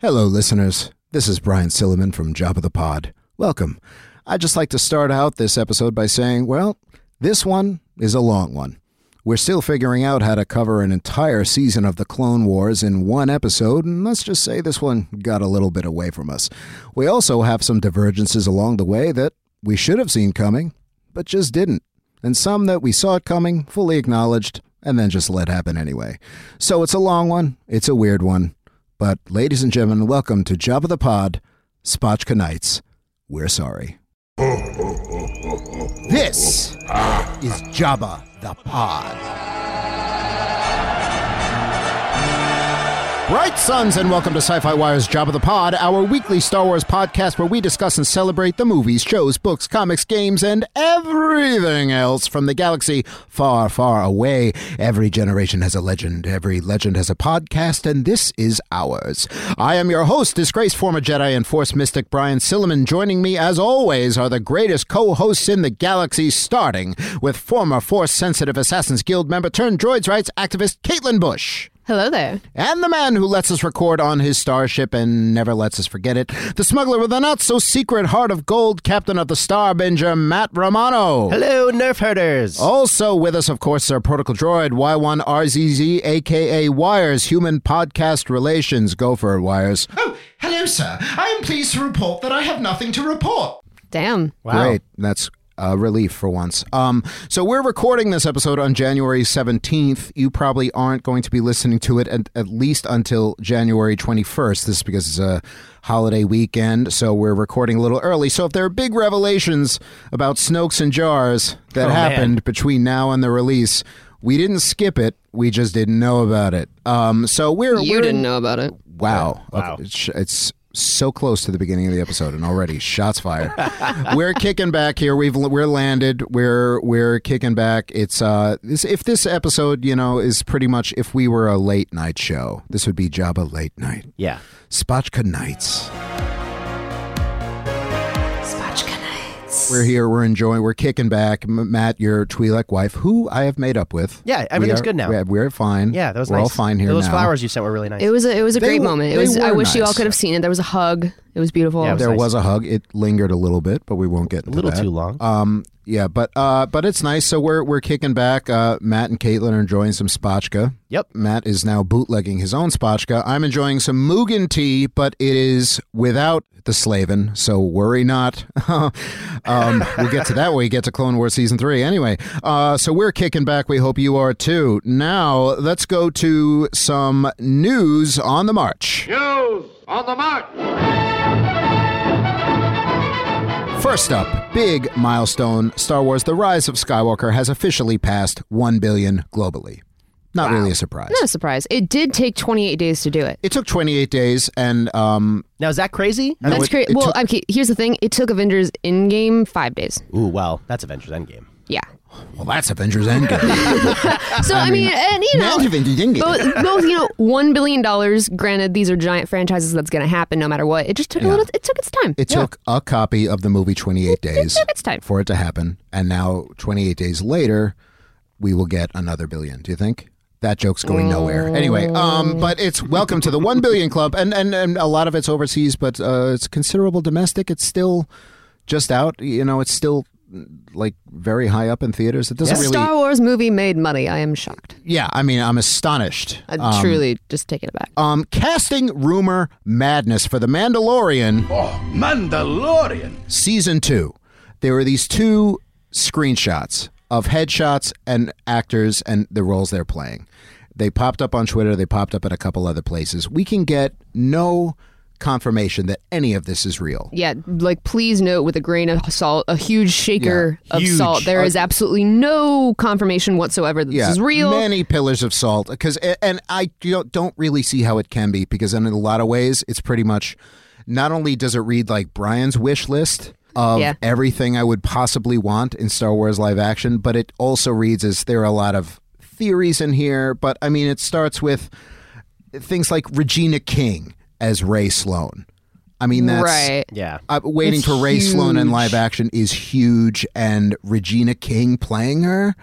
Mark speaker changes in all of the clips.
Speaker 1: Hello, listeners. This is Brian Silliman from Job of the Pod. Welcome. I'd just like to start out this episode by saying, well, this one is a long one. We're still figuring out how to cover an entire season of the Clone Wars in one episode, and let's just say this one got a little bit away from us. We also have some divergences along the way that we should have seen coming, but just didn't, and some that we saw it coming, fully acknowledged, and then just let happen anyway. So it's a long one, it's a weird one, but, ladies and gentlemen, welcome to Job of the Pod, Spotchka Nights. We're sorry. This is Jabba the Pod. Bright Suns, and welcome to Sci Fi Wire's Job of the Pod, our weekly Star Wars podcast where we discuss and celebrate the movies, shows, books, comics, games, and everything else from the galaxy far, far away. Every generation has a legend, every legend has a podcast, and this is ours. I am your host, disgraced former Jedi and Force mystic Brian Silliman. Joining me, as always, are the greatest co hosts in the galaxy, starting with former Force sensitive Assassin's Guild member turned droids rights activist Caitlin Bush.
Speaker 2: Hello there.
Speaker 1: And the man who lets us record on his starship and never lets us forget it. The smuggler with a not so secret heart of gold, captain of the Starbinger, Matt Romano.
Speaker 3: Hello, Nerf herders.
Speaker 1: Also with us, of course, our protocol droid, Y1RZZ, aka Wires, Human Podcast Relations. Go for it, Wires. Oh, hello, sir. I am pleased to report that I have nothing to report.
Speaker 2: Damn.
Speaker 1: Great. That's uh, relief for once. Um, so we're recording this episode on January 17th. You probably aren't going to be listening to it at, at least until January 21st. This is because it's a holiday weekend, so we're recording a little early. So if there are big revelations about Snokes and Jars that
Speaker 3: Oh, man.
Speaker 1: happened between now and the release, we didn't skip it. We just didn't know about it. Um, so we're
Speaker 2: You
Speaker 1: we're,
Speaker 2: didn't know about it.
Speaker 1: Wow.
Speaker 3: Wow.
Speaker 1: Okay, It's, it's so close to the beginning of the episode and already shots fired. we're kicking back here. We've we're landed. We're we're kicking back. It's uh this if this episode, you know, is pretty much if we were a late night show, this would be Jabba late night.
Speaker 3: Yeah.
Speaker 1: Spotchka nights. We're here. We're enjoying. We're kicking back. M- Matt, your Twi'lek wife, who I have made up with.
Speaker 3: Yeah, everything's
Speaker 1: We are-
Speaker 3: good now.
Speaker 1: yeah, We're fine.
Speaker 3: Yeah, that was
Speaker 1: we're
Speaker 3: nice.
Speaker 1: all fine here
Speaker 3: Those
Speaker 1: now.
Speaker 3: flowers you sent were really nice.
Speaker 2: It was a, it was a
Speaker 1: They
Speaker 2: great
Speaker 1: were-
Speaker 2: moment.
Speaker 1: they
Speaker 2: It was I
Speaker 1: were
Speaker 2: wish you all
Speaker 1: nice.
Speaker 2: could have seen it. There was a hug. It was beautiful.
Speaker 3: Yeah, it was
Speaker 1: There
Speaker 3: nice.
Speaker 1: was a hug. It lingered a little bit, but we won't get
Speaker 3: a
Speaker 1: into
Speaker 3: little
Speaker 1: that.
Speaker 3: too long.
Speaker 1: Um, yeah, but uh, but it's nice. So we're we're kicking back. Uh, Matt and Caitlin are enjoying some spotchka.
Speaker 3: Yep.
Speaker 1: Matt is now bootlegging his own spotchka. I'm enjoying some Mugen tea, but it is without the Slavin, so worry not. um, we'll get to that when we get to Clone Wars Season 3. Anyway, uh, so we're kicking back. We hope you are too. Now, let's go to some news on the march.
Speaker 4: News on the march.
Speaker 1: First up, big milestone Star Wars The Rise of Skywalker has officially passed 1 billion globally. Not really a surprise.
Speaker 2: Not a surprise. It did take 28 days to do it.
Speaker 1: It took 28 days, and um,
Speaker 3: Now is that crazy?
Speaker 2: That's
Speaker 1: it-
Speaker 2: great.
Speaker 1: it
Speaker 2: Well,
Speaker 1: took-
Speaker 2: okay, here's the thing. It took Avengers in game five days.
Speaker 3: Ooh, well, that's Avengers Endgame.
Speaker 2: Yeah.
Speaker 1: well, that's Avengers Endgame.
Speaker 2: So, I, mean, and, you
Speaker 1: Now
Speaker 2: know,
Speaker 1: Avengers Endgame.
Speaker 2: both, both, you know, $1 billion. Granted, these are giant franchises. That's going to happen no matter what. It just took a little, it took its time.
Speaker 1: It took a copy of the movie 28 days
Speaker 2: It's time.
Speaker 1: for it to happen, and now 28 days later, we will get another billion. Do you think? That joke's going nowhere. Anyway,
Speaker 2: Oh.
Speaker 1: um, but it's welcome to the one billion club, and, and and a lot of it's overseas, but uh, it's considerable domestic. It's still just out. You know, it's still like very high up in theaters. It doesn't
Speaker 2: A
Speaker 1: really.
Speaker 2: Star Wars movie made money. I am shocked.
Speaker 1: yeah, I mean, I'm astonished.
Speaker 2: I'm truly just taken aback.
Speaker 1: Um, casting rumor madness for the Mandalorian.
Speaker 4: Mandalorian.
Speaker 1: season two, there were these two screenshots of headshots and actors and the roles they're playing. They popped up on Twitter, they popped up at a couple other places. We can get no confirmation that any of this is real.
Speaker 2: Yeah, like please note with a grain of salt, a huge Uh, shaker of
Speaker 3: Huge.
Speaker 2: salt. There is absolutely no confirmation whatsoever that this is real.
Speaker 1: Many pillars of salt because and I don't don't really see how it can be because in a lot of ways it's pretty much Not only does it read like Brian's wish list of
Speaker 2: Yeah.
Speaker 1: everything I would possibly want in Star Wars live action, but it also reads as there are a lot of theories in here. But I mean, it starts with things like Regina King as Ray Sloan. I mean, that's
Speaker 2: right.
Speaker 3: Yeah.
Speaker 1: uh, waiting
Speaker 2: It's
Speaker 1: for Ray Sloan in
Speaker 2: huge.
Speaker 1: live action is huge, and Regina King playing her.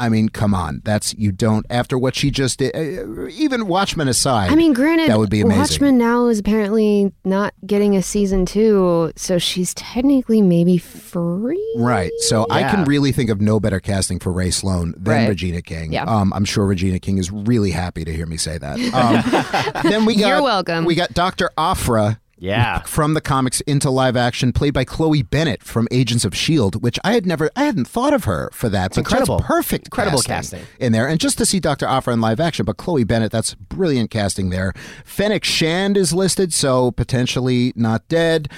Speaker 1: I mean, come on, that's you don't after what she just did. Uh, even Watchmen aside,
Speaker 2: I mean, granted,
Speaker 1: that would be amazing.
Speaker 2: Watchmen now is apparently not getting a season two, so she's technically maybe free.
Speaker 1: Right, so I can
Speaker 3: Yeah.
Speaker 1: really think of no better casting for Ray Sloan than
Speaker 2: Right.
Speaker 1: Regina King.
Speaker 2: Yeah.
Speaker 1: Um, I'm sure Regina King is really happy to hear me say that. Um, then we got
Speaker 2: You're welcome.
Speaker 1: We got Doctor Afra
Speaker 3: Yeah.
Speaker 1: from the comics into live action, played by Chloe Bennett from Agents of Shield, which I had never, I hadn't thought of her for that. but
Speaker 3: incredible.
Speaker 1: that's perfect,
Speaker 3: Incredible
Speaker 1: casting,
Speaker 3: casting.
Speaker 1: in there, and just to see Doctor Afra in live action. But Chloe Bennett, that's brilliant casting there. Fennec Shand is listed, so potentially not dead.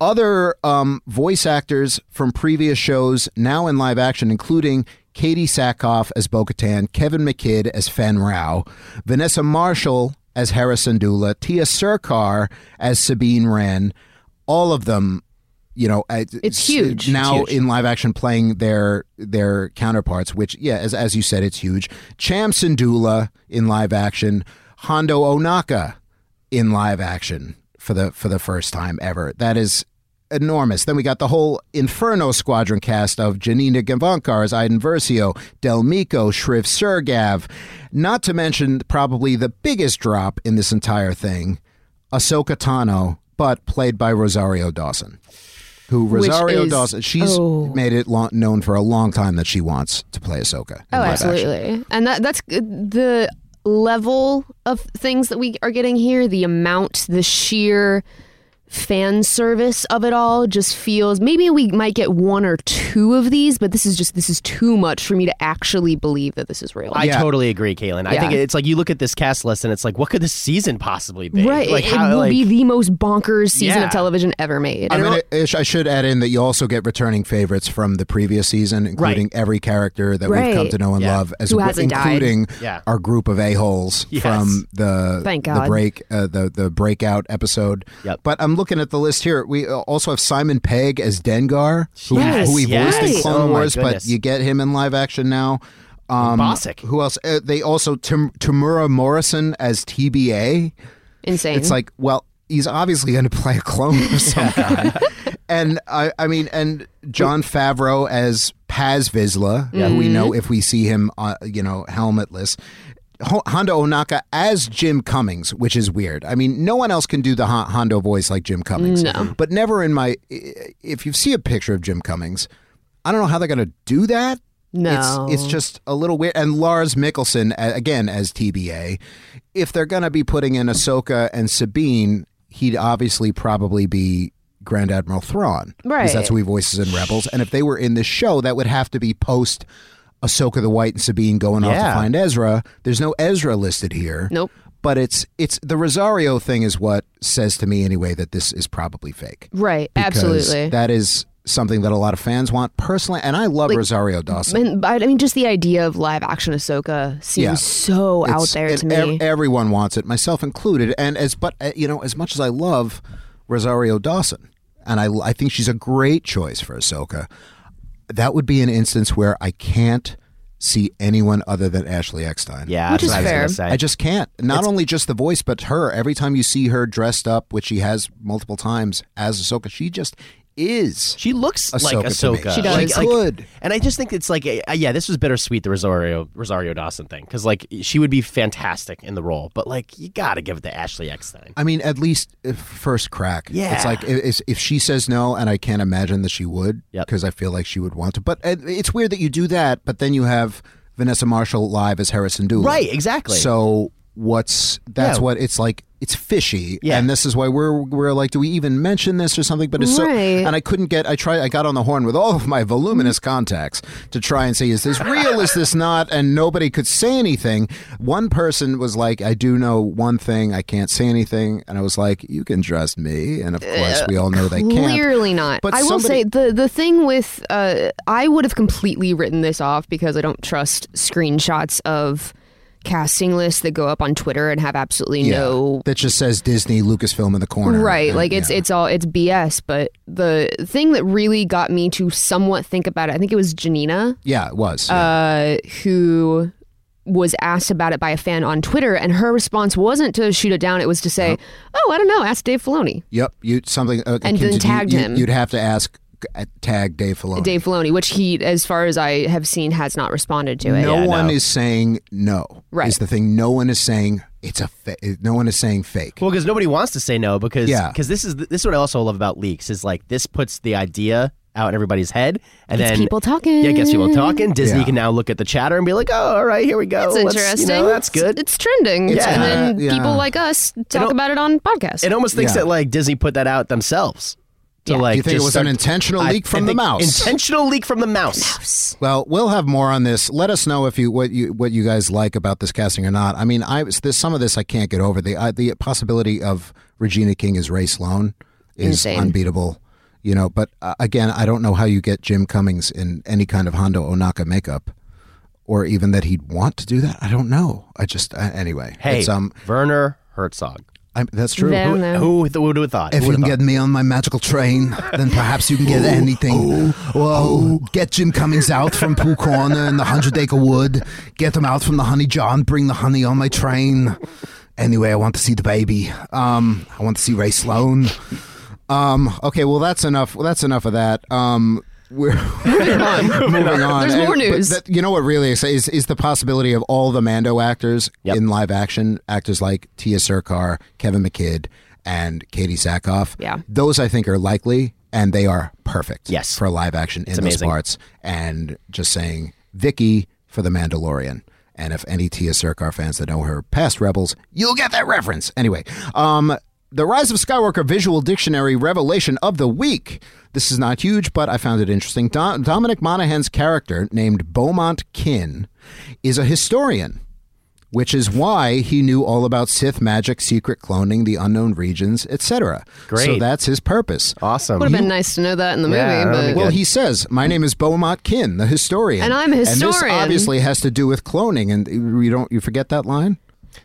Speaker 1: Other um, voice actors from previous shows now in live action, including. Katie Sackhoff as Bo Katan, Kevin McKidd as Fen Rao, Vanessa Marshall as Harrison Dula, Tia Serkar as Sabine Wren, all of them, you know, it's,
Speaker 2: It's huge.
Speaker 1: now
Speaker 3: It's huge.
Speaker 1: in live action playing their their counterparts. Which, yeah, as as you said, it's huge. Cham Syndulla in live action, Hondo Onaka in live action for the for the first time ever. That is enormous. Then we got the whole Inferno Squadron cast of Janina Gavankar as Iden Versio, Del Mico, Shriv Sergav, not to mention probably the biggest drop in this entire thing, Ahsoka Tano, but played by Rosario Dawson. Who
Speaker 2: Which
Speaker 1: Rosario
Speaker 2: is-
Speaker 1: Dawson? She's
Speaker 2: oh.
Speaker 1: made it lo- known for a long time that she wants to play Ahsoka. in
Speaker 2: Oh,
Speaker 1: live action.
Speaker 2: absolutely. And that that's uh, the level of things that we are getting here, the amount, the sheer fan service of it all just feels maybe we might get one or two of these, but this is just this is too much for me to actually believe that this is real.
Speaker 3: I
Speaker 1: Yeah.
Speaker 3: totally agree, Caitlin. I
Speaker 2: Yeah.
Speaker 3: think it's like you look at this cast list and it's like, what could this season possibly be?
Speaker 2: Right.
Speaker 3: Like,
Speaker 2: it, it will be the most bonkers season
Speaker 3: Yeah.
Speaker 2: of television ever made.
Speaker 1: I mean, I I should add in that you also get returning favorites from the previous season, including every character that we've come
Speaker 2: Right.
Speaker 1: to know and
Speaker 3: Yeah.
Speaker 1: love, as
Speaker 2: Who
Speaker 1: well,
Speaker 2: hasn't died.
Speaker 1: including
Speaker 3: Yeah.
Speaker 1: our group of a holes
Speaker 3: Yes.
Speaker 1: from the
Speaker 2: Thank
Speaker 1: the
Speaker 2: God.
Speaker 1: break uh, the the breakout episode.
Speaker 3: Yep.
Speaker 1: But I'm looking at the list here. We uh, also have Simon Pegg as Dengar, who,
Speaker 3: Yes,
Speaker 1: who we voiced in
Speaker 3: yes.
Speaker 1: Clone
Speaker 3: Oh my
Speaker 1: Wars, but
Speaker 3: goodness.
Speaker 1: you get him in live action now. Um,
Speaker 3: Bossick.
Speaker 1: Who else? Uh, they also Tim, Tamura Morrison as TBA.
Speaker 2: Insane.
Speaker 1: It's like, well, he's obviously going to play a clone of some kind. And I, I mean, and John Favreau as Paz Vizsla, who
Speaker 2: Mm-hmm.
Speaker 1: we know if we see him, uh, you know, helmetless. Ho- Hondo Onaka as Jim Cummings, which is weird. I mean, no one else can do the Hon- Hondo voice like Jim Cummings.
Speaker 2: No.
Speaker 1: But never in my, if you see a picture of Jim Cummings, I don't know how they're going to do that.
Speaker 2: no.
Speaker 1: It's, it's just a little weird. And Lars Mickelson, a- again, as TBA, if they're going to be putting in Ahsoka and Sabine, he'd obviously probably be Grand Admiral Thrawn. 'cause
Speaker 2: Right.
Speaker 1: That's who he voices in Rebels. And if they were in this show, that would have to be post Ahsoka the White and Sabine going off to
Speaker 3: Yeah.
Speaker 1: find Ezra. There's no Ezra listed here.
Speaker 2: Nope.
Speaker 1: But it's it's the Rosario thing is what says to me anyway that this is probably fake.
Speaker 2: Right.
Speaker 1: Because
Speaker 2: Absolutely.
Speaker 1: That is something that a lot of fans want personally. And I love Rosario Dawson.
Speaker 2: And but I mean, just the idea of live action Ahsoka seems
Speaker 1: Yeah.
Speaker 2: so out
Speaker 1: It's-
Speaker 2: there
Speaker 1: and
Speaker 2: to me.
Speaker 1: ev- everyone wants it, myself included. And as but uh, you know, as much as I love Rosario Dawson, and I I think she's a great choice for Ahsoka, that would be an instance where I can't see anyone other than Ashley Eckstein.
Speaker 3: yeah,
Speaker 2: Which
Speaker 3: that's
Speaker 2: is
Speaker 3: what I was
Speaker 2: fair.
Speaker 3: gonna say.
Speaker 1: I just can't. Not only just the voice, but her. Every time you see her dressed up, which she has multiple times as Ahsoka, she just is.
Speaker 3: She looks like
Speaker 1: Ahsoka to me.
Speaker 3: Ahsoka.
Speaker 1: She
Speaker 3: Like-
Speaker 1: does.
Speaker 3: like-
Speaker 1: Good.
Speaker 3: and I just think it's like, uh, yeah, this was bittersweet, the Rosario Rosario Dawson thing, because like she would be fantastic in the role, but like you got to give it to Ashley Eckstein.
Speaker 1: I mean, at least if first crack.
Speaker 3: Yeah.
Speaker 1: It's like i- if, if she says no, and I can't imagine that she would,
Speaker 3: Yep.
Speaker 1: because I feel like she would want to. But uh, it's weird that you do that, but then you have Vanessa Marshall live as Harrison Dooley.
Speaker 3: Right, exactly.
Speaker 1: So what's that's
Speaker 3: Yeah.
Speaker 1: what it's like. It's fishy,
Speaker 3: Yeah.
Speaker 1: and this is why we're we're like, do we even mention this or something? But it's so,
Speaker 2: Right.
Speaker 1: and I couldn't get. I tried. I got on the horn with all of my voluminous contacts to try and say, is this real? is this not? And nobody could say anything. One person was like, I do know one thing. I can't say anything. And I was like, you can trust me. And of course, we all know they can't.
Speaker 2: Clearly not.
Speaker 1: But
Speaker 2: I will
Speaker 1: somebody-
Speaker 2: say the the thing with uh, I would have completely written this off because I don't trust screenshots of casting lists that go up on Twitter and have absolutely no
Speaker 1: that just says Disney, Lucasfilm in the corner.
Speaker 2: Right.
Speaker 1: And-
Speaker 2: like it's
Speaker 1: yeah.
Speaker 2: it's all it's BS, but the thing that really got me to somewhat think about it, I think it was Janina
Speaker 1: yeah, it was.
Speaker 2: uh, who was asked about it by a fan on Twitter, and her response wasn't to shoot it down. It was to say, "Oh, I don't know. Ask Dave Filoni."
Speaker 1: yep, you something uh,
Speaker 2: and then
Speaker 1: you-
Speaker 2: tagged
Speaker 1: you,
Speaker 2: him.
Speaker 1: You'd have to ask uh, tag Dave Filoni.
Speaker 2: Dave Filoni, which he, as far as I have seen, has not responded to it.
Speaker 1: no
Speaker 3: Yeah,
Speaker 1: one
Speaker 3: no.
Speaker 1: is saying no.
Speaker 2: Right.
Speaker 1: Is the thing. No one is saying it's a. Fa- no one is saying fake.
Speaker 3: Well, because nobody wants to say no because
Speaker 1: Yeah.
Speaker 3: because this is this is what I also love about leaks is like this puts the idea out in everybody's head and
Speaker 2: Gets
Speaker 3: then
Speaker 2: people talking.
Speaker 3: Yeah, it gets people talking. Disney
Speaker 1: Yeah.
Speaker 3: can now look at the chatter and be like, oh, all right, here we go.
Speaker 2: It's
Speaker 3: Let's- you know,
Speaker 2: interesting.
Speaker 3: that's good.
Speaker 2: It's, trending,
Speaker 3: Yeah.
Speaker 2: and then
Speaker 1: Yeah.
Speaker 2: people like us talk
Speaker 3: al-
Speaker 2: about it on podcasts.
Speaker 3: it almost thinks
Speaker 1: Yeah.
Speaker 3: that like Disney put that out themselves. To,
Speaker 2: Yeah.
Speaker 3: like,
Speaker 1: Do you think it
Speaker 3: just
Speaker 1: was
Speaker 3: start-
Speaker 1: an intentional
Speaker 3: I-
Speaker 1: leak from
Speaker 3: I
Speaker 1: the
Speaker 3: think
Speaker 1: mouse?
Speaker 3: Intentional leak from the mouse.
Speaker 1: Well, we'll have more on this. Let us know if you what you what you guys like about this casting or not. I mean, I there's some of this I can't get over. The I, the possibility of Regina King as Ray Sloan is
Speaker 2: Insane.
Speaker 1: unbeatable. You know, but uh, again, I don't know how you get Jim Cummings in any kind of Hondo Onaka makeup, or even that he'd want to do that. I don't know. I just uh, anyway.
Speaker 3: Hey,
Speaker 1: it's, um,
Speaker 3: Werner Herzog.
Speaker 1: I, that's true.
Speaker 2: There- I don't know.
Speaker 3: Who, who would have thought?
Speaker 1: If
Speaker 3: Who
Speaker 1: you
Speaker 3: would've
Speaker 1: can
Speaker 3: thought?
Speaker 1: get me on my magical train, then perhaps you can get anything. Well, get Jim Cummings out from Pooh Corner in the Hundred Acre Wood. Get him out from the Honey John. Bring the honey on my train. Anyway, I want to see the baby. Um, I want to see Ray Sloan. Um, okay, well that's enough. Well, that's enough of that. Um, we're moving on.
Speaker 2: There's more
Speaker 1: but
Speaker 2: news.
Speaker 1: that- you know what really is, is is the possibility of all the Mando actors
Speaker 3: Yep.
Speaker 1: in live action, actors like Tia Serkar, Kevin McKidd, and Katie Sackhoff.
Speaker 2: Yeah.
Speaker 1: those I think are likely, and they are perfect.
Speaker 3: Yes.
Speaker 1: for live action in those
Speaker 3: amazing.
Speaker 1: parts. And just saying, Vicky for the Mandalorian. And if any Tia Serkar fans that know her past Rebels, you'll get that reference. Anyway, um, the Rise of Skywalker Visual Dictionary Revelation of the Week. This is not huge, but I found it interesting. Don- Dominic Monaghan's character, named Beaumont Kin, is a historian which is why he knew all about Sith magic, secret cloning, the unknown regions, etc. So
Speaker 3: Great.
Speaker 1: that's his purpose.
Speaker 3: Awesome.
Speaker 2: would have been nice to know that in the
Speaker 3: Yeah, I don't
Speaker 2: movie,
Speaker 3: think
Speaker 2: but
Speaker 1: Well,
Speaker 3: Good.
Speaker 1: he says, "My name is Beaumont Kin, the historian,
Speaker 2: And I'm a
Speaker 1: And this
Speaker 2: historian.
Speaker 1: obviously has to do with cloning, and you don't you forget that line.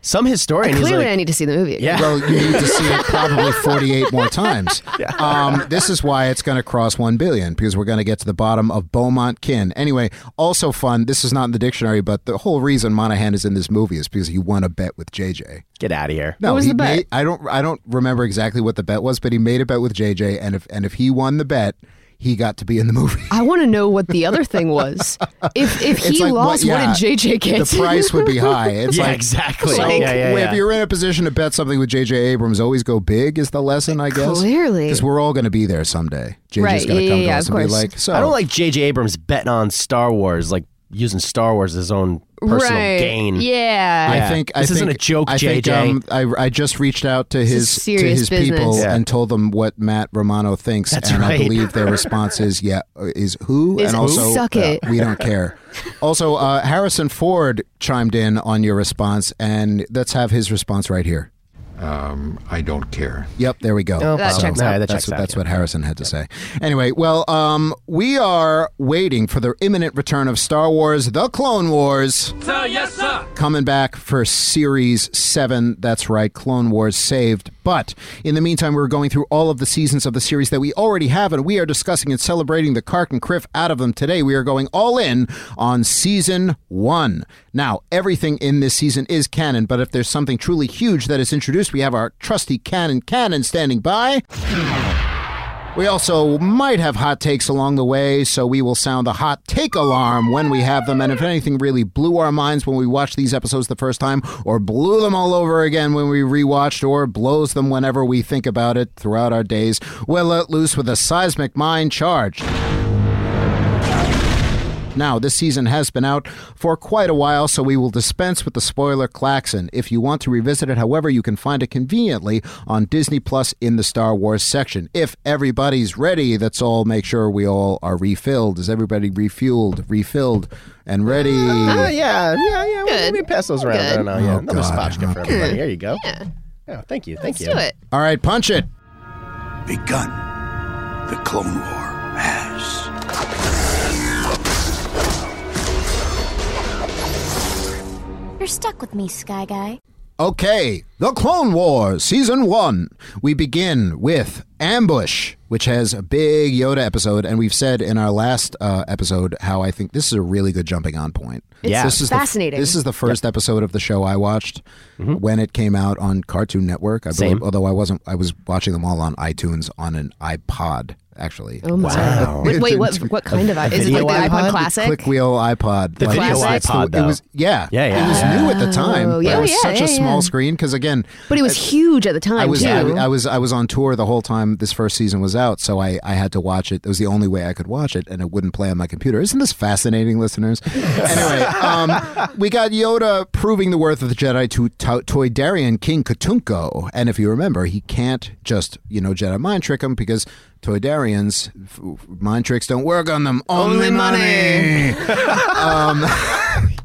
Speaker 3: Some historian is
Speaker 2: clearly
Speaker 3: like,
Speaker 2: I need to see the movie. Again.
Speaker 3: yeah,
Speaker 1: Well, you need to see it probably 48 more times. Um, this is why it's going to cross 1 billion because we're going to get to the bottom of Beaumont Kin. Anyway, also fun. This is not in the dictionary, but the whole reason Monahan is in this movie is because he won a bet with JJ.
Speaker 3: get out of here.
Speaker 1: No,
Speaker 2: What was
Speaker 1: he
Speaker 2: the bet?
Speaker 1: made- I don't. I don't remember exactly what the bet was, but he made a bet with JJ, and if and if he won the bet, he got to be in the movie.
Speaker 2: I want to know what the other thing was. If if
Speaker 1: It's
Speaker 2: he
Speaker 1: like,
Speaker 2: lost, what,
Speaker 1: yeah,
Speaker 2: did JJ get?
Speaker 1: The price would be high. It's
Speaker 3: yeah,
Speaker 1: like
Speaker 3: exactly.
Speaker 1: So
Speaker 3: yeah, yeah, yeah.
Speaker 1: if you're in a position to bet something with JJ Abrams, always go big is the lesson, I guess.
Speaker 2: Clearly.
Speaker 1: Because we're all going to be there someday. JJ's
Speaker 2: Right,
Speaker 1: going to
Speaker 2: yeah,
Speaker 1: come
Speaker 2: yeah,
Speaker 1: to
Speaker 2: yeah,
Speaker 1: us
Speaker 2: of
Speaker 1: and be
Speaker 2: course.
Speaker 1: like, so
Speaker 3: I don't like J.J. Abrams betting on Star Wars, like using Star Wars as his own personal
Speaker 2: right.
Speaker 3: gain.
Speaker 2: Yeah.
Speaker 1: I
Speaker 3: Yeah.
Speaker 1: think I
Speaker 3: This isn't
Speaker 1: think-
Speaker 3: a joke,
Speaker 1: I think,
Speaker 3: JJ.
Speaker 1: um, I, I just reached out to
Speaker 2: is
Speaker 1: his to
Speaker 2: serious
Speaker 1: his
Speaker 2: business.
Speaker 1: people
Speaker 3: Yeah.
Speaker 1: and told them what Matt Romano thinks,
Speaker 3: That's
Speaker 1: and I
Speaker 3: right.
Speaker 1: believe their response is yeah uh, is who
Speaker 2: Is
Speaker 1: and
Speaker 2: who?
Speaker 1: also
Speaker 2: Suck
Speaker 1: uh,
Speaker 2: it.
Speaker 1: we don't care. Also, uh, Harrison Ford chimed in on your response, and let's have his response right here.
Speaker 4: I don't care.
Speaker 1: Yep, there we go.
Speaker 2: That
Speaker 3: problem.
Speaker 2: checks
Speaker 3: Oh, Yeah,
Speaker 2: out.
Speaker 3: that
Speaker 1: that's
Speaker 3: checks
Speaker 1: what,
Speaker 3: out,
Speaker 1: that's
Speaker 3: yeah.
Speaker 1: what Harrison had to say. Anyway, well, um, we are waiting for the imminent return of Star Wars: The Clone Wars.
Speaker 4: Sir, yes, sir.
Speaker 1: coming back for series seven. That's right, Clone Wars saved. But in the meantime, we're going through all of the seasons of the series that we already have, and we are discussing and celebrating the Kark and Criff out of them today. We are going all in on season one. Now, everything in this season is canon, but if there's something truly huge that is introduced, we have our trusty canon cannon standing by. We also might have hot takes along the way, so we will sound the hot take alarm when we have them. And if anything really blew our minds when we watched these episodes the first time, or blew them all over again when we rewatched, or blows them whenever we think about it throughout our days, we'll let loose with a seismic mind charge. Now, this season has been out for quite a while, so we will dispense with the spoiler klaxon. If you want to revisit it, however, you can find it conveniently on Disney Plus in the Star Wars section. If everybody's ready, that's all. Make sure we all are refilled. Is everybody refueled, refilled, and ready?
Speaker 3: Uh, yeah, yeah, yeah.
Speaker 2: Good.
Speaker 3: Maybe pass those around. I don't know. Yeah,
Speaker 1: Oh,
Speaker 3: another
Speaker 1: God.
Speaker 3: spotchka for everybody. There you go. Yeah. thank you. Thank
Speaker 2: Let's
Speaker 3: you.
Speaker 2: do it.
Speaker 1: All right, punch it.
Speaker 5: begun. The Clone War has.
Speaker 6: You're stuck with me, Sky Guy.
Speaker 1: Okay, The Clone Wars, Season 1. We begin with Ambush, which has a big Yoda episode, and we've said in our last uh, episode how I think this is a really good jumping on point.
Speaker 3: Yeah.
Speaker 1: This is the-
Speaker 2: fascinating. Mm-hmm.
Speaker 1: this is the first episode of the show I watched when it came out on Cartoon Network. I
Speaker 3: Same.
Speaker 1: believe, although I wasn't, I was watching them all on iTunes on an iPod, actually.
Speaker 2: Oh my
Speaker 3: Wow.
Speaker 2: God. Wait, wait, what? What kind of iPod? Is it like
Speaker 3: video
Speaker 2: the iPod,
Speaker 3: iPod?
Speaker 2: Classic?
Speaker 1: Click wheel iPod.
Speaker 3: The
Speaker 1: Like,
Speaker 2: video
Speaker 1: it's the-
Speaker 3: iPod,
Speaker 1: It
Speaker 3: though.
Speaker 1: was yeah,
Speaker 3: Yeah, yeah,
Speaker 1: It was
Speaker 3: yeah.
Speaker 1: new at the time. but
Speaker 2: Oh, yeah,
Speaker 1: it was
Speaker 2: yeah,
Speaker 1: such a
Speaker 2: yeah,
Speaker 1: small
Speaker 2: yeah.
Speaker 1: screen because again,
Speaker 2: but it was huge at the time
Speaker 1: I was
Speaker 2: too.
Speaker 1: I, I was I was on tour the whole time this first season was out, so I I had to watch it. It was the only way I could watch it, and it wouldn't play on my computer. Isn't this fascinating, listeners? anyway, um, we got Yoda proving the worth of the Jedi to to- Toydarian King Katunko, and if you remember, he can't just you know Jedi mind trick him because. Toydarians, f- f- mind tricks don't work on them. Only money.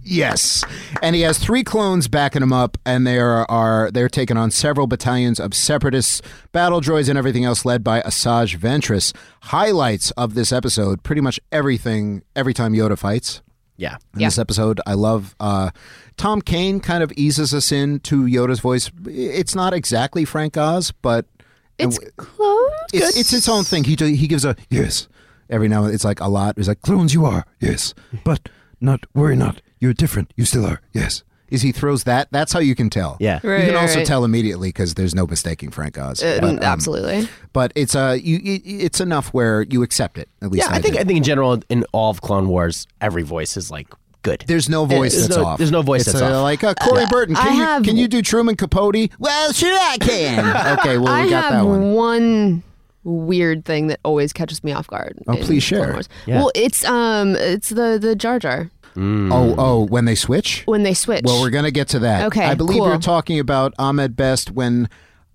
Speaker 1: Yes, and he has three clones backing him up, and they are, are they're taking on several battalions of separatists, battle droids, and everything else, led by Asajj Ventress. Highlights of this episode: pretty much everything. Every time Yoda fights
Speaker 3: Yeah.
Speaker 1: in this episode, I love uh, Tom Kane. Kind of eases us into Yoda's voice. It's not exactly Frank Oz, but
Speaker 2: it's close.
Speaker 1: it's, it's its own thing. He do- he gives a yes every now and then. It's like a lot. It's like clones, you are yes, but not worry not. You're different. You still are yes. Is he throws that? That's how you can tell.
Speaker 3: Yeah.
Speaker 1: you
Speaker 2: Right,
Speaker 1: can
Speaker 2: right,
Speaker 1: also
Speaker 2: right.
Speaker 1: tell immediately because there's no mistaking Frank Oz.
Speaker 2: Uh,
Speaker 1: But, um,
Speaker 2: absolutely.
Speaker 1: But it's uh, you, you it's enough where you accept it at least.
Speaker 3: Yeah, I think
Speaker 1: do.
Speaker 3: I think in general in all of Clone Wars, every voice is like good.
Speaker 1: There's no voice
Speaker 3: There's
Speaker 1: that's
Speaker 3: no-
Speaker 1: off.
Speaker 3: there's no voice
Speaker 1: It's,
Speaker 3: that's
Speaker 1: uh,
Speaker 3: off.
Speaker 1: Like uh, Corey Burton, can
Speaker 2: I
Speaker 1: you
Speaker 2: have-
Speaker 1: can you do Truman Capote? Well, sure I can. okay, well we
Speaker 2: I
Speaker 1: got
Speaker 2: have
Speaker 1: that one.
Speaker 2: one weird thing that always catches me off guard.
Speaker 1: Oh,
Speaker 2: in
Speaker 1: please
Speaker 2: Clone
Speaker 1: share.
Speaker 2: Wars.
Speaker 3: Yeah.
Speaker 2: Well, it's um, it's the the Jar Jar
Speaker 3: Mm.
Speaker 1: Oh oh, when they switch.
Speaker 2: when they switch.
Speaker 1: Well, we're going to get to that.
Speaker 2: Okay,
Speaker 1: I believe
Speaker 2: cool.
Speaker 1: you're talking about Ahmed Best when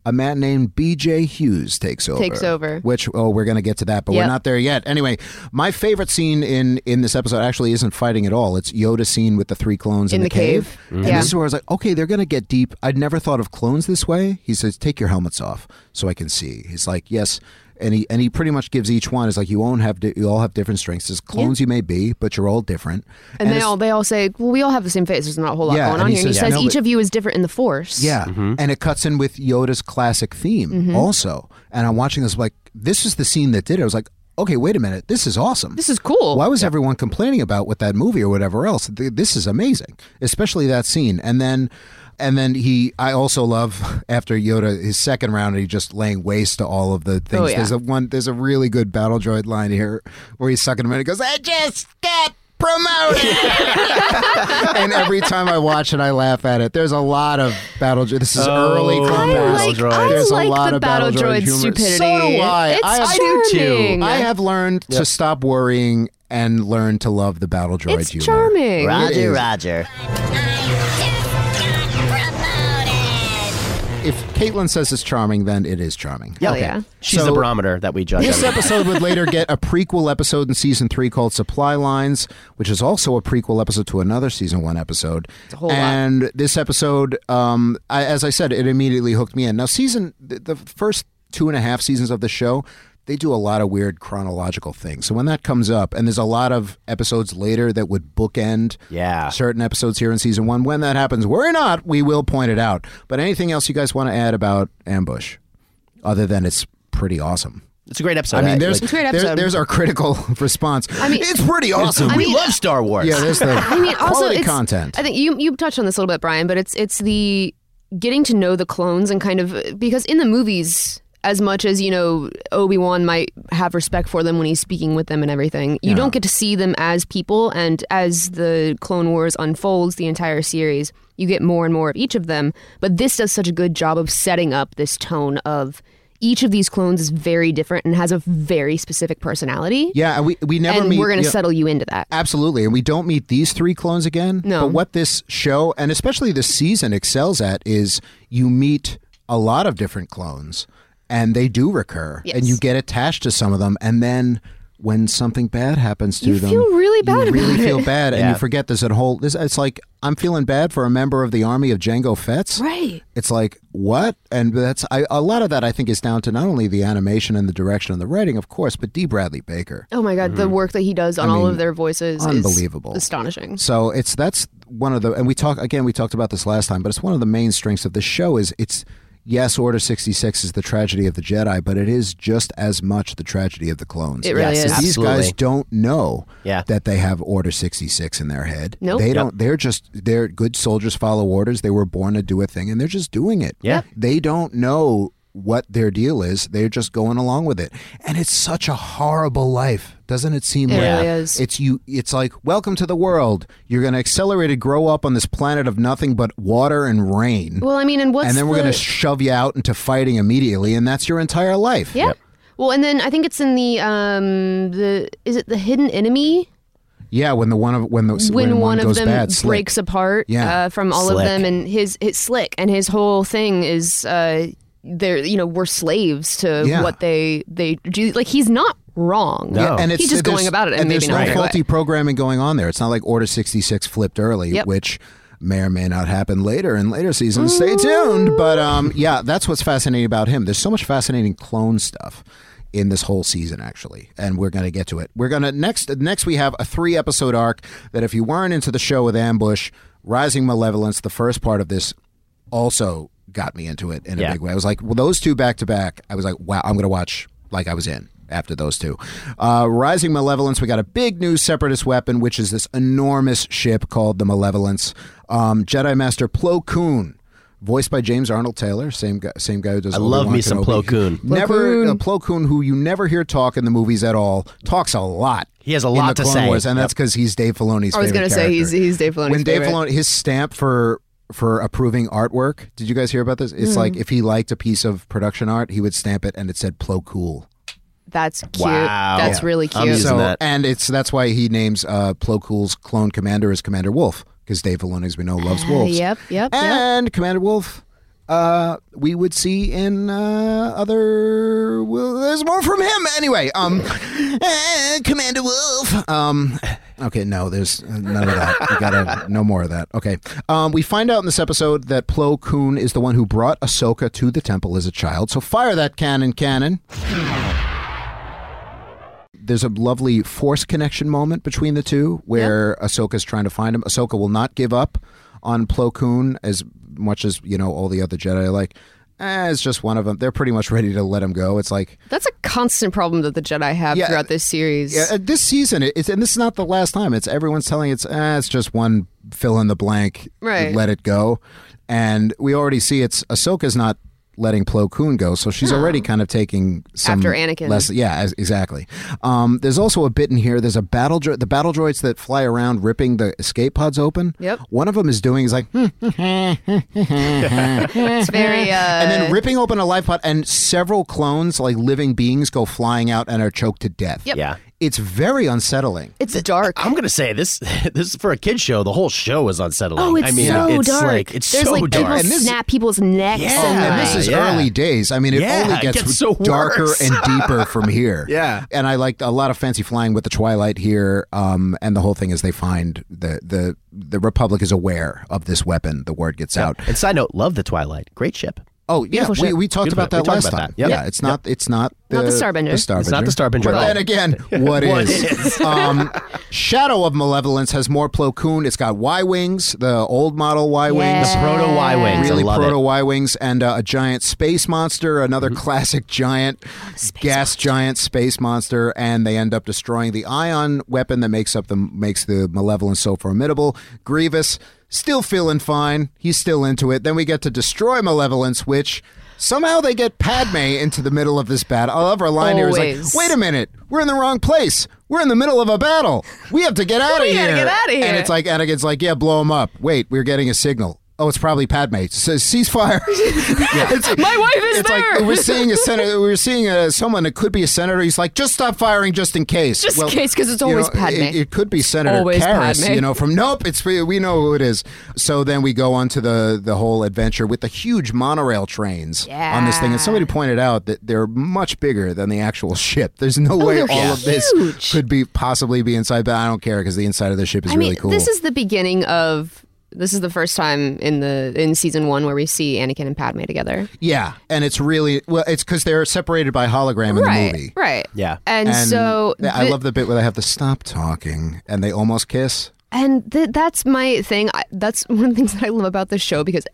Speaker 1: a man named BJ Hughes takes over.
Speaker 2: Takes over.
Speaker 1: Which oh, we're going to get to that, but
Speaker 2: Yep.
Speaker 1: we're not there yet. Anyway, my favorite scene in in this episode actually isn't fighting at all. It's Yoda scene with the three clones in,
Speaker 2: In the cave.
Speaker 1: And
Speaker 2: Yeah.
Speaker 1: this is where I was like, okay, they're going to get deep. I'd never thought of clones this way. He says, "Take your helmets off so I can see." He's like, "Yes." And he, and he pretty much giys each one is like you won't have di- you all have different strengths as clones you may be but you're all different
Speaker 2: and, they
Speaker 1: it's-
Speaker 2: all they all say, well, we all have the same face. There's not a whole lot
Speaker 1: Yeah,
Speaker 2: going
Speaker 1: and
Speaker 2: on
Speaker 1: he
Speaker 2: here. And he
Speaker 1: says,
Speaker 2: says
Speaker 1: "No,
Speaker 2: each
Speaker 1: but-
Speaker 2: of you is different in the Force.
Speaker 1: Yeah. And it cuts in with Yoda's classic theme
Speaker 2: Mm-hmm.
Speaker 1: also. And I'm watching this like this is the scene that did it. I was like, okay, wait a minute. This is awesome.
Speaker 2: this is cool.
Speaker 1: Why was everyone complaining about with that movie or whatever else? Th- This is amazing, especially that scene. And then, and then he. I also love after Yoda his second round, he just laying waste to all of the things.
Speaker 2: Oh, yeah.
Speaker 1: There's a one. There's a really good battle droid line here where he's sucking him in. He goes, "I just got." Promoted, and every time I watch it, I laugh at it. There's a lot of battle. dro- This is
Speaker 3: Oh,
Speaker 1: early
Speaker 3: I
Speaker 1: combat.
Speaker 3: like-
Speaker 1: battle droid.
Speaker 3: I
Speaker 1: There's
Speaker 2: like
Speaker 1: a lot
Speaker 2: the
Speaker 1: of battle,
Speaker 2: battle droid
Speaker 1: humor. So
Speaker 2: stupidity.
Speaker 1: do I.
Speaker 2: It's
Speaker 1: I,
Speaker 3: I do too.
Speaker 2: charming.
Speaker 1: I have learned to stop worrying and learn to love the battle droid
Speaker 2: It's
Speaker 1: humor.
Speaker 2: charming.
Speaker 1: It is.
Speaker 3: Roger.
Speaker 1: If Caitlin says it's charming, then it is charming.
Speaker 2: Hell yeah.
Speaker 3: She's the
Speaker 1: So-
Speaker 3: barometer that we judge.
Speaker 1: This
Speaker 3: everything.
Speaker 1: episode would later get a prequel episode in season three called Supply Lines, which is also a prequel episode to another season one episode. It's a
Speaker 2: whole lot.
Speaker 1: and this episode, um, I, as I said, it immediately hooked me in. Now, season the, the first two and a half seasons of the show, they do a lot of weird chronological things. So when that comes up, and there's a lot of episodes later that would bookend
Speaker 3: Yeah.
Speaker 1: certain episodes here in season one. When that happens, we're not. We will point it out. But anything else you guys want to add about Ambush, other than it's pretty awesome.
Speaker 3: It's a great episode.
Speaker 1: I mean,
Speaker 3: Like,
Speaker 1: there's
Speaker 2: a great
Speaker 1: there's,
Speaker 2: episode.
Speaker 1: there's our critical response. I mean, it's pretty awesome.
Speaker 3: we love Star Wars.
Speaker 1: yeah, there's the
Speaker 2: I mean, also
Speaker 1: quality
Speaker 2: it's,
Speaker 1: content.
Speaker 2: I think you you touched on this a little bit, Brian, but it's it's the getting to know the clones and kind of because in the movies, as much as you know, Obi Wan might have respect for them when he's speaking with them and everything. You don't get to see them as people, and as the Clone Wars unfolds, the entire series, you get more and more of each of them. But this does such a good job of setting up this tone of. Each of these clones is very different and has a very specific personality.
Speaker 1: Yeah, and we we never
Speaker 2: and
Speaker 1: meet.
Speaker 2: we're going to
Speaker 1: yeah,
Speaker 2: settle you into that.
Speaker 1: absolutely, and we don't meet these three clones again.
Speaker 2: No.
Speaker 1: but what this show and especially this season excels at is you meet a lot of different clones, and they do recur,
Speaker 2: Yes.
Speaker 1: and you get attached to some of them, and then when something bad happens to
Speaker 2: You
Speaker 1: them,
Speaker 2: feel really bad
Speaker 1: you really
Speaker 2: about
Speaker 1: feel
Speaker 2: it.
Speaker 1: bad, and
Speaker 3: Yeah.
Speaker 1: you forget there's a whole. This, it's like I'm feeling bad for a member of the army of Django Fett's.
Speaker 2: Right.
Speaker 1: It's like what, and that's I, a lot of that. I think is down to not only the animation and the direction and the writing, of course, but D. Bradley Baker.
Speaker 2: Oh my god, the work that he does on all of their voices
Speaker 1: Mm-hmm. unbelievable.
Speaker 2: is astonishing.
Speaker 1: So it's that's one of the and we talk again we talked about this last time, but it's one of the main strengths of the show is it's yes, Order sixty six is the tragedy of the Jedi, but it is just as much the tragedy of the clones.
Speaker 2: It really
Speaker 3: Yes,
Speaker 2: is.
Speaker 3: it's-
Speaker 1: These guys
Speaker 3: Absolutely.
Speaker 1: don't know
Speaker 3: Yeah.
Speaker 1: that they have Order sixty six in their head.
Speaker 2: Nope.
Speaker 1: They
Speaker 2: Yep.
Speaker 1: don't they're just they're good soldiers follow orders. They were born to do a thing and they're just doing it.
Speaker 3: Yeah. Yep.
Speaker 1: They don't know what their deal is. They're just going along with it. And it's such a horrible life. Doesn't it seem
Speaker 2: It
Speaker 1: like
Speaker 2: really is.
Speaker 1: it's you it's like welcome to the world you're going to accelerate and grow up on this planet of nothing but water and rain
Speaker 2: Well, I mean, and what's
Speaker 1: and then we're
Speaker 2: the-
Speaker 1: going to shove you out into fighting immediately and that's your entire life
Speaker 2: yeah. Well, and then I think it's in the um the is it the hidden enemy
Speaker 1: yeah when the one of when the
Speaker 2: when, one, of
Speaker 1: goes
Speaker 2: them
Speaker 1: bad slick.
Speaker 2: breaks apart
Speaker 1: Yeah.
Speaker 2: uh, from all of
Speaker 3: Slick.
Speaker 2: them and his his slick and his whole thing is uh they're you know we're slaves to
Speaker 1: Yeah.
Speaker 2: what they they do like he's not wrong
Speaker 3: No.
Speaker 1: and
Speaker 2: he's just
Speaker 1: there's-
Speaker 2: going about it and,
Speaker 1: and
Speaker 2: maybe
Speaker 1: there's
Speaker 2: not
Speaker 1: no
Speaker 2: right.
Speaker 1: faulty programming going on there. It's not like Order 66 flipped early,
Speaker 2: Yep.
Speaker 1: which may or may not happen later in later seasons. Stay
Speaker 2: Mm.
Speaker 1: tuned. But um, yeah, that's what's fascinating about him. There's so much fascinating clone stuff in this whole season actually and we're going to get to it we're going to next next we have a three episode arc that if you weren't into the show with ambush rising malevolence the first part of this also got me into it in a
Speaker 3: Yeah.
Speaker 1: big way. I was like, well, those two back to back. I was like, wow, I'm gonna watch like I was in after those two. Uh, Rising Malevolence. We got a big new separatist weapon, which is this enormous ship called the Malevolence. Um, Jedi Master Plo Koon. Voiced by James Arnold Taylor, same guy, same guy who does. I
Speaker 3: love me some Plo Koon.
Speaker 1: Never uh, Plo Koon, who you never hear talk in the movies at all, talks a lot.
Speaker 3: He has a
Speaker 1: in
Speaker 3: lot
Speaker 1: the
Speaker 3: to
Speaker 1: Clone
Speaker 3: say.
Speaker 1: Wars, and that's because he's Dave Filoni's.
Speaker 2: I
Speaker 1: favorite
Speaker 2: was gonna say he's
Speaker 1: character
Speaker 2: he's Dave Filoni's
Speaker 1: when Dave
Speaker 2: favorite.
Speaker 1: Filoni his stamp for for approving artwork. Did you guys hear about this? It's
Speaker 2: Hmm.
Speaker 1: like if he liked a piece of production art, he would stamp it and it said Plo Cool.
Speaker 2: That's cute.
Speaker 3: Wow.
Speaker 2: That's
Speaker 3: Yeah.
Speaker 2: really
Speaker 3: I'm
Speaker 2: cute.
Speaker 3: using
Speaker 1: So
Speaker 3: that.
Speaker 1: and it's that's why he names uh, Plo Cool's clone commander as Commander Wolf because Dave Filoni, as we know, loves
Speaker 2: Uh,
Speaker 1: wolves.
Speaker 2: yep, yep, yep.
Speaker 1: And Commander Wolf, uh, we would see in uh, other. Well, there's more from him anyway. Um, eh, Commander Wolf. Um, okay, no, there's none of that. You gotta no more of that. Okay. Um, we find out in this episode that Plo Koon is the one who brought Ahsoka to the temple as a child. So fire that cannon, cannon. There's a lovely force connection moment between the two where Ahsoka's trying to find him. Ahsoka will not give up on Plo Koon as much as, you know, all the other Jedi are like. Eh, it's just one of them. They're pretty much ready to let him go. It's like
Speaker 2: That's a constant problem that the Jedi have
Speaker 1: Yeah,
Speaker 2: throughout this series.
Speaker 1: yeah, uh, this season, it- it's and this is not the last time. It's everyone's telling it's eh, it's just one fill in the blank,
Speaker 2: Right.
Speaker 1: let it go, and we already see it's Ahsoka's not letting Plo Koon go, so she's already kind of taking some
Speaker 2: After Anakin.
Speaker 1: less- yeah, as, exactly. Um, there's also a bit in here. There's a battle dro- the battle droids that fly around ripping the escape pods open.
Speaker 2: Yep.
Speaker 1: One of them is doing is like. "Hmm,
Speaker 2: It's very. Uh,
Speaker 1: and then ripping open a life pod, and several clones, like living beings, go flying out and are choked to death.
Speaker 2: Yep.
Speaker 3: Yeah.
Speaker 1: It's very unsettling.
Speaker 2: it's dark.
Speaker 3: I'm gonna say this. This for a kid show. The whole show is unsettling.
Speaker 2: Oh, it's
Speaker 3: I mean,
Speaker 2: so
Speaker 3: it's
Speaker 2: dark.
Speaker 3: Like, it's
Speaker 2: There's
Speaker 3: so
Speaker 2: like
Speaker 3: dark.
Speaker 2: people
Speaker 1: And this-
Speaker 2: snap people's necks.
Speaker 3: Yeah.
Speaker 2: and,
Speaker 1: and this
Speaker 3: Right,
Speaker 1: is
Speaker 3: yeah.
Speaker 1: early days. I mean, it
Speaker 3: Yeah,
Speaker 1: only
Speaker 3: it
Speaker 1: gets,
Speaker 3: gets so
Speaker 1: darker
Speaker 3: worse.
Speaker 1: and deeper from here.
Speaker 3: Yeah.
Speaker 1: and I liked a lot of fancy flying with the Twilight here. Um, and the whole thing is they find the the the Republic is aware of this weapon. The word gets out.
Speaker 3: And side note, love the Twilight. Great ship.
Speaker 1: Oh yeah, we,
Speaker 3: ship.
Speaker 1: we talked
Speaker 3: Beautiful.
Speaker 1: about that
Speaker 3: We talked
Speaker 1: last
Speaker 3: about
Speaker 1: time.
Speaker 3: that. Yep.
Speaker 1: Yeah, it's not it's not the,
Speaker 2: Not the Starbinder.
Speaker 1: the
Speaker 3: It's not the Starbinder
Speaker 1: But
Speaker 3: at all.
Speaker 1: then again, what is?
Speaker 3: What is?
Speaker 1: um, Shadow of Malevolence has more Plo Koon. It's got Y wings, the old model Y wings.
Speaker 3: The proto Y wings.
Speaker 1: really
Speaker 3: I love
Speaker 1: proto
Speaker 3: it.
Speaker 1: Y wings and uh, a giant space monster, another classic giant gas giant space monster, and they end up destroying the ion weapon that makes up the makes the malevolence so formidable. Grievous still feeling fine, he's still into it. Then we get to destroy malevolence, which. Somehow they get Padme into the middle of this battle. I love her line here. It's
Speaker 2: Always.
Speaker 1: like, wait a minute, we're in the wrong place. We're in the middle of a battle. We have to get out of
Speaker 2: We
Speaker 1: here.
Speaker 2: gotta get outta
Speaker 1: And
Speaker 2: here.
Speaker 1: it's like Anakin's like, yeah, blow him up. Wait, we're getting a signal. Oh, it's probably Padme. It says ceasefire. It's-
Speaker 2: My wife is
Speaker 1: it's
Speaker 2: there.
Speaker 1: like we're seeing a senator. We're seeing a, someone. It could be a senator. He's like, just stop firing, just in case.
Speaker 2: Just in case, 'cause it's
Speaker 1: you
Speaker 2: always
Speaker 1: know,
Speaker 2: Padme.
Speaker 1: It, it could be Senator
Speaker 2: always
Speaker 1: Karras.
Speaker 2: Padme.
Speaker 1: You know, from nope. It's we we know who it is. So then we go on to the the whole adventure with the huge monorail trains on this thing. And somebody pointed out that they're much bigger than the actual ship. There's no way all
Speaker 2: Oh, they're
Speaker 1: of this
Speaker 2: huge.
Speaker 1: could be possibly be inside. But I don't care because the inside of the ship is
Speaker 2: I
Speaker 1: really
Speaker 2: mean,
Speaker 1: cool.
Speaker 2: this is the beginning of. This is the first time in the in season one where we see Anakin and Padme together.
Speaker 1: yeah, and it's really well. It's because they're separated by hologram in
Speaker 2: right,
Speaker 1: the movie.
Speaker 2: right.
Speaker 3: Yeah.
Speaker 2: and, so
Speaker 1: th- I
Speaker 2: the-
Speaker 1: love the bit where they have to stop talking and they almost kiss.
Speaker 2: and th- that's my thing. I, that's one of the things that I love about this show because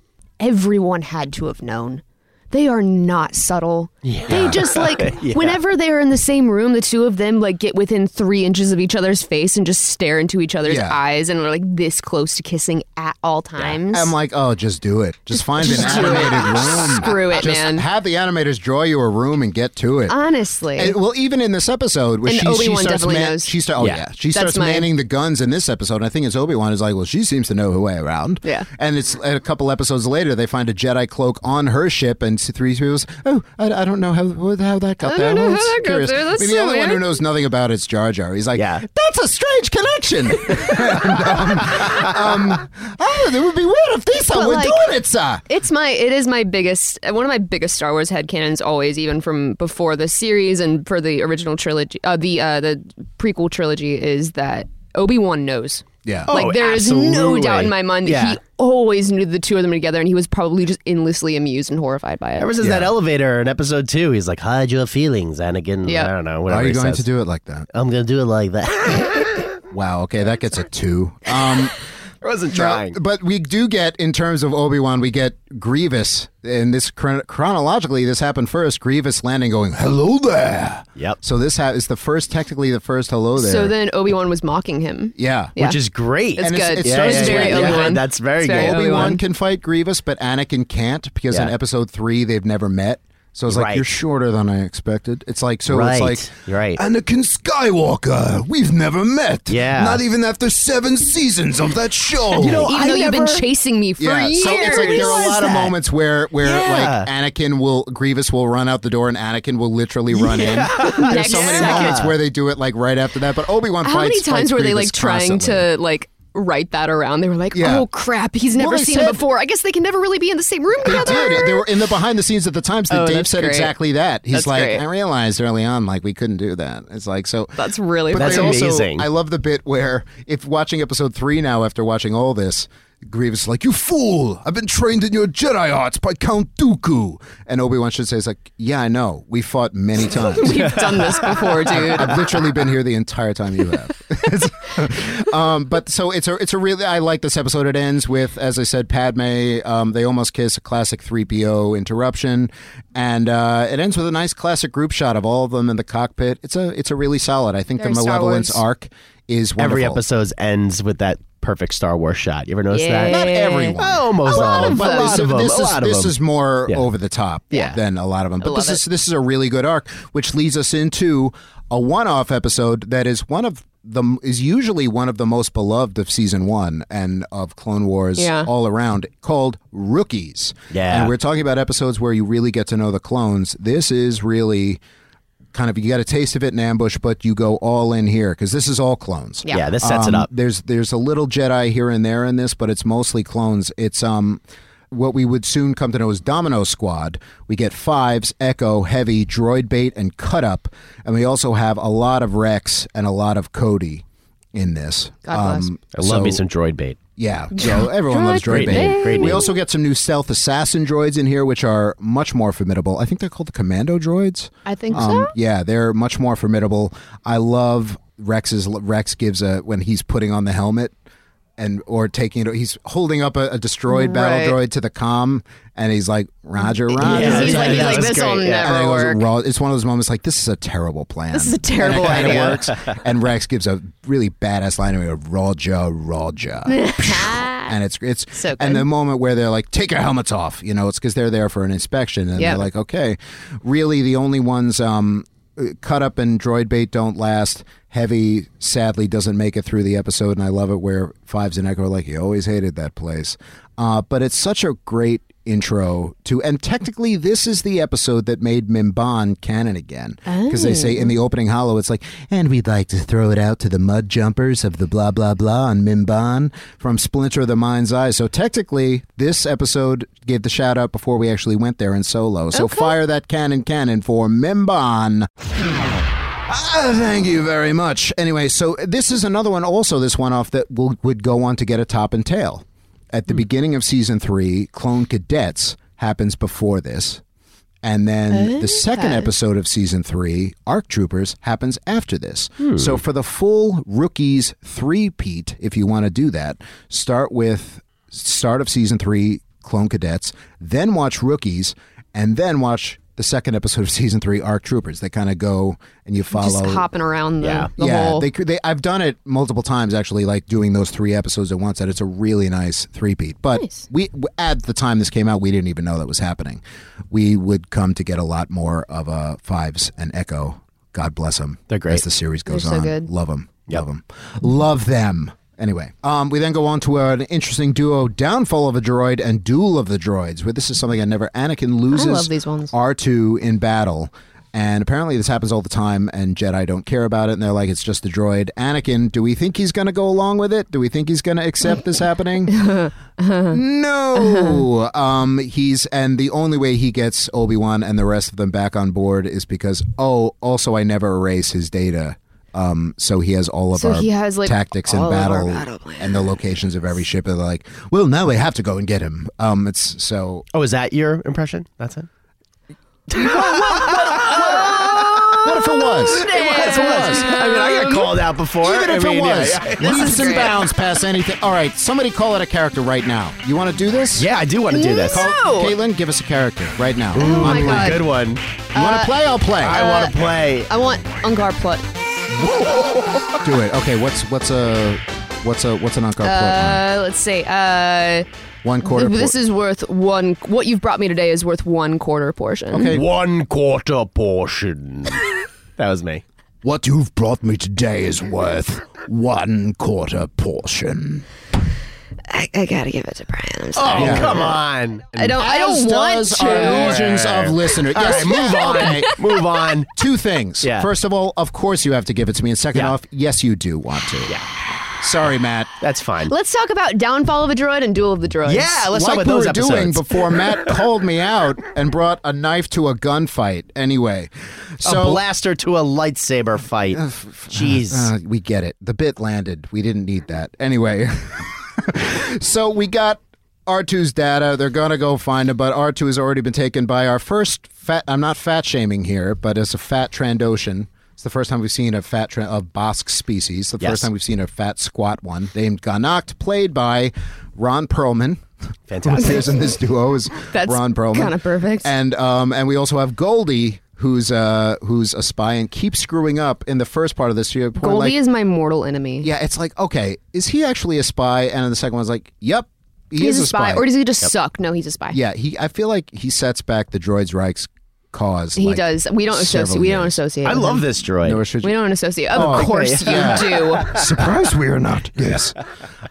Speaker 2: everyone had to have known. They are not subtle. They just like whenever they are in the same room, the two of them like get within three inches of each other's face and just stare into each other's
Speaker 1: Yeah.
Speaker 2: eyes and are like this close to kissing at all times.
Speaker 1: I'm like, oh, just do it. Just find
Speaker 2: just
Speaker 1: an
Speaker 2: do it.
Speaker 1: animated room.
Speaker 2: Screw it,
Speaker 1: just
Speaker 2: man.
Speaker 1: Have the animators draw you a room and get to it.
Speaker 2: Honestly,
Speaker 1: And, well, even in this episode, where
Speaker 2: And
Speaker 1: she, she
Speaker 2: Obi-Wan
Speaker 1: starts,
Speaker 2: definitely
Speaker 1: man-
Speaker 2: knows.
Speaker 1: she start, oh yeah,
Speaker 3: Yeah.
Speaker 1: she
Speaker 2: That's
Speaker 1: starts
Speaker 2: my-
Speaker 1: manning the guns in this episode. And I think it's Obi Wan is like, well, she seems to know her way around.
Speaker 2: Yeah.
Speaker 1: And it's and a couple episodes later, they find a Jedi cloak on her ship, and three goes, oh, I, I don't know how how that got
Speaker 2: I
Speaker 1: there.
Speaker 2: don't know
Speaker 1: Well,
Speaker 2: how
Speaker 1: it's
Speaker 2: that got
Speaker 1: curious.
Speaker 2: there. That's
Speaker 1: I mean, the
Speaker 2: so
Speaker 1: only one
Speaker 2: weird.
Speaker 1: who knows nothing about it's Jar Jar. He's like,
Speaker 3: Yeah.
Speaker 1: that's a strange connection. um, um, oh, it would be weird if these
Speaker 2: But,
Speaker 1: were
Speaker 2: like,
Speaker 1: doing it, sir.
Speaker 2: It's my it is my biggest one of my biggest Star Wars headcanons always even from before the series and for the original trilogy uh, the uh, the prequel trilogy is that Obi-Wan knows.
Speaker 1: Yeah.
Speaker 2: Like
Speaker 3: Oh,
Speaker 2: there is no
Speaker 3: absolutely.
Speaker 2: doubt in my mind that
Speaker 3: Yeah.
Speaker 2: he always knew the two of them together and he was probably just endlessly amused and horrified by
Speaker 3: Ever
Speaker 2: it.
Speaker 3: since that elevator in episode two, he's like, hide your feelings, Anakin.
Speaker 2: Yeah.
Speaker 3: I don't know. Whatever
Speaker 1: Are
Speaker 3: he
Speaker 1: you going
Speaker 3: says.
Speaker 1: to do it like that?
Speaker 3: I'm going to do it like that.
Speaker 1: Wow. Okay, that gets a two. Um,
Speaker 3: I wasn't
Speaker 1: Now,
Speaker 3: trying.
Speaker 1: Uh, but we do get, in terms of Obi Wan, we get Grievous, and this chron- chronologically, this happened first. Grievous landing, going "Hello there."
Speaker 3: Yep.
Speaker 1: So this ha- is the first, technically, the first "Hello there."
Speaker 2: So then Obi-Wan was mocking him.
Speaker 1: yeah.
Speaker 2: Yeah.
Speaker 3: Which is great.
Speaker 2: It's
Speaker 1: And it's-
Speaker 2: good.
Speaker 1: it starts
Speaker 2: it's
Speaker 1: with-
Speaker 2: very
Speaker 1: yeah,
Speaker 2: Obi-Wan.
Speaker 3: that's very
Speaker 2: It's
Speaker 3: good.
Speaker 1: Obi Wan
Speaker 2: Obi-Wan.
Speaker 1: can fight Grievous, but Anakin can't because in
Speaker 3: Yeah.
Speaker 1: Episode Three they've never met. So it's like
Speaker 3: Right.
Speaker 1: you're shorter than I expected. It's like so. It's
Speaker 3: Right.
Speaker 1: like
Speaker 3: Right.
Speaker 1: Anakin Skywalker. We've never met.
Speaker 3: Yeah.
Speaker 1: Not even after seven seasons of that show.
Speaker 3: You know,
Speaker 2: Even
Speaker 3: I
Speaker 2: though you've been
Speaker 3: never-
Speaker 2: chasing me for years.
Speaker 1: So it's like there are a
Speaker 3: Realize
Speaker 1: lot of
Speaker 3: that.
Speaker 1: moments where where
Speaker 3: Yeah.
Speaker 1: like Anakin will Grievous will run out the door and Anakin will literally run in. There's so many
Speaker 2: Next
Speaker 1: moments where they do it like right after that. But Obi Wan
Speaker 2: How many times were they like trying to like write that around? They were like,
Speaker 1: Yeah.
Speaker 2: "Oh crap, he's never
Speaker 1: Well, they
Speaker 2: seen him
Speaker 1: said-
Speaker 2: before." I guess they can never really be in the same room
Speaker 1: They
Speaker 2: together.
Speaker 1: did. They were in the behind the scenes at the times that
Speaker 2: Oh,
Speaker 1: Dave
Speaker 2: that's
Speaker 1: said
Speaker 2: great.
Speaker 1: exactly that. He's
Speaker 2: That's
Speaker 1: like,
Speaker 2: great.
Speaker 1: I realized early on like we couldn't do that. It's like so
Speaker 2: That's really
Speaker 1: But
Speaker 3: That's
Speaker 1: they
Speaker 2: funny.
Speaker 1: also-
Speaker 3: amazing.
Speaker 1: I love the bit where, if watching episode three now after watching all this, Grievous is like, "You fool! I've been trained in your Jedi arts by Count Dooku." And Obi Wan should say, "It's like, yeah, I know. We fought many times.
Speaker 2: We've done this before, dude.
Speaker 1: I've literally been here the entire time you have. um, but so it's a it's a really I like this episode. It ends with, as I said, Padme. Um, they almost kiss a classic three PO interruption, and uh, it ends with a nice classic group shot of all of them in the cockpit. It's a it's a really solid. I think
Speaker 2: Very
Speaker 1: the
Speaker 2: Star
Speaker 1: Malevolence
Speaker 2: Wars.
Speaker 1: arc is wonderful.
Speaker 3: Every episode ends with that perfect Star Wars shot. You ever notice that?
Speaker 2: Yeah. Not
Speaker 1: everyone.
Speaker 3: Almost
Speaker 2: A lot
Speaker 3: all.
Speaker 2: of
Speaker 3: but
Speaker 2: them.
Speaker 3: This,
Speaker 1: This,
Speaker 3: is-
Speaker 1: this
Speaker 3: a
Speaker 1: is
Speaker 3: lot of
Speaker 1: this
Speaker 3: them.
Speaker 1: is more
Speaker 3: Yeah.
Speaker 1: over the top
Speaker 3: Yeah.
Speaker 1: than a lot of them. But
Speaker 2: love
Speaker 1: this is this is a really good arc, which leads us into a one-off episode that is one of the is usually one of the most beloved of season one and of Clone Wars
Speaker 2: Yeah.
Speaker 1: all around, called Rookies.
Speaker 3: Yeah.
Speaker 1: and we're talking about episodes where you really get to know the clones. This is really. Kind of, you got a taste of it in ambush, but you go all in here because this is all clones.
Speaker 3: Yeah. this sets it
Speaker 1: Um,
Speaker 3: up.
Speaker 1: There's there's a little Jedi here and there in this, but it's mostly clones. It's um what we would soon come to know as Domino Squad. We get Fives, Echo, Heavy, Droid Bait, and Cut Up, and we also have a lot of Rex and a lot of Cody in this. Um,
Speaker 2: God bless.
Speaker 3: I love me some droid bait.
Speaker 1: Yeah, so everyone loves droid
Speaker 3: Great
Speaker 1: bait.
Speaker 3: name. Great
Speaker 1: We
Speaker 3: name.
Speaker 1: also get some new stealth assassin droids in here, which are much more formidable. I think they're called the commando droids.
Speaker 2: I think
Speaker 1: Um,
Speaker 2: so.
Speaker 1: yeah, they're much more formidable. I love Rex's Rex gives a when he's putting on the helmet and or taking it. He's holding up a, a destroyed battle
Speaker 2: Right.
Speaker 1: droid to the comm, and he's like Roger, Roger.
Speaker 3: Yeah,
Speaker 2: he's
Speaker 3: yeah,
Speaker 2: like, he's
Speaker 3: that
Speaker 2: like
Speaker 3: was
Speaker 2: this will
Speaker 3: great, yeah.
Speaker 1: And then
Speaker 2: never
Speaker 1: it goes
Speaker 2: work.
Speaker 1: raw. It's one of those moments like this is a terrible plan.
Speaker 2: This is a terrible
Speaker 1: and it kinda
Speaker 2: idea.
Speaker 1: Works. And Rex gives a really badass line of Roger, Roger, and it's it's
Speaker 2: So good.
Speaker 1: and the moment where they're like, take your helmets off. You know, it's because they're there for an inspection, and
Speaker 2: Yeah.
Speaker 1: they're like, okay, really, the only ones. Um, uh, Cut up and droid bait don't last. Heavy sadly doesn't make it through the episode, and I love it where Fives and Echo are like, he always hated that place. Uh, but it's such a great intro to, and technically, this is the episode that made Mimban canon again. Because they say in the opening hollow, it's like, and we'd like to throw it out to the mud jumpers of the blah, blah, blah on Mimban from Splinter of the Mind's Eye. So technically, this episode gave the shout out before we actually went there in solo. So fire that cannon cannon for Mimban. Ah, thank you very much. Anyway, so this is another one, also this one off that will, would go on to get a top and tail. At the beginning of season three, Clone Cadets happens before this. And then the second episode of season three, ARC Troopers, happens after this. So for the full rookies three-peat, if you want to do that, start with start of season three, Clone Cadets, then watch Rookies, and then watch the second episode of season three, ARC Troopers. They kind of go and you follow
Speaker 2: Just hopping around the,
Speaker 3: Yeah.
Speaker 2: the
Speaker 1: yeah,
Speaker 2: whole.
Speaker 1: they, could- they I've done it multiple times actually, like doing those three episodes at once. That it's a really nice three-peat. But
Speaker 2: Nice.
Speaker 1: we w- at the time this came out, we didn't even know that was happening. We would come to get a lot more of uh, Fives and Echo. God bless them.
Speaker 3: They're great.
Speaker 1: as the series goes
Speaker 2: They're so
Speaker 1: on.
Speaker 2: good.
Speaker 1: Love them. Love them. Love them. Anyway, um, we then go on to an interesting duo, Downfall of a Droid and Duel of the Droids, where this is something I never. Anakin loses
Speaker 2: love these ones.
Speaker 1: R2 in battle. And apparently this happens all the time, and Jedi don't care about it, and they're like, it's just the droid. Anakin, do we think he's going to go along with it? Do we think he's going to accept this happening? no. um, he's and the only way he gets Obi Wan and the rest of them back on board is because oh, also I never erase his data. Um, so he has all of
Speaker 2: So
Speaker 1: our
Speaker 2: he has, like,
Speaker 1: tactics in
Speaker 2: all of our
Speaker 1: battle,
Speaker 2: battle plans.
Speaker 1: and the locations of every ship. And they're like, well, now we have to go and get him. Um, it's so
Speaker 3: Oh, is that your impression? That's it.
Speaker 1: what if it was?
Speaker 3: That's what it was. I mean, I got called out before.
Speaker 1: Even if
Speaker 3: I mean,
Speaker 1: it was,
Speaker 3: Yeah, yeah.
Speaker 1: leaps and bounds past anything. All right, somebody call it a character right now. You want to do this?
Speaker 3: Yeah, I do want to do this.
Speaker 2: No!
Speaker 1: Caitlin, give us a character right now.
Speaker 2: oh my
Speaker 1: You
Speaker 2: god.
Speaker 3: Good one.
Speaker 1: want
Speaker 3: Uh,
Speaker 1: to play? I'll play.
Speaker 3: I want to play.
Speaker 2: I want Ungar Plutt.
Speaker 1: Do it. Okay. What's what's a what's a what's an encore plug
Speaker 2: Uh, let's see. Uh,
Speaker 1: One quarter.
Speaker 2: this
Speaker 1: por-
Speaker 2: is worth one. What you've brought me today is worth one quarter portion.
Speaker 1: okay.
Speaker 3: One quarter portion. that was me.
Speaker 1: What you've brought me today is worth one quarter portion.
Speaker 2: I, I gotta give it to Brian. I'm sorry.
Speaker 3: Oh, come on.
Speaker 2: I don't. I
Speaker 1: As
Speaker 2: don't want
Speaker 1: does
Speaker 2: to.
Speaker 1: our legions of listeners.
Speaker 3: All
Speaker 1: Yes,
Speaker 3: right, move on.
Speaker 1: okay.
Speaker 3: Move on.
Speaker 1: Two things.
Speaker 3: Yeah.
Speaker 1: First of all, of course you have to give it to me, and second
Speaker 3: Yeah.
Speaker 1: off, yes you do want to. Yeah. Sorry, Matt.
Speaker 3: That's fine.
Speaker 2: Let's talk about Downfall of a Droid and Duel of the Droids.
Speaker 3: Yeah, Uh, let's
Speaker 1: like
Speaker 3: talk about
Speaker 1: we
Speaker 3: those
Speaker 1: were
Speaker 3: episodes.
Speaker 1: doing before Matt called me out and brought a knife to a gunfight. Anyway, so
Speaker 3: a blaster to a lightsaber fight. Jeez.
Speaker 1: Uh, we get it. The bit landed. We didn't need that. Anyway, so we got R2's data. They're going to go find him, but R2 has already been taken by our first fat. I'm not fat shaming here, but it's a fat Trandoshan. It's the first time we've seen a fat tra- of Bosk species. The
Speaker 3: Yes.
Speaker 1: first time we've seen a fat squat one named Ganakt, played by Ron Perlman.
Speaker 3: Fantastic.
Speaker 1: Appears in this duo is
Speaker 2: That's
Speaker 1: Ron Perlman.
Speaker 2: kinda perfect.
Speaker 1: And um, and we also have Goldie. Who's uh who's a spy and keeps screwing up in the first part of this year.
Speaker 2: Goldie is my mortal enemy.
Speaker 1: Yeah, it's like, okay, is he actually a spy? And then the second one's like, yep, he
Speaker 2: he's
Speaker 1: is
Speaker 2: a spy. Or does he just suck? No, he's a spy.
Speaker 1: yeah, he. I feel like he sets back the droids Reich's cause.
Speaker 2: he
Speaker 1: like,
Speaker 2: does. We don't associate.
Speaker 1: several
Speaker 2: We don't
Speaker 1: years.
Speaker 2: associate.
Speaker 3: I
Speaker 2: with
Speaker 3: love
Speaker 2: him.
Speaker 3: this droid.
Speaker 1: Or should
Speaker 2: We don't associate. Of
Speaker 1: Oh,
Speaker 2: course
Speaker 1: okay.
Speaker 2: you
Speaker 1: Yeah.
Speaker 2: do.
Speaker 1: Surprised we are not. Yes.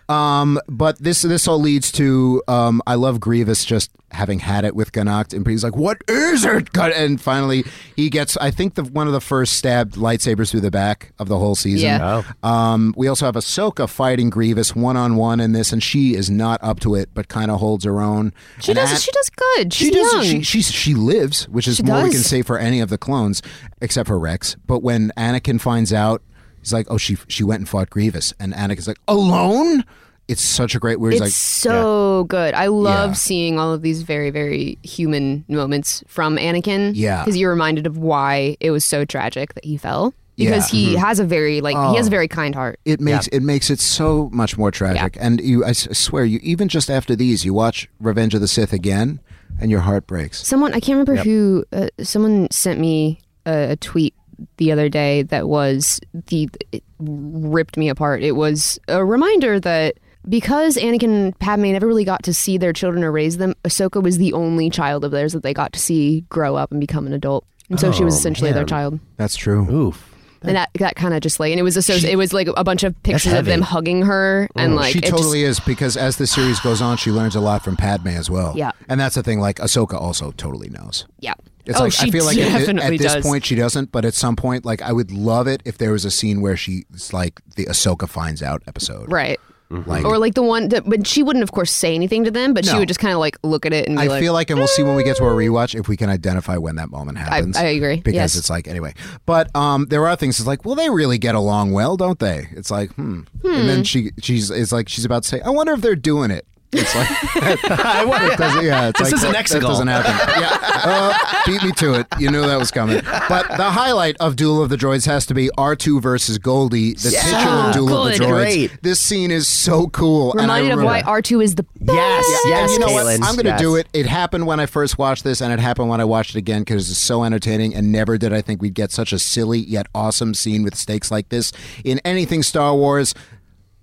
Speaker 1: Um, but this this all leads to um, I love Grievous just having had it with Ganakt, and he's like, "What is it?" Gun-" And finally, he gets I think the one of the first stabbed lightsabers through the back of the whole season.
Speaker 2: Yeah.
Speaker 1: Um, we also have Ahsoka fighting Grievous one on one in this, and she is not up to it, but kind of holds her own.
Speaker 2: She
Speaker 1: And
Speaker 2: does.
Speaker 1: at-
Speaker 2: she does good. She's
Speaker 1: she does.
Speaker 2: Young.
Speaker 1: She, she she lives, which is
Speaker 2: She
Speaker 1: more we
Speaker 2: does.
Speaker 1: can say for any of the clones, except for Rex. But when Anakin finds out, he's like, "Oh, she she went and fought Grievous," and Anakin's like, "Alone." It's such a great. Where he's
Speaker 2: it's
Speaker 1: like,
Speaker 2: so good. I love
Speaker 1: Yeah.
Speaker 2: seeing all of these very, very human moments from Anakin.
Speaker 1: Yeah.
Speaker 2: because you're reminded of why it was so tragic that he fell. Because he
Speaker 1: Mm-hmm.
Speaker 2: has a very like he
Speaker 1: Oh.
Speaker 2: has a very kind heart.
Speaker 1: it makes it makes it so much more tragic. And you, I s- swear, you even just after these, you watch Revenge of the Sith again, and your heart breaks.
Speaker 2: Someone I can't remember who. Uh, someone sent me a, a tweet the other day that was the it ripped me apart. It was a reminder that because Anakin and Padme never really got to see their children or raise them, Ahsoka was the only child of theirs that they got to see grow up and become an adult, and so she was essentially their child.
Speaker 1: That's true.
Speaker 3: Oof.
Speaker 2: and that that kind of just like and it was associated. It was like a bunch of pictures of
Speaker 3: heavy.
Speaker 2: them hugging her and like
Speaker 1: she
Speaker 2: it just-
Speaker 1: totally is because as the series goes on, she learns a lot from Padme as well.
Speaker 2: Yeah.
Speaker 1: and that's the thing. Like Ahsoka also totally knows.
Speaker 2: yeah.
Speaker 1: It's
Speaker 2: oh,
Speaker 1: like
Speaker 2: she
Speaker 1: I feel like at thi-
Speaker 2: definitely
Speaker 1: at, this
Speaker 2: does.
Speaker 1: point she doesn't, but at some point, like I would love it if there was a scene where she's like the Ahsoka finds out episode,
Speaker 2: right? Mm-hmm.
Speaker 1: Like,
Speaker 2: Or like the one that, but she wouldn't, of course, say anything to them. But she
Speaker 1: No.
Speaker 2: would just kind of like look at it and be
Speaker 1: I
Speaker 2: like,
Speaker 1: feel like, and we'll see when we get to our rewatch if we can identify when that moment happens.
Speaker 2: I agree.
Speaker 1: because
Speaker 2: Yes.
Speaker 1: it's like anyway, but um, there are things. It's like, well, they really get along well, don't they? It's like, hmm. And then she she's it's like she's about to say, I wonder if they're doing it. It's like
Speaker 3: I wonder.
Speaker 1: It doesn't- yeah, it's
Speaker 3: This
Speaker 1: like,
Speaker 3: is an
Speaker 1: that-
Speaker 3: Exegol.
Speaker 1: That doesn't happen. Yeah, uh, beat me to it. You knew that was coming. But the highlight of Duel of the Droids has to be R two versus Goldie, the titular Duel of the
Speaker 3: good.
Speaker 1: Droids.
Speaker 3: Great.
Speaker 1: This scene is so cool. and I
Speaker 2: Ah, reminded of
Speaker 1: remember-
Speaker 2: why R two is the
Speaker 3: Yes, yes,
Speaker 1: and you know
Speaker 3: Caitlin.
Speaker 1: what? I'm going to
Speaker 3: yes.
Speaker 1: do it. It happened when I first watched this, and it happened when I watched it again because it's so entertaining. And never did I think we'd get such a silly yet awesome scene with stakes like this in anything Star Wars.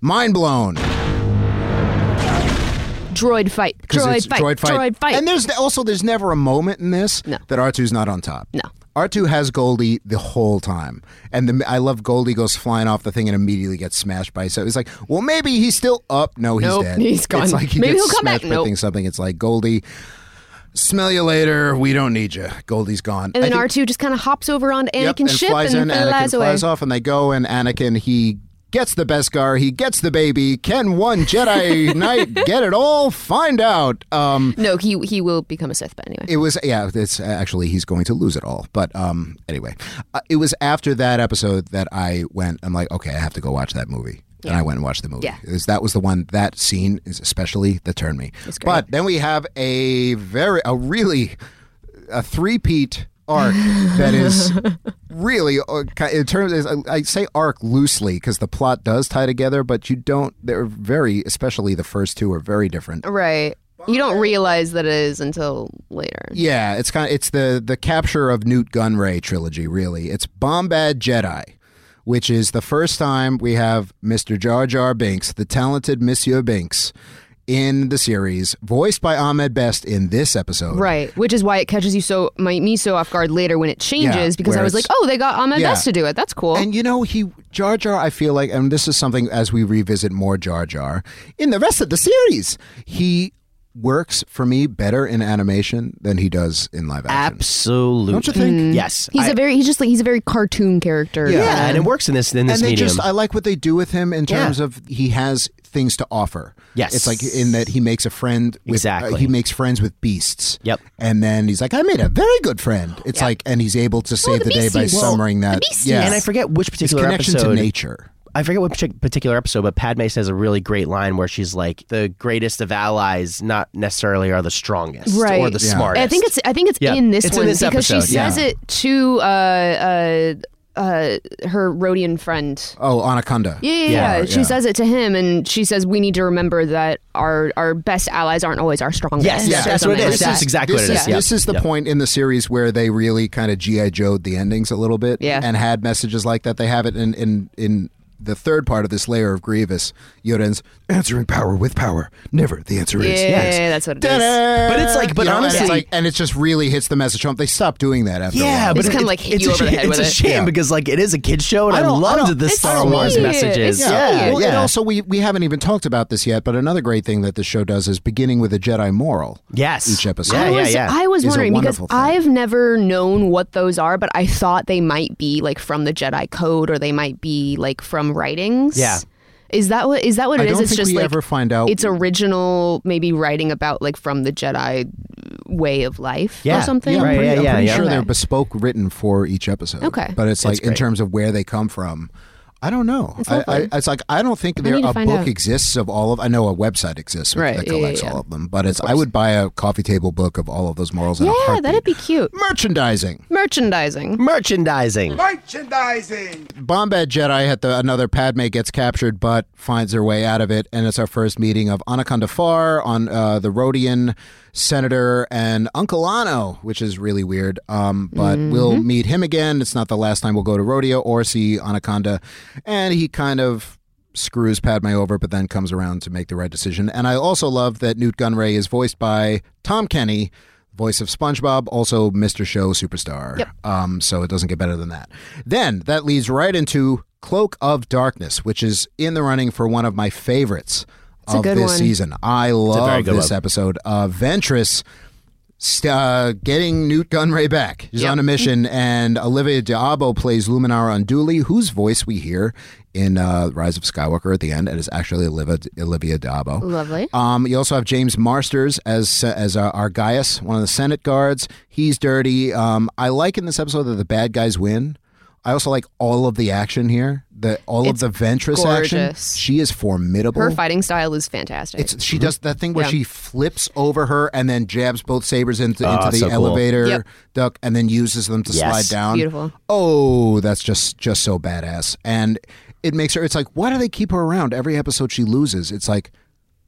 Speaker 1: Mind blown.
Speaker 2: droid fight.
Speaker 1: 'Cause
Speaker 2: Droid
Speaker 1: it's
Speaker 2: fight, Droid fight.
Speaker 1: And there's also there's never a moment in this
Speaker 2: No.
Speaker 1: that R2's not on top.
Speaker 2: No.
Speaker 1: R2 has Goldie the whole time. And the, I love Goldie goes flying off the thing and immediately gets smashed by. So it's like, well, maybe he's still up. No, he's
Speaker 2: Nope,
Speaker 1: dead.
Speaker 2: he's gone.
Speaker 1: It's like he
Speaker 2: Maybe
Speaker 1: gets
Speaker 2: he'll come back.
Speaker 1: smashed by
Speaker 2: Nope.
Speaker 1: thing- something. It's like, Goldie, smell you later. We don't need you. Goldie's gone.
Speaker 2: and
Speaker 1: I
Speaker 2: then
Speaker 1: think-
Speaker 2: R two just kind of hops over onto Anakin's
Speaker 1: Yep, and
Speaker 2: ship
Speaker 1: flies
Speaker 2: and
Speaker 1: in,
Speaker 2: flies
Speaker 1: Anakin
Speaker 2: away.
Speaker 1: flies off, and they go, and Anakin he gets the Beskar, he gets the baby. Can one Jedi Knight get it all? Find out. Um,
Speaker 2: No, he he will become a Sith, but anyway.
Speaker 1: it was yeah it's actually he's going to lose it all but um anyway uh, it was after that episode that i went i'm like okay i have to go watch that movie and i went and watched the movie
Speaker 2: Yeah.
Speaker 1: Is- that was the one that scene is especially that turned me but then we have a very a really a three-peat arc that is really uh, ki- in terms is I, I say arc loosely because the plot does tie together but you don't they're very especially the first two are very different
Speaker 2: right. You don't realize that it is until later.
Speaker 1: Yeah, it's kind of it's the the capture of Newt Gunray trilogy. Really, it's Bombad Jedi, which is the first time we have Mr. Jar Jar Binks, the talented Monsieur Binks, in the series, voiced by Ahmed Best in this episode.
Speaker 2: Right, which is why it catches you so my, me so off guard later when it changes
Speaker 1: Yeah,
Speaker 2: because
Speaker 1: where
Speaker 2: I was like,
Speaker 1: it's-
Speaker 2: oh, they got Ahmed
Speaker 1: Yeah.
Speaker 2: Best to do it. That's cool.
Speaker 1: And you know, he Jar Jar, I feel like, and this is something as we revisit more Jar Jar in the rest of the series, he works for me better in animation than he does in live action.
Speaker 3: Absolutely.
Speaker 1: Don't you think?
Speaker 3: Yes.
Speaker 2: he's
Speaker 3: I-
Speaker 2: a very he's just like he's a very cartoon character.
Speaker 3: yeah, and it works in this in this
Speaker 1: and they
Speaker 3: medium.
Speaker 1: just I like what they do with him in
Speaker 3: Yeah.
Speaker 1: terms of he has things to offer.
Speaker 3: Yes.
Speaker 1: It's like in that he makes a friend with uh,
Speaker 3: Exactly.
Speaker 1: he makes friends with beasts.
Speaker 3: Yep.
Speaker 1: And then he's like I made a very good friend. It's like and he's able to save
Speaker 2: the
Speaker 1: the, day by
Speaker 2: beasties. Well,
Speaker 1: summering that.
Speaker 2: beasties.
Speaker 1: yeah.
Speaker 3: And I forget which
Speaker 1: his
Speaker 3: particular
Speaker 1: connection to
Speaker 3: episode.
Speaker 1: nature.
Speaker 3: I forget what partic- particular episode, but Padme says a really great line where she's like, "The greatest of allies, not necessarily are the strongest
Speaker 2: Right.
Speaker 3: or the
Speaker 1: Yeah.
Speaker 3: smartest."
Speaker 2: I think it's I think it's
Speaker 3: Yeah,
Speaker 2: in this
Speaker 3: it's in
Speaker 2: one
Speaker 3: this
Speaker 2: because
Speaker 3: episode,
Speaker 2: she
Speaker 3: yeah.
Speaker 2: says it to uh, uh, uh, her Rhodian friend.
Speaker 1: Oh, Anaconda.
Speaker 2: Yeah, yeah,
Speaker 3: Yeah,
Speaker 2: yeah. She
Speaker 1: yeah.
Speaker 2: says it to him, and she says we need to remember that our our best allies aren't always our strongest.
Speaker 3: Yes,
Speaker 1: Yeah.
Speaker 2: or
Speaker 3: that's what it
Speaker 2: something
Speaker 3: is.
Speaker 2: like
Speaker 3: That's
Speaker 2: that.
Speaker 3: exactly
Speaker 1: this
Speaker 3: what it is.
Speaker 1: is
Speaker 3: Yep.
Speaker 1: this is the
Speaker 3: Yep.
Speaker 1: point in the series where they really kind of GI Joe'd the endings a little bit,
Speaker 2: Yeah.
Speaker 1: and had messages like that. They have it in in in the third part of this layer of Grievous. Yoda ends answering power with power. Never the answer is
Speaker 2: Yeah,
Speaker 1: yes.
Speaker 2: that's what it is.
Speaker 1: But
Speaker 3: it's like- but
Speaker 1: and
Speaker 3: honestly-
Speaker 1: it's like, and it just really hits the message home. They stopped doing that after. a
Speaker 3: Yeah,
Speaker 1: while.
Speaker 3: but
Speaker 2: It's
Speaker 3: it-
Speaker 2: kinda
Speaker 3: it-
Speaker 2: like hit
Speaker 3: it's
Speaker 2: you
Speaker 3: a
Speaker 2: over the
Speaker 3: shame-
Speaker 2: head with
Speaker 3: It's
Speaker 2: it.
Speaker 3: a shame because like it is a kid show, and I,
Speaker 1: don't- I
Speaker 3: loved
Speaker 1: don't-
Speaker 3: the
Speaker 1: it's
Speaker 3: Star
Speaker 2: sweet.
Speaker 3: Wars
Speaker 2: It's
Speaker 3: messages. yeah,
Speaker 2: sweet.
Speaker 1: Well, and
Speaker 3: yeah.
Speaker 1: also we we haven't even talked about this yet, but another great thing that this show does is beginning with a Jedi moral.
Speaker 3: yes,
Speaker 1: Each episode.
Speaker 3: Yeah,
Speaker 2: I was,
Speaker 3: yeah, yeah.
Speaker 2: I was
Speaker 1: Is a
Speaker 2: wondering because
Speaker 1: wonderful thing.
Speaker 2: I've never known what those are, but I thought they might be like from the Jedi Code or they might be like from writings.
Speaker 3: Yeah.
Speaker 2: Is that what is that what
Speaker 1: I
Speaker 2: it is?
Speaker 1: don't
Speaker 2: It's
Speaker 1: think
Speaker 2: just
Speaker 1: we
Speaker 2: like
Speaker 1: ever find out.
Speaker 2: it's original maybe writing about like from the Jedi way of life
Speaker 3: Yeah.
Speaker 2: or something.
Speaker 1: Yeah, I'm
Speaker 3: Right,
Speaker 1: pretty,
Speaker 3: yeah,
Speaker 1: I'm
Speaker 3: yeah,
Speaker 1: pretty
Speaker 3: yeah.
Speaker 1: sure they're
Speaker 2: Okay.
Speaker 1: bespoke written for each episode.
Speaker 2: Okay.
Speaker 1: But it's like in
Speaker 3: great.
Speaker 1: terms of where they come from, I don't know. I, I, it's like I don't think there
Speaker 2: need to
Speaker 1: a
Speaker 2: find
Speaker 1: book
Speaker 2: out.
Speaker 1: exists of all of. I know a website exists
Speaker 2: Right,
Speaker 1: that
Speaker 2: yeah, yeah,
Speaker 1: collects
Speaker 2: yeah.
Speaker 1: all of them, but it's I would buy a coffee table book of all of those morals. in a
Speaker 2: Yeah,
Speaker 1: heartbeat.
Speaker 2: that'd be cute.
Speaker 1: merchandising.
Speaker 2: Merchandising.
Speaker 3: merchandising.
Speaker 4: Merchandising!
Speaker 1: Bombad Jedi at the another Padme gets captured, but finds her way out of it, and it's our first meeting of Anaconda Far on uh, the Rhodian senator and Uncle Ano, which is really weird. Um, but we'll meet him again. It's not the last time we'll go to Rodeo or see Anaconda, and he kind of screws Padme over, but then comes around to make the right decision. And I also love that Newt Gunray is voiced by Tom Kenny. Voice of SpongeBob, also Mr. Show superstar.
Speaker 2: Yep.
Speaker 1: Um, so it doesn't get better than that. Then that leads right into Cloak of Darkness, which is in the running for one of my favorites
Speaker 2: a
Speaker 1: of
Speaker 2: good
Speaker 1: this
Speaker 2: one.
Speaker 1: season. I love
Speaker 3: good
Speaker 1: this
Speaker 3: one.
Speaker 1: episode. Uh, Ventress st- uh, getting Newt Gunray back. He's
Speaker 3: Yep.
Speaker 1: on a mission, and Olivia Diabo plays Luminara Unduli, whose voice we hear in uh, Rise of Skywalker at the end. It is actually Olivia, Olivia Diabo.
Speaker 2: Lovely.
Speaker 1: Um, you also have James Marsters as as uh, our Gaius, one of the Senate guards. He's dirty. Um, I like in this episode that the bad guys win. I also like all of the action here. The all
Speaker 2: It's
Speaker 1: of the Ventress
Speaker 2: gorgeous.
Speaker 1: action. She is formidable.
Speaker 2: Her fighting style is fantastic.
Speaker 1: Oh. It's she does that thing where
Speaker 2: Mm-hmm.
Speaker 1: she
Speaker 2: Yeah.
Speaker 1: flips over her and then jabs both sabers into,
Speaker 3: Ah,
Speaker 1: into the
Speaker 3: so cool.
Speaker 1: elevator
Speaker 2: Yep.
Speaker 1: duck and then uses them to
Speaker 3: Yes.
Speaker 1: slide down.
Speaker 2: Beautiful.
Speaker 1: Oh, that's just just so badass. And it makes her. It's like why do they keep her around? Every episode she loses. It's like,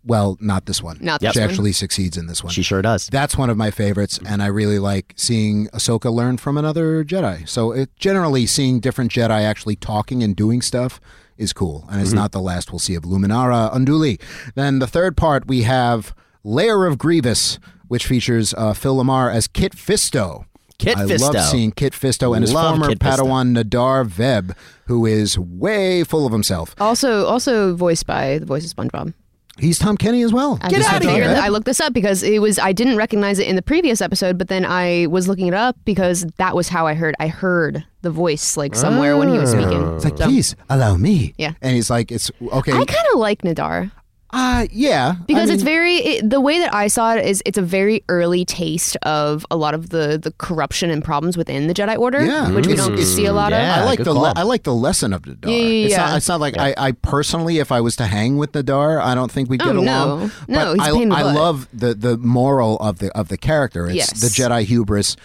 Speaker 1: well, not this one.
Speaker 2: Not
Speaker 1: she
Speaker 2: this one.
Speaker 1: actually succeeds in this one.
Speaker 3: She sure does.
Speaker 1: That's one of my favorites,
Speaker 3: Mm-hmm.
Speaker 1: and I really like seeing Ahsoka learn from another Jedi. So, it, generally, seeing different Jedi actually talking and doing stuff is cool, and it's
Speaker 3: Mm-hmm.
Speaker 1: not the last we'll see of Luminara Unduli. Then the third part we have Layer of Grievous, which features uh, Phil Lamar as Kit Fisto.
Speaker 3: Kit
Speaker 1: I
Speaker 3: Fisto.
Speaker 1: love seeing Kit Fisto and his
Speaker 3: Love
Speaker 1: former
Speaker 3: Kit Fisto.
Speaker 1: Padawan Nadar Veb, who is way full of himself.
Speaker 2: also also voiced by the voice of SpongeBob.
Speaker 1: He's Tom Kenny as well.
Speaker 2: I
Speaker 1: He's
Speaker 2: just
Speaker 1: Nadar
Speaker 2: figured
Speaker 1: Veb.
Speaker 2: that- I looked this up because it was I didn't recognize it in the previous episode, but then I was looking it up because that was how I heard I heard the voice like somewhere when he was speaking.
Speaker 1: Oh. It's like, please allow me.
Speaker 2: Yeah.
Speaker 1: And he's like, it's okay.
Speaker 2: I kind of like Nadar
Speaker 1: Uh, yeah. I
Speaker 2: because it's
Speaker 1: mean,
Speaker 2: very it, the way that I saw it is it's a very early taste of a lot of the the corruption and problems within the Jedi Order,
Speaker 1: Yeah.
Speaker 2: which we
Speaker 1: It's-
Speaker 2: don't see a lot
Speaker 3: yeah.
Speaker 1: I like
Speaker 3: good
Speaker 1: the le-
Speaker 3: call.
Speaker 1: I like the lesson of Nadar.
Speaker 2: Yeah, yeah,
Speaker 1: It's, not,
Speaker 2: yeah.
Speaker 1: it's not like I, I personally, if I was to hang with Nadar, I don't think we'd
Speaker 2: Oh,
Speaker 1: get
Speaker 2: no.
Speaker 1: along.
Speaker 2: No,
Speaker 1: but
Speaker 2: he's a pain in the
Speaker 1: I, I
Speaker 2: butt.
Speaker 1: love the, the moral of the of the character. It's
Speaker 2: Yes.
Speaker 1: the Jedi hubris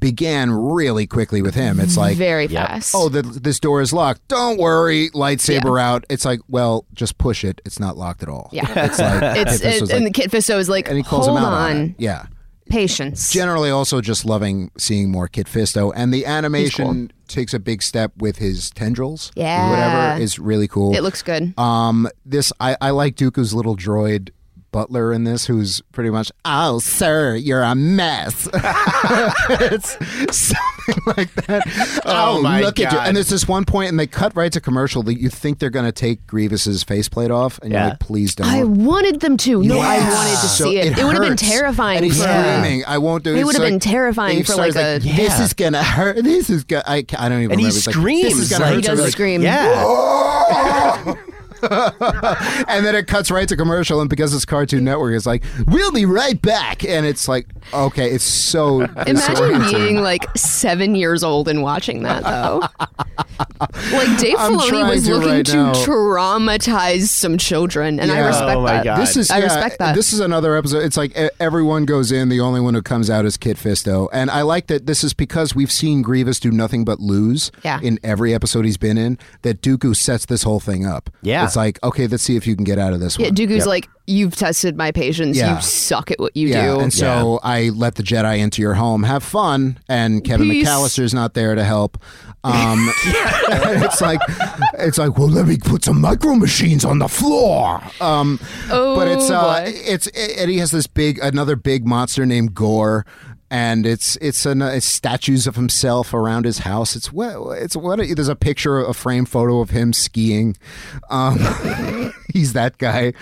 Speaker 1: began really quickly with him. It's like
Speaker 2: of very
Speaker 3: Yep.
Speaker 2: fast.
Speaker 1: Oh, the, this door is locked. Don't worry, lightsaber out. It's like, well, just push it. It's not locked at all.
Speaker 2: Yeah.
Speaker 1: it's like
Speaker 2: it's
Speaker 1: if this
Speaker 2: it,
Speaker 1: was
Speaker 2: and
Speaker 1: like-
Speaker 2: Kit Fisto is like
Speaker 1: and he calls
Speaker 2: hold
Speaker 1: him out
Speaker 2: on,
Speaker 1: on it. Yeah,
Speaker 2: patience.
Speaker 1: generally also just loving seeing more Kit Fisto and the animation takes a big step with his tendrils.
Speaker 2: Yeah.
Speaker 1: Whatever is really cool.
Speaker 2: it looks good.
Speaker 1: um this I, I like Dooku's little droid butler in this who's pretty much oh sir you're a mess it's something like that
Speaker 3: Oh, my
Speaker 1: look at you
Speaker 3: God.
Speaker 1: and there's this one point and they cut right to commercial that you think they're going to take grievous's faceplate off and
Speaker 3: Yeah.
Speaker 1: you're like please don't
Speaker 2: I wanted them to. No, I wanted to
Speaker 1: So
Speaker 2: see it. It, would have been
Speaker 1: hurts.
Speaker 2: terrifying.
Speaker 1: And he's
Speaker 2: for-
Speaker 1: screaming, "I won't do it."
Speaker 2: It would
Speaker 1: It's
Speaker 2: have been
Speaker 1: like-
Speaker 2: terrifying
Speaker 1: Dave
Speaker 2: for,
Speaker 1: Starr's
Speaker 2: like, a-
Speaker 1: This
Speaker 3: Yeah.
Speaker 1: is gonna hurt. This is gonna. I, ca- I don't even.
Speaker 3: and
Speaker 1: remember.
Speaker 3: he
Speaker 1: It's like,
Speaker 3: screams.
Speaker 1: this is gonna
Speaker 3: like,
Speaker 1: hurt.
Speaker 2: He does
Speaker 1: So it's
Speaker 2: scream.
Speaker 3: Yeah.
Speaker 1: like- and then it cuts right to commercial, and because it's Cartoon Network, it's like, "We'll be right back," and it's like, okay, it's so.
Speaker 2: Imagine
Speaker 1: disorienting.
Speaker 2: being like seven years old and watching that though. like Dave
Speaker 1: I'm
Speaker 2: Filoni
Speaker 1: trying
Speaker 2: was
Speaker 1: to
Speaker 2: looking
Speaker 1: right
Speaker 2: to
Speaker 1: now.
Speaker 2: traumatize some children, and I
Speaker 1: Yeah.
Speaker 2: respect
Speaker 3: Oh my
Speaker 2: that.
Speaker 3: God.
Speaker 1: This is
Speaker 2: I
Speaker 1: yeah,
Speaker 2: respect that.
Speaker 1: This is another episode. It's like e- everyone goes in. The only one who comes out is Kit Fisto, and I like that. This is because we've seen Grievous do nothing but lose.
Speaker 2: Yeah.
Speaker 1: In every episode he's been in, that Dooku sets this whole thing up.
Speaker 3: Yeah.
Speaker 1: It's like okay, let's see if you can get out of this
Speaker 2: yeah,
Speaker 1: one.
Speaker 2: Dooku's like, "You've tested my patience.
Speaker 1: Yeah.
Speaker 2: You suck at what you
Speaker 1: yeah,
Speaker 2: do."
Speaker 1: and so I let the Jedi into your home. Have fun, and Kevin
Speaker 2: Peace.
Speaker 1: McAllister's not there to help. Um, and it's like, it's like, well, let me put some micro machines on the floor. Um,
Speaker 2: oh,
Speaker 1: but it's uh,
Speaker 2: boy.
Speaker 1: it's and he has this big another big monster named Gore, and it's it's an it's statues of himself around his house. It's what it's what there's a picture, a frame photo of him skiing. Um, he's that guy.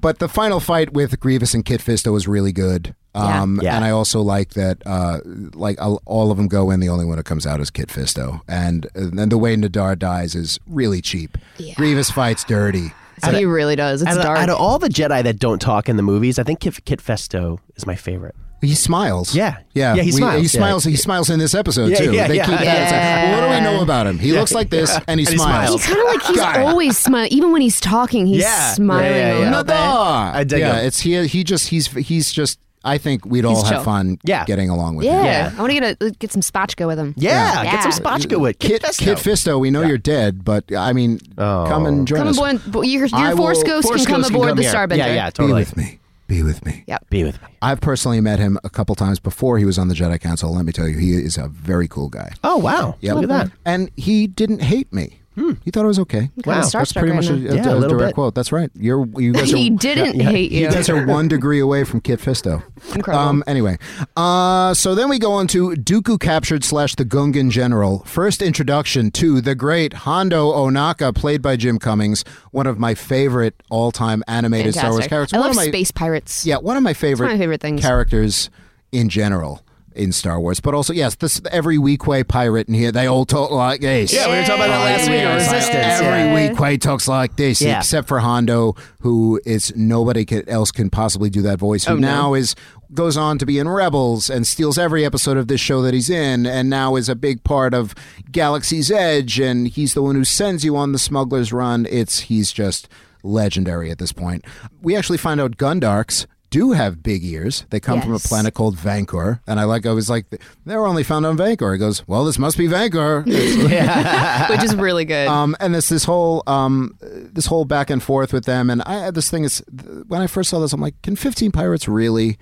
Speaker 1: But the final fight with Grievous and Kit Fisto was really good.
Speaker 2: Yeah.
Speaker 1: Um,
Speaker 3: Yeah.
Speaker 1: and I also like that, uh, like all all of them go in. The only one who comes out is Kit Fisto, and and the way Nadar dies is really cheap. Grievous fights dirty.
Speaker 2: he really does. It's
Speaker 3: Out of,
Speaker 2: dark.
Speaker 3: out of all the Jedi that don't talk in the movies, I think Kit, Kit Festo is my favorite.
Speaker 1: He smiles.
Speaker 3: Yeah.
Speaker 1: yeah,
Speaker 3: Yeah, he smiles,
Speaker 1: He
Speaker 3: yeah.
Speaker 1: smiles. He smiles in this episode
Speaker 3: Yeah,
Speaker 1: too.
Speaker 3: yeah,
Speaker 1: they
Speaker 3: yeah.
Speaker 1: keep that. It's like, well, what do we know about him? He looks like this, and he
Speaker 3: And he
Speaker 1: smiles.
Speaker 3: smiles.
Speaker 2: He kind of like he's
Speaker 1: God.
Speaker 2: always smiling. Even when he's talking, he's
Speaker 3: Yeah.
Speaker 2: smiling.
Speaker 3: Yeah, yeah,
Speaker 2: a
Speaker 3: yeah.
Speaker 2: little bit.
Speaker 1: Nadar.
Speaker 3: I dig
Speaker 1: yeah,
Speaker 3: him.
Speaker 1: it's he. He just he's he's just. I think we'd all have
Speaker 2: chill.
Speaker 1: fun
Speaker 3: Yeah.
Speaker 1: getting along with
Speaker 2: Yeah.
Speaker 1: him.
Speaker 2: I want to get a uh, get some spatchka with him.
Speaker 3: Yeah,
Speaker 2: Yeah.
Speaker 3: get some spotchka with
Speaker 1: Kit,
Speaker 3: Kit,
Speaker 1: Kit,
Speaker 3: Fisto. Oh.
Speaker 1: Fisto, we know you're dead, but I mean, come and join
Speaker 2: Come
Speaker 1: us.
Speaker 2: aboard. bo- Your,
Speaker 1: I
Speaker 2: your force
Speaker 1: will-
Speaker 2: ghost
Speaker 3: Force
Speaker 2: can come
Speaker 3: ghosts
Speaker 2: aboard the
Speaker 3: here.
Speaker 2: Starbender.
Speaker 3: Yeah, yeah,
Speaker 1: Be
Speaker 3: totally.
Speaker 1: with me. Be with me.
Speaker 2: Yep.
Speaker 3: Be with me.
Speaker 1: I've personally met him a couple times before he was on the Jedi Council. Let me tell you, he is a very cool guy.
Speaker 3: Oh wow!
Speaker 1: Yep.
Speaker 3: Look at that. Hmm.
Speaker 1: And he didn't hate me. He thought it was okay.
Speaker 2: kinda Wow.
Speaker 1: that's
Speaker 2: starstruck
Speaker 1: pretty
Speaker 2: right
Speaker 1: much a,
Speaker 2: now.
Speaker 1: a-
Speaker 3: Yeah,
Speaker 1: a
Speaker 3: a little
Speaker 1: direct
Speaker 3: bit.
Speaker 1: quote. That's right. You're you guys are
Speaker 2: he didn't hate you.
Speaker 1: you guys are one degree away from Kit Fisto.
Speaker 2: Incredible.
Speaker 1: Um, anyway, uh, so then we go on to Dooku captured slash the Gungan general. First introduction to the great Hondo Onaka, played by Jim Cummings, one of my favorite all time animated Star Wars
Speaker 2: Fantastic.
Speaker 1: characters.
Speaker 2: I
Speaker 1: one
Speaker 2: love
Speaker 1: of my,
Speaker 2: space pirates.
Speaker 1: Yeah, one of my favorite,
Speaker 2: my favorite things.
Speaker 1: characters in general in Star Wars. But also, yes, this every weak way pirate in here. They all talk like this.
Speaker 3: Yeah, we were talking about that last week.
Speaker 2: Yeah.
Speaker 3: on Resistance.
Speaker 1: Every
Speaker 3: yeah.
Speaker 1: week, Quay talks like this,
Speaker 3: Yeah.
Speaker 1: except for Hondo, who is nobody can, else can possibly do that voice. Who now is goes on to be in Rebels and steals every episode of this show that he's in, and now is a big part of Galaxy's Edge, and he's the one who sends you on the Smuggler's Run. It's he's just legendary at this point. We actually find out Gundarks. Do have big ears. They come from a
Speaker 2: Yes.
Speaker 1: planet called Vancor, and I like. I was like, they were only found on Vancor. He goes, well, this must be Vancor.
Speaker 2: which is really good.
Speaker 1: Um, and this this whole um, this whole back and forth with them, and I this thing is when I first saw this, I'm like, can 15 pirates really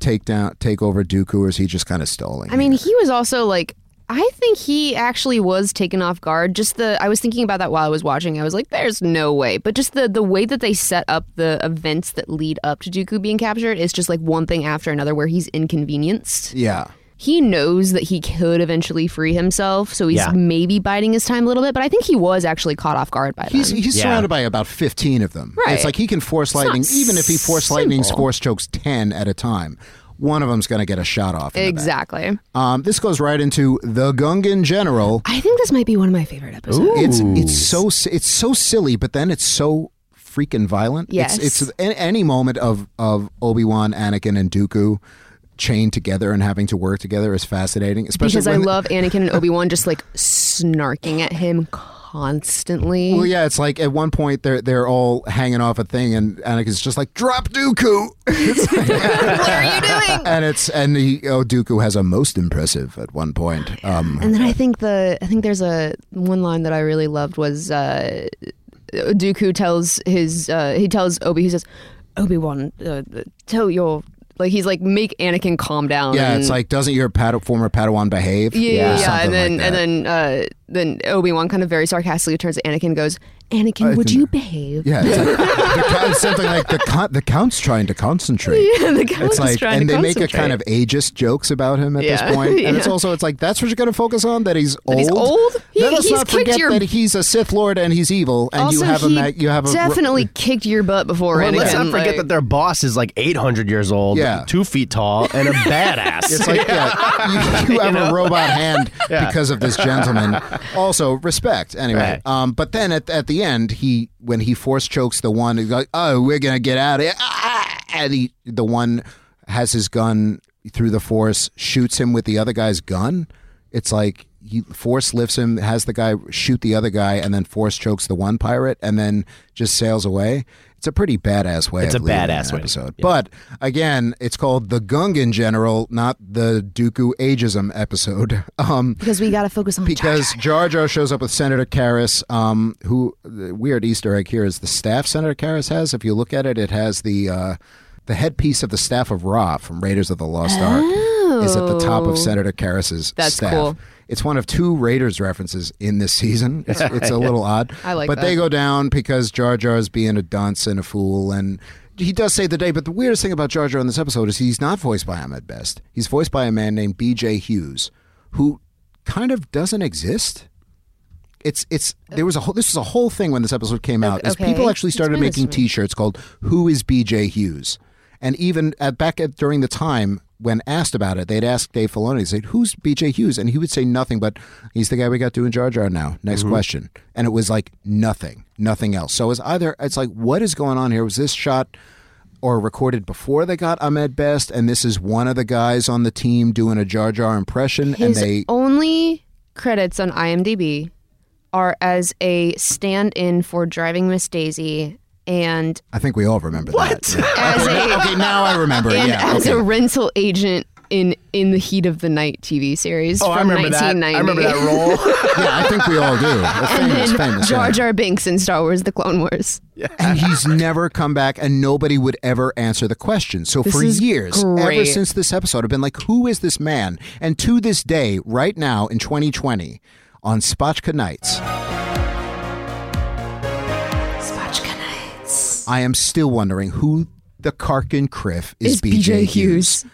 Speaker 1: take down take over Dooku, or is he just kind of stalling?
Speaker 2: I mean, he was also like, I think he actually was taken off guard. Just the, I was thinking about that while I was watching. I was like, there's no way. But just the the way that they set up the events that lead up to Dooku being captured is just like one thing after another, where he's inconvenienced.
Speaker 1: yeah,
Speaker 2: He knows that he could eventually free himself, so he's
Speaker 3: Yeah.
Speaker 2: maybe biding his time a little bit. But I think he was actually caught off guard by
Speaker 1: he's
Speaker 2: them.
Speaker 1: he's
Speaker 3: Yeah.
Speaker 1: surrounded by about 15 of them.
Speaker 2: Right.
Speaker 1: It's like he can force lightning, even if he force lightning's
Speaker 2: simple.
Speaker 1: force chokes 10 at a time. One of them's going to get a shot off. in the back.
Speaker 2: Exactly.
Speaker 1: Um, this goes right into the Gungan general.
Speaker 2: I think this might be one of my favorite episodes.
Speaker 1: It's it's so si- it's so silly, but then it's so freaking violent.
Speaker 2: Yes.
Speaker 1: it's, it's a- any moment of of Obi Wan, Anakin, and Dooku chained together and having to work together is fascinating. Especially
Speaker 2: Because I
Speaker 1: when-
Speaker 2: love Anakin and Obi Wan just like snarking at him constantly.
Speaker 1: Well, yeah, it's like at one point they're they're all hanging off a thing, and Anakin's just like, "Drop Dooku,"
Speaker 2: what are you doing?
Speaker 1: and it's and he, oh, Dooku has a most impressive at one point. Um,
Speaker 2: And then I think the I think there's a one line that I really loved was uh, Dooku tells his uh, he tells Obi he says Obi Wan uh, tell your like he's like make Anakin calm down.
Speaker 1: yeah,
Speaker 2: and-
Speaker 1: it's like, doesn't your pad- former Padawan behave?
Speaker 2: yeah, yeah, yeah.
Speaker 1: Something like
Speaker 2: and then
Speaker 1: that.
Speaker 2: and then uh, then Obi Wan kind of very sarcastically turns to Anakin and goes Anakin would you behave?
Speaker 1: Yeah, it's like the count- something like the count, the count's trying to concentrate.
Speaker 2: the guy
Speaker 1: It's
Speaker 2: was just
Speaker 1: like,
Speaker 2: trying
Speaker 1: and
Speaker 2: to
Speaker 1: they make a
Speaker 2: concentrate.
Speaker 1: kind of ageist jokes about him at
Speaker 2: Yeah.
Speaker 1: this point. And it's
Speaker 2: Yeah.
Speaker 1: also, it's like that's what you're going to focus on that he's old.
Speaker 2: he's old? He-
Speaker 1: Let us
Speaker 2: he's
Speaker 1: not
Speaker 2: kicked
Speaker 1: forget
Speaker 2: your-
Speaker 1: that he's a Sith Lord and he's evil, and
Speaker 2: also,
Speaker 1: you have a
Speaker 2: he
Speaker 1: ma- you have a uh,
Speaker 2: definitely kicked your butt before
Speaker 3: Well,
Speaker 2: Anakin.
Speaker 3: let's not forget
Speaker 2: like-
Speaker 3: that their boss is like 800 years old,
Speaker 1: Yeah.
Speaker 3: two feet tall, and a badass.
Speaker 1: It's like yeah, you, you have a robot hand
Speaker 3: Yeah.
Speaker 1: because of this gentleman. Also, respect anyway.
Speaker 3: Right.
Speaker 1: Um, but then at, at the end, he when he force chokes the one, he's like, "Oh, we're gonna get out of here!" Ah! And he, the one has his gun through the force, shoots him with the other guy's gun. It's like he force lifts him, has the guy shoot the other guy, and then force chokes the one pirate, and then just sails away. It's a pretty badass way.
Speaker 3: It's
Speaker 1: of
Speaker 3: a
Speaker 1: leaving
Speaker 3: badass
Speaker 1: an
Speaker 3: way.
Speaker 1: episode. But again, it's called the Gungan General, not the Dooku ageism episode. Um,
Speaker 2: because we got to focus on
Speaker 1: because Jar Jar shows up with Senator Karras, um, who the weird Easter egg here is the staff Senator Karras has. If you look at it, it has the uh, the headpiece of the staff of Ra from Raiders of the Lost Ark is at the top
Speaker 2: Oh.
Speaker 1: of Senator Karras's
Speaker 2: That's
Speaker 1: staff.
Speaker 2: cool.
Speaker 1: It's one of two Raiders references in this season. It's, it's a little odd.
Speaker 2: I like
Speaker 1: But
Speaker 2: that.
Speaker 1: they go down because Jar Jar is being a dunce and a fool and he does save the day, but the weirdest thing about Jar Jar in this episode is he's not voiced by Ahmed Best. He's voiced by a man named BJ Hughes, who kind of doesn't exist. It's it's there was a whole this was a whole thing when this episode came out. Is
Speaker 2: okay.
Speaker 1: people actually started
Speaker 2: Explain this
Speaker 1: making
Speaker 2: to me.
Speaker 1: t-shirts called Who is BJ Hughes? And even at, back at during the time when asked about it, they'd ask Dave Filoni, they'd say, Who's BJ Hughes? And he would say nothing but he's the guy we got doing Jar Jar now. Next
Speaker 2: Mm-hmm.
Speaker 1: question. And it was like nothing, nothing else. So it's either it's like, what is going on here? Was this shot or recorded before they got Ahmed Best, and this is one of the guys on the team doing a Jar Jar impression, and
Speaker 2: His
Speaker 1: they
Speaker 2: only credits on IMDb are as a stand-in for Driving Miss Daisy and
Speaker 1: I think we all remember that. Yeah.
Speaker 2: as a
Speaker 1: Okay, now I remember.
Speaker 2: and
Speaker 1: yeah,
Speaker 2: as
Speaker 1: okay.
Speaker 2: a rental agent in In the Heat of the Night TV series
Speaker 3: oh, I
Speaker 2: from
Speaker 3: remember that.
Speaker 2: 1990.
Speaker 3: I remember that role.
Speaker 1: yeah, I think we all do. Well, famous, famous.
Speaker 2: Jar
Speaker 1: yeah.
Speaker 2: Jar Binks in Star Wars: The Clone Wars.
Speaker 1: And he's never come back, and nobody would ever answer the question. So for
Speaker 2: is
Speaker 1: years, ever
Speaker 2: great.
Speaker 1: since this episode, I've been like, who is this man? And to this day, right now in 2020, on Spotchka Nights, I am still wondering who the Karkin Criff is
Speaker 2: It's BJ Hughes.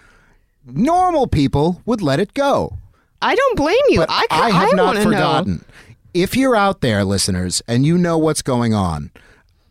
Speaker 1: Normal people would let it go.
Speaker 2: I don't blame you.
Speaker 1: But
Speaker 2: I,
Speaker 1: I,
Speaker 2: ca-
Speaker 1: have
Speaker 2: I
Speaker 1: not
Speaker 2: wanna Know.
Speaker 1: forgotten. If you're out there, listeners, and you know what's going on,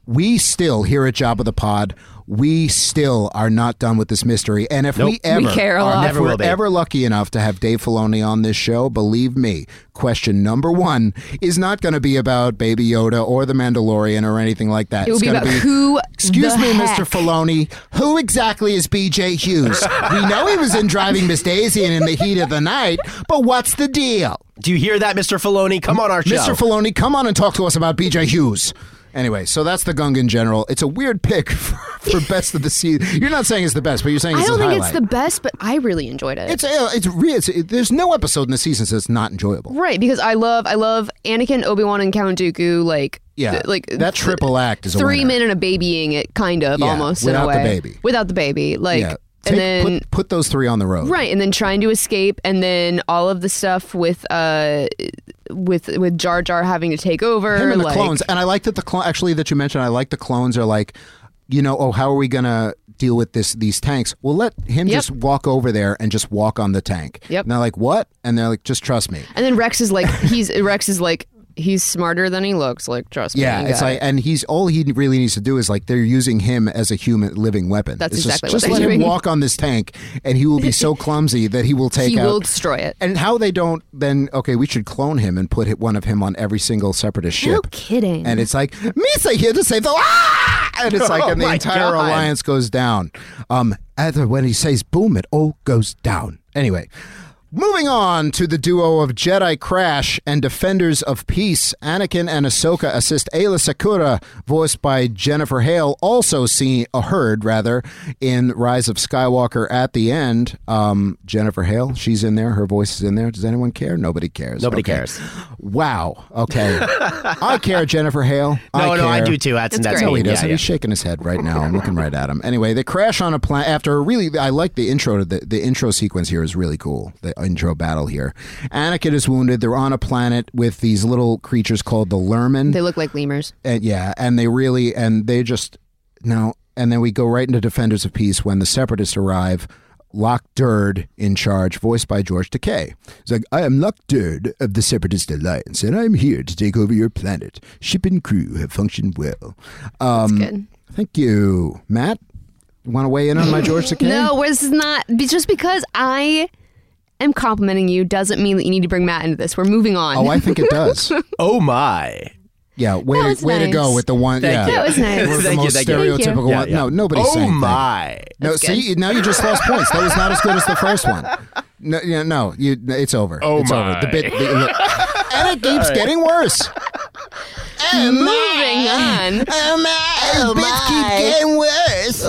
Speaker 1: we still here at Job of the Pod, we still are not done with this mystery. And if we ever
Speaker 2: care a
Speaker 1: are,
Speaker 2: lot.
Speaker 1: if
Speaker 3: Never
Speaker 1: we're
Speaker 3: will be.
Speaker 1: ever lucky enough to have Dave Filoni on this show, believe me, question number one is not going to be about Baby Yoda or the Mandalorian or anything like that.
Speaker 2: It will
Speaker 1: it's
Speaker 2: be
Speaker 1: gonna
Speaker 2: about who.
Speaker 1: Excuse
Speaker 2: the
Speaker 1: me,
Speaker 2: heck.
Speaker 1: Mr. Filoni. Who exactly is BJ Hughes? we know he was in Driving Miss Daisy and in the heat of the night, but what's the deal?
Speaker 3: Do you hear that, Mr. Filoni? Come on our show.
Speaker 1: Mr. Filoni, come on and talk to us about BJ Hughes. Anyway, so that's the Gungan General. It's a weird pick for, for best of the season. You're not saying it's the best, but you're saying
Speaker 2: I
Speaker 1: it's
Speaker 2: don't
Speaker 1: his
Speaker 2: think
Speaker 1: highlight.
Speaker 2: it's the best, but I really enjoyed it.
Speaker 1: It's uh, it's, re- it's it, there's no episode in the season that's not enjoyable.
Speaker 2: right because I love I love Anakin, Obi Wan, and Count Dooku. Like
Speaker 1: Yeah,
Speaker 2: th- like
Speaker 1: that triple act is a
Speaker 2: three
Speaker 1: winner.
Speaker 2: minute of babying it, kind of
Speaker 1: Yeah,
Speaker 2: almost in a
Speaker 1: without the
Speaker 2: way.
Speaker 1: baby.
Speaker 2: without the baby, like
Speaker 1: yeah, Take-
Speaker 2: and then
Speaker 1: put, put those three on the road.
Speaker 2: right, and then trying to escape, and then all of the stuff with uh with with Jar Jar having to take over.
Speaker 1: Him and the
Speaker 2: like,
Speaker 1: clones. And I like that the clone actually that you mentioned. I like the clones are like, you know, oh, how are we gonna deal with this these tanks? Well, let him
Speaker 2: Yep.
Speaker 1: just walk over there and just walk on the tank.
Speaker 2: Yep.
Speaker 1: And they're like, what? And they're like, just trust me.
Speaker 2: And then Rex is like he's Rex is like he's smarter than he looks. Like trust me.
Speaker 1: Yeah,
Speaker 2: you
Speaker 1: it's
Speaker 2: got
Speaker 1: like, and he's all he really needs to do is like they're using him as a human living weapon.
Speaker 2: That's
Speaker 1: It's
Speaker 2: exactly what
Speaker 1: just,
Speaker 2: they're
Speaker 1: just let him
Speaker 2: doing.
Speaker 1: walk on this tank, and he will be so clumsy that he will
Speaker 2: it.
Speaker 1: take
Speaker 2: he
Speaker 1: out.
Speaker 2: will destroy it.
Speaker 1: and how they don't then okay, we should clone him and put hit- one of him on every single separatist ship.
Speaker 2: No kidding.
Speaker 1: and it's like Misa here to save the ah! and it's like
Speaker 3: Oh
Speaker 1: and the
Speaker 3: my
Speaker 1: entire
Speaker 3: God.
Speaker 1: alliance goes down. Um, as of when he says boom, it all goes down. Anyway, moving on to the duo of Jedi Crash and Defenders of Peace, Anakin and Ahsoka assist Ayla Sakura, voiced by Jennifer Hale, also seen uh, heard rather in Rise of Skywalker at the end. Um, Jennifer Hale, she's in there. Her voice is in there. Does anyone care? Nobody cares.
Speaker 3: Nobody
Speaker 1: Okay.
Speaker 3: cares.
Speaker 1: Wow. Okay. I care, Jennifer Hale.
Speaker 3: No,
Speaker 1: I
Speaker 3: no, I
Speaker 1: care.
Speaker 3: do too. That's,
Speaker 2: It's
Speaker 3: that's
Speaker 2: great.
Speaker 1: No,
Speaker 3: me.
Speaker 1: he
Speaker 3: Yeah,
Speaker 1: doesn't.
Speaker 3: yeah.
Speaker 1: He's shaking his head right now. I'm looking right at him. Anyway, they crash on a planet after a really. I like the intro to the the intro sequence here is really cool. The intro battle here. Anakin is wounded. They're on a planet with these little creatures called the Lerman.
Speaker 2: they look like lemurs.
Speaker 1: and yeah, and they really and they just no. And then we go right into Defenders of Peace when the Separatists arrive. Lock Durd in charge, voiced by George Takei. He's like, I am Lock Durd of the Separatist Alliance, and I'm here to take over your planet. Ship and crew have functioned well. Um,
Speaker 2: Good.
Speaker 1: Thank you, Matt. Want to weigh in on my George Takei?
Speaker 2: No, this is not. be- Just because I am complimenting you doesn't mean that you need to bring Matt into this. We're moving on.
Speaker 1: Oh, I think it does.
Speaker 3: Oh my.
Speaker 1: Yeah, way,
Speaker 2: That was
Speaker 1: way to go
Speaker 2: nice.
Speaker 1: with the one.
Speaker 3: Thank
Speaker 1: yeah,
Speaker 3: you.
Speaker 2: That was nice.
Speaker 1: We're the
Speaker 3: Thank you,
Speaker 1: most
Speaker 3: thank you.
Speaker 2: Thank you.
Speaker 1: stereotypical
Speaker 3: Yeah,
Speaker 1: one.
Speaker 3: yeah.
Speaker 1: No, nobody's
Speaker 3: oh
Speaker 1: saying. thank
Speaker 3: my.
Speaker 1: No,
Speaker 2: That's
Speaker 1: see, now you just lost points. That was not as good as the first one. No, yeah, no, you, it's over.
Speaker 3: Oh
Speaker 1: it's
Speaker 3: my.
Speaker 1: over. The bit, the- look. and it keeps getting worse.
Speaker 2: moving on.
Speaker 1: Oh my! Oh my. keep getting worse.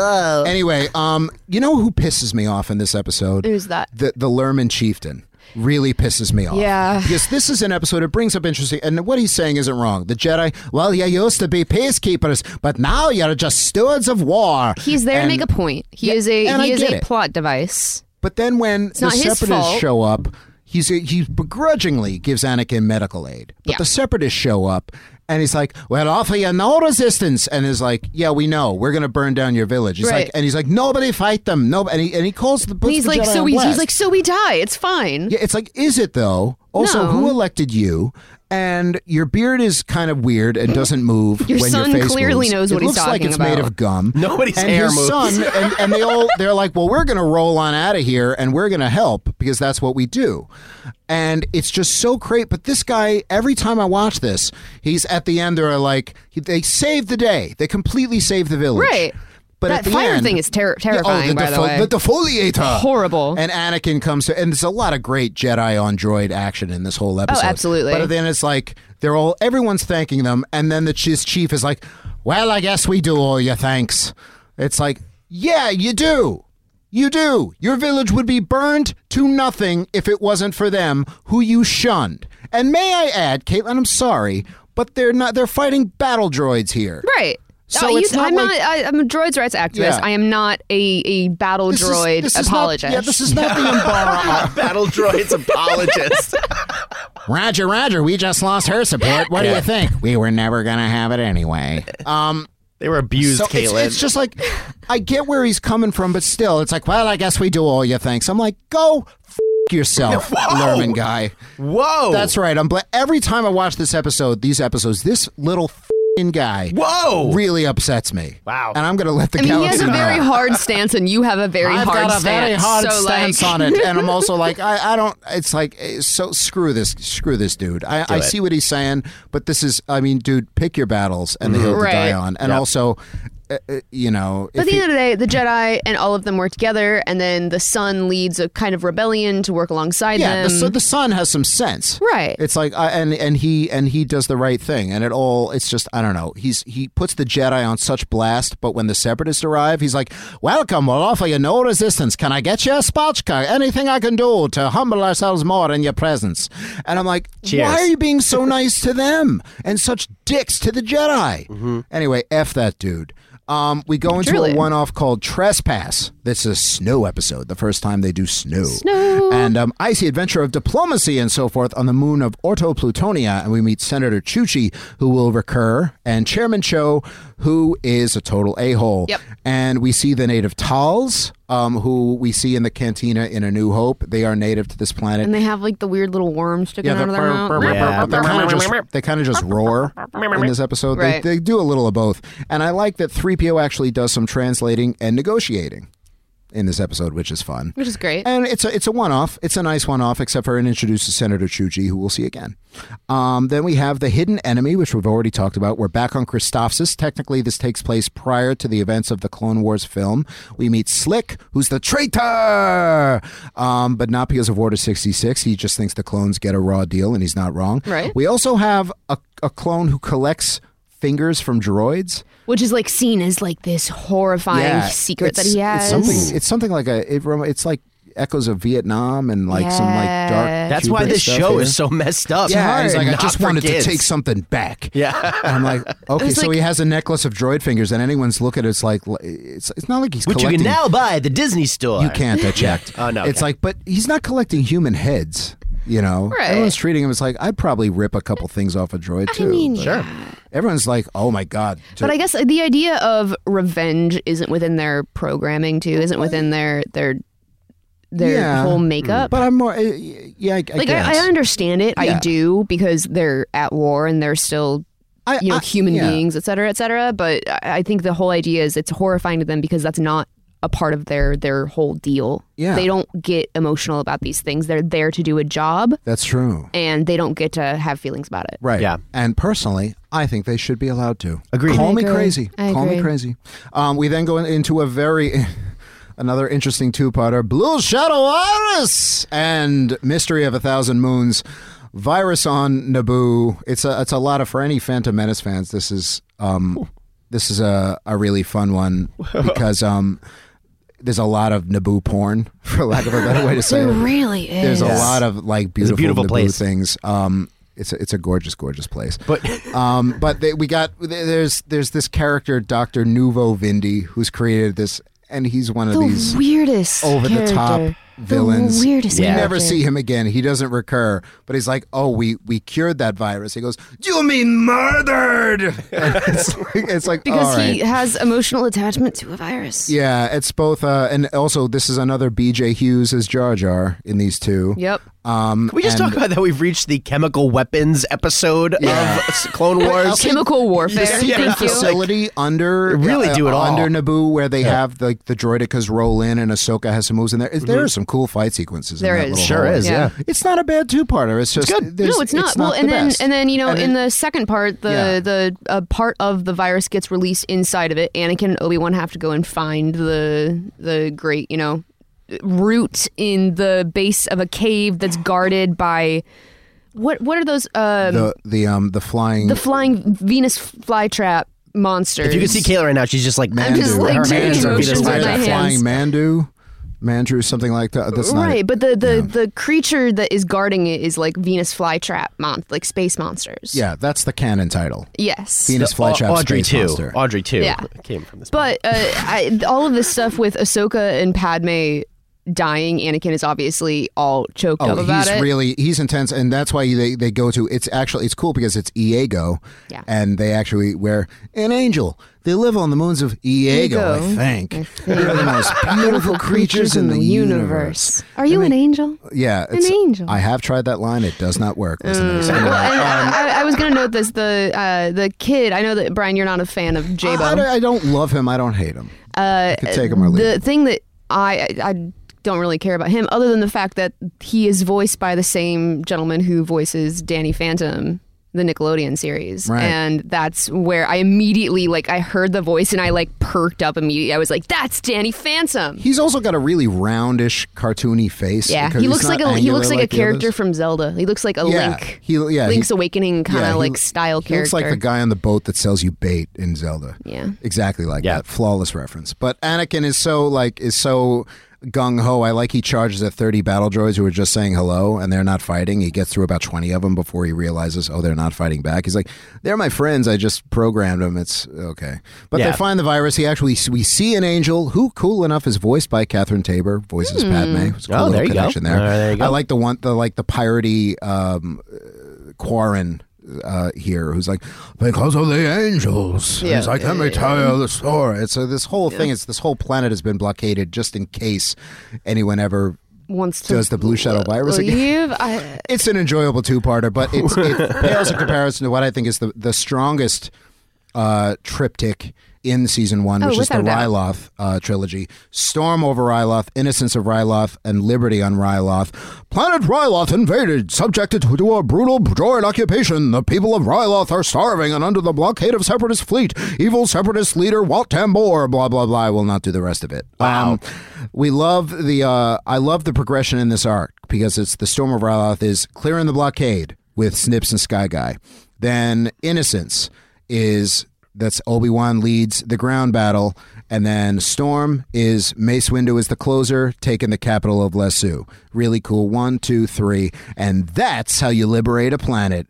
Speaker 1: Anyway, um, you know who pisses me off in this episode?
Speaker 2: Who's that?
Speaker 1: the the Lerman chieftain really pisses me off.
Speaker 2: Yeah.
Speaker 1: Because this is an episode, it brings up interesting, and what he's saying isn't wrong. The Jedi, well, you used to be peacekeepers, but now you're just stewards of war.
Speaker 2: He's there
Speaker 1: And-
Speaker 2: to make a point. He
Speaker 1: Yeah,
Speaker 2: is a
Speaker 1: and I
Speaker 2: he is
Speaker 1: get
Speaker 2: a
Speaker 1: it.
Speaker 2: plot device.
Speaker 1: But then when the
Speaker 2: not his
Speaker 1: separatists
Speaker 2: fault.
Speaker 1: show up, he's he begrudgingly gives Anakin medical aid. But
Speaker 2: Yeah.
Speaker 1: the separatists show up and he's like, Well, offer you no resistance and is like, Yeah, we know. We're gonna burn down your village. He's
Speaker 2: Right.
Speaker 1: like and he's like, Nobody fight them. No and he and he calls the puts
Speaker 2: he's
Speaker 1: the
Speaker 2: like,
Speaker 1: Jedi
Speaker 2: so
Speaker 1: on
Speaker 2: we, he's
Speaker 1: blast.
Speaker 2: like, so we die. It's fine.
Speaker 1: Yeah, it's like, is it though? Also,
Speaker 2: No.
Speaker 1: who elected you? And your beard is kind of weird and doesn't move.
Speaker 2: Your
Speaker 1: when
Speaker 2: son
Speaker 1: your face
Speaker 2: clearly
Speaker 1: moves.
Speaker 2: knows
Speaker 1: it
Speaker 2: what he's
Speaker 1: looks like
Speaker 2: talking
Speaker 1: it's made
Speaker 2: about.
Speaker 1: of gum.
Speaker 3: Nobody's
Speaker 1: and
Speaker 3: hair
Speaker 1: his
Speaker 3: moves.
Speaker 1: son, and, and they all they're like, well, we're gonna roll on out of here, and we're gonna help because that's what we do. And it's just so great. But this guy, every time I watch this, he's at the end. They're like, he- they saved the day. They completely saved the village.
Speaker 2: Right.
Speaker 1: But
Speaker 2: That
Speaker 1: at the
Speaker 2: fire
Speaker 1: end-
Speaker 2: thing is terri-
Speaker 1: Yeah,
Speaker 2: terrifying,
Speaker 1: Oh, the,
Speaker 2: by the
Speaker 1: defo-
Speaker 2: way.
Speaker 1: the defoliator.
Speaker 2: Horrible.
Speaker 1: And Anakin comes to, and there's a lot of great Jedi on droid action in this whole episode.
Speaker 2: absolutely.
Speaker 1: But then it's like they're all everyone's thanking them, and then the chief, chief is like, "Well, I guess we do all your thanks." It's like, yeah, you do. You do. Your village would be burned to nothing if it wasn't for them, who you shunned. And may I add, Caitlin, I'm sorry, but they're not. They're fighting battle droids here.
Speaker 2: Right.
Speaker 1: So
Speaker 2: Uh, you-
Speaker 1: it's not
Speaker 2: I'm
Speaker 1: like-
Speaker 2: not. I, I'm a droids rights activist.
Speaker 1: Yeah.
Speaker 2: I am not a, a battle
Speaker 1: This is-
Speaker 2: droid
Speaker 1: this is not-
Speaker 2: apologist.
Speaker 1: yeah, this is not the Umbara
Speaker 3: Battle droids apologist.
Speaker 1: Roger, Roger, we just lost her support. What do you think? We were never going to have it anyway. Um,
Speaker 3: They were abused,
Speaker 1: So it's,
Speaker 3: Caitlin.
Speaker 1: it's just like, I get where he's coming from, but still, it's like, well, I guess we do all your thanks. I'm like, go f- yourself, Lerman guy.
Speaker 3: Whoa.
Speaker 1: That's right. I'm. Bla- every time I watch this episode, these episodes, this little f***ing guy
Speaker 3: Whoa.
Speaker 1: really upsets me.
Speaker 3: Wow.
Speaker 1: And I'm gonna let the
Speaker 2: I mean, he
Speaker 1: galaxy
Speaker 2: has a
Speaker 1: know.
Speaker 2: very hard stance, and you have a very
Speaker 1: I've
Speaker 2: hard
Speaker 1: got a
Speaker 2: stance.
Speaker 1: very hard
Speaker 2: so, like,
Speaker 1: stance on it, and I'm also like, I, I don't. It's like, eh, so screw this, screw this dude. I, I
Speaker 3: it.
Speaker 1: see what he's saying, but this is, I mean, dude, pick your battles and the hill to die
Speaker 2: Right.
Speaker 1: on, and also, eh, eh, you know, if
Speaker 2: But at the
Speaker 1: he-
Speaker 2: end of the day, the Jedi and all of them work together, and then the son leads a kind of rebellion to work alongside
Speaker 1: yeah,
Speaker 2: them.
Speaker 1: the, so the son has some sense,
Speaker 2: Right.
Speaker 1: It's like, I and and he and he does the right thing, and it all. It's just, I don't know. He's he puts the Jedi on such blast, but when the Separatists arrive, he's like, "Welcome, we'll offer you no resistance. Can I get you a spatchka? Anything I can do to humble ourselves more in your presence?" And I'm like,
Speaker 3: Cheers.
Speaker 1: "Why are you being so nice to them and such dicks to the Jedi?" Anyway, f that dude. Um, we go into
Speaker 2: Truly.
Speaker 1: a one-off called Trespass. This is a snow episode. The first time they do snow
Speaker 2: Snow.
Speaker 1: and um, icy adventure of diplomacy and so forth on the moon of Orto Plutonia. And we meet Senator Chuchi, who will recur, and Chairman Cho, who is a total a hole.
Speaker 2: Yep.
Speaker 1: And we see the native Tals, um, who we see in the cantina in A New Hope. They are native to this planet.
Speaker 2: and they have like the weird little worm sticking out of their
Speaker 1: they're-
Speaker 2: mouth.
Speaker 3: Yeah.
Speaker 1: but they're kind of just they kind of just roar in this episode.
Speaker 2: Right.
Speaker 1: They, they do a little of both, and I like that three PO actually does some translating and negotiating in this episode, which is fun.
Speaker 2: Which is great.
Speaker 1: And it's a it's a one off. It's a nice one off, except for it introduces Senator Chuji, who we'll see again. Um, then we have the hidden enemy, which we've already talked about. We're back on Christophsis. Technically, this takes place prior to the events of the Clone Wars film. We meet Slick, who's the traitor, um, but not because of Order sixty six. He just thinks the clones get a raw deal, and he's not wrong.
Speaker 2: Right.
Speaker 1: We also have a, a clone who collects fingers from droids.
Speaker 2: Which is like seen as like this horrifying secret that
Speaker 1: it's-
Speaker 2: he has.
Speaker 1: It's something, it's something like a. It, rem- it's like echoes of Vietnam and like some like dark.
Speaker 2: Yeah.
Speaker 3: That's why
Speaker 1: Cuban
Speaker 3: this
Speaker 1: stuff,
Speaker 3: show
Speaker 1: yeah.
Speaker 3: is so messed up.
Speaker 1: Yeah, he's
Speaker 3: It's
Speaker 1: like, I
Speaker 3: not
Speaker 1: just
Speaker 3: for
Speaker 1: wanted
Speaker 3: kids.
Speaker 1: to take something back.
Speaker 3: Yeah.
Speaker 1: And I'm like, okay,
Speaker 2: was
Speaker 1: so
Speaker 2: like-
Speaker 1: he has a necklace of droid fingers, and anyone's look at it's like, it's it's not like he's
Speaker 3: Which you
Speaker 1: collecting.
Speaker 3: can now buy at the Disney store.
Speaker 1: you can't, I checked.
Speaker 3: Oh, no,
Speaker 1: It's
Speaker 3: okay.
Speaker 1: like, but he's not collecting human heads. You know,
Speaker 2: Right.
Speaker 1: everyone's treating him as like, I'd probably rip a couple things off a droid too.
Speaker 2: mean,
Speaker 1: but
Speaker 2: Sure.
Speaker 1: Everyone's like, oh my god.
Speaker 2: But I guess the idea of revenge isn't within their programming too, isn't within their their their
Speaker 1: Yeah.
Speaker 2: whole makeup.
Speaker 1: But I'm more, uh, yeah, I, I
Speaker 2: like
Speaker 1: guess.
Speaker 2: I, I understand it, I
Speaker 1: Yeah.
Speaker 2: do, because they're at war and they're still
Speaker 1: I-
Speaker 2: you know
Speaker 1: I-
Speaker 2: human
Speaker 1: yeah.
Speaker 2: beings, et cetera, et cetera. But I, I think the whole idea is it's horrifying to them because that's not a part of their their whole deal.
Speaker 1: Yeah.
Speaker 2: they don't get emotional about these things. They're there to do a job,
Speaker 1: That's true.
Speaker 2: and they don't get to have feelings about it.
Speaker 1: Right.
Speaker 3: Yeah.
Speaker 1: And personally, I think they should be allowed to.
Speaker 3: Agreed.
Speaker 1: Call
Speaker 3: I
Speaker 1: me
Speaker 2: agree.
Speaker 1: crazy.
Speaker 2: I
Speaker 1: Call me
Speaker 2: agree.
Speaker 1: crazy. Um, we then go in- into a very. Another interesting two-parter: Blue Shadow Iris and Mystery of a Thousand Moons, Virus on Naboo. It's a it's a lot of for any Phantom Menace fans. This is um, this is a, a really fun one because um, there's a lot of Naboo porn, for lack of a better way to say it.
Speaker 2: really
Speaker 1: There's
Speaker 2: is.
Speaker 1: a lot of like
Speaker 3: a
Speaker 1: beautiful,
Speaker 3: beautiful
Speaker 1: Naboo
Speaker 3: place.
Speaker 1: things. Um, it's a, it's a gorgeous, gorgeous place.
Speaker 3: But
Speaker 1: um, but they, we got there's there's this character Doctor Nuvo Vindi who's created this, and he's one of
Speaker 2: the
Speaker 1: these
Speaker 2: weirdest
Speaker 1: over the top
Speaker 2: character.
Speaker 1: villains.
Speaker 2: The weirdest.
Speaker 1: We
Speaker 3: Yeah.
Speaker 1: never
Speaker 2: character.
Speaker 1: see him again. He doesn't recur. But he's like, "Oh, we we cured that virus." He goes, "You mean murdered?" And it's like, it's like
Speaker 2: because
Speaker 1: all right.
Speaker 2: he has emotional attachment to a virus.
Speaker 1: yeah, it's both, uh, and also this is another B.J. Hughes as Jar Jar in these two.
Speaker 2: Yep.
Speaker 1: Um,
Speaker 3: Can we just
Speaker 1: and-
Speaker 3: talk about that we've reached the chemical weapons episode
Speaker 1: Yeah.
Speaker 3: of S- Clone Wars?
Speaker 2: Chemical warfare.
Speaker 1: the secret
Speaker 2: Thank you.
Speaker 1: facility under uh,
Speaker 3: They really do it all.
Speaker 1: under Naboo, where they have like the droidicas roll in and Ahsoka has some moves in there. Is- There are some cool fight sequences.
Speaker 2: There
Speaker 1: in that
Speaker 2: is.
Speaker 1: little
Speaker 3: Mm-hmm. Sure
Speaker 1: hallway.
Speaker 3: is, yeah.
Speaker 1: It's not a bad two parter. It's just
Speaker 3: good.
Speaker 1: there's-
Speaker 2: no, it's not. well,
Speaker 1: the
Speaker 2: and then
Speaker 1: best.
Speaker 2: and then you know,
Speaker 1: And
Speaker 2: in
Speaker 1: it-
Speaker 2: the second part, the
Speaker 1: Yeah.
Speaker 2: the uh, part of the virus gets released inside of it. Anakin and Obi Wan have to go and find the the great, you know, root in the base of a cave that's guarded by what what are those um, the,
Speaker 1: the the um the flying
Speaker 2: flying Venus flytrap monsters?
Speaker 3: If you can see Kayla right now, she's just like,
Speaker 1: Mandu.
Speaker 2: I'm just, like,
Speaker 1: Her
Speaker 2: doing
Speaker 1: hands are
Speaker 2: motions
Speaker 1: just
Speaker 2: with
Speaker 1: like
Speaker 2: my
Speaker 1: a flying
Speaker 2: hands.
Speaker 1: Mandu, Mandrew, something like that. That's not it.
Speaker 2: Right, but the the, the creature that is guarding it is like Venus flytrap mon- like space monsters.
Speaker 1: Yeah, that's the canon title.
Speaker 2: Yes.
Speaker 1: Venus Flytrap
Speaker 3: Audrey
Speaker 1: Space
Speaker 3: too.
Speaker 1: Monster.
Speaker 3: Audrey too.
Speaker 2: Yeah.
Speaker 3: Came from this.
Speaker 2: But uh, I, all of this stuff with Ahsoka and Padme dying, Anakin is obviously all choked up Oh, about
Speaker 1: Oh, he's
Speaker 2: it.
Speaker 1: really he's intense, and that's why they, they go to. It's actually it's cool because it's Iego,
Speaker 2: Yeah.
Speaker 1: and they actually were an angel. They live on the moons of Iego, I
Speaker 2: Iego,
Speaker 1: think.
Speaker 2: I think.
Speaker 1: They're the most beautiful creatures in the universe.
Speaker 2: Are you an angel?
Speaker 1: Yeah,
Speaker 2: An angel. Mm,
Speaker 1: I have tried that line; it does not work. listeners.
Speaker 2: Well, and
Speaker 1: um,
Speaker 2: I, I was gonna note this. The uh, the kid. I know that Brian, you're not a fan of J
Speaker 1: I, I
Speaker 2: Bo.
Speaker 1: don't- I don't love him. I don't hate him.
Speaker 2: Uh,
Speaker 1: could take him or leave
Speaker 2: the thing that I, I I don't really care about him, other than the fact that he is voiced by the same gentleman who voices Danny Phantom, the Nickelodeon series,
Speaker 1: Right.
Speaker 2: and that's where I immediately like I heard the voice and I like perked up immediately. I was like, "That's Danny Phantom."
Speaker 1: He's also got a really roundish, cartoony face.
Speaker 2: Yeah,
Speaker 1: because
Speaker 2: he
Speaker 1: he's
Speaker 2: looks
Speaker 1: not
Speaker 2: like a he
Speaker 1: angular
Speaker 2: looks like,
Speaker 1: like
Speaker 2: a
Speaker 1: the
Speaker 2: character
Speaker 1: others.
Speaker 2: from Zelda. He looks like a
Speaker 1: Yeah,
Speaker 2: Link,
Speaker 1: he- yeah,
Speaker 2: Link's
Speaker 1: he-
Speaker 2: Awakening kind of
Speaker 1: Yeah, he
Speaker 2: like
Speaker 1: lo-
Speaker 2: style
Speaker 1: he
Speaker 2: character.
Speaker 1: Looks like the guy on the boat that sells you bait in Zelda.
Speaker 2: Yeah.
Speaker 1: exactly like
Speaker 3: Yeah.
Speaker 1: that. Flawless reference. But Anakin is so like is so gung ho. I like he charges at thirty battle droids who are just saying hello and they're not fighting. He gets through about twenty of them before he realizes oh they're not fighting back. He's like they're my friends. I just programmed them. It's okay. But
Speaker 3: Yeah.
Speaker 1: they find the virus. He actually we see an angel who cool enough is voiced by Catherine Tabor,
Speaker 2: Hmm.
Speaker 1: voices Padme. It's a cool
Speaker 3: Oh,
Speaker 1: little
Speaker 3: there you go.
Speaker 1: connection there.
Speaker 3: All right, there you go.
Speaker 1: I like the one the like the piratey um, Quarren uh, here, who's like, because of the angels.
Speaker 2: Yeah.
Speaker 1: He's like, let me tell you the story. And so this whole thing, it's this whole planet has been blockaded just in case anyone ever.
Speaker 2: wants to
Speaker 1: Does the blue shadow virus again?
Speaker 2: leave? I,
Speaker 1: It's an enjoyable two-parter, but it's, it pales in comparison to what I think is the the strongest uh, triptych in season one,
Speaker 2: Oh,
Speaker 1: which is the
Speaker 2: without a doubt.
Speaker 1: Ryloth uh, trilogy: Storm over Ryloth, Innocence of Ryloth, and Liberty on Ryloth. Planet Ryloth invaded, subjected to a brutal droid occupation. The people of Ryloth are starving and under the blockade of Separatist fleet. Evil Separatist leader Walt Tambor. Blah blah blah. I will not do the rest of it. Wow. we love the. Uh, I love the progression in this arc because it's the Storm of Ryloth is clearing the blockade with Snips and Sky Guy. Then Innocence is that's Obi Wan leads the ground battle, and then Storm is Mace Windu is the closer, taking the capital of Lesu. Really cool. One, two, three, and that's how you liberate a planet.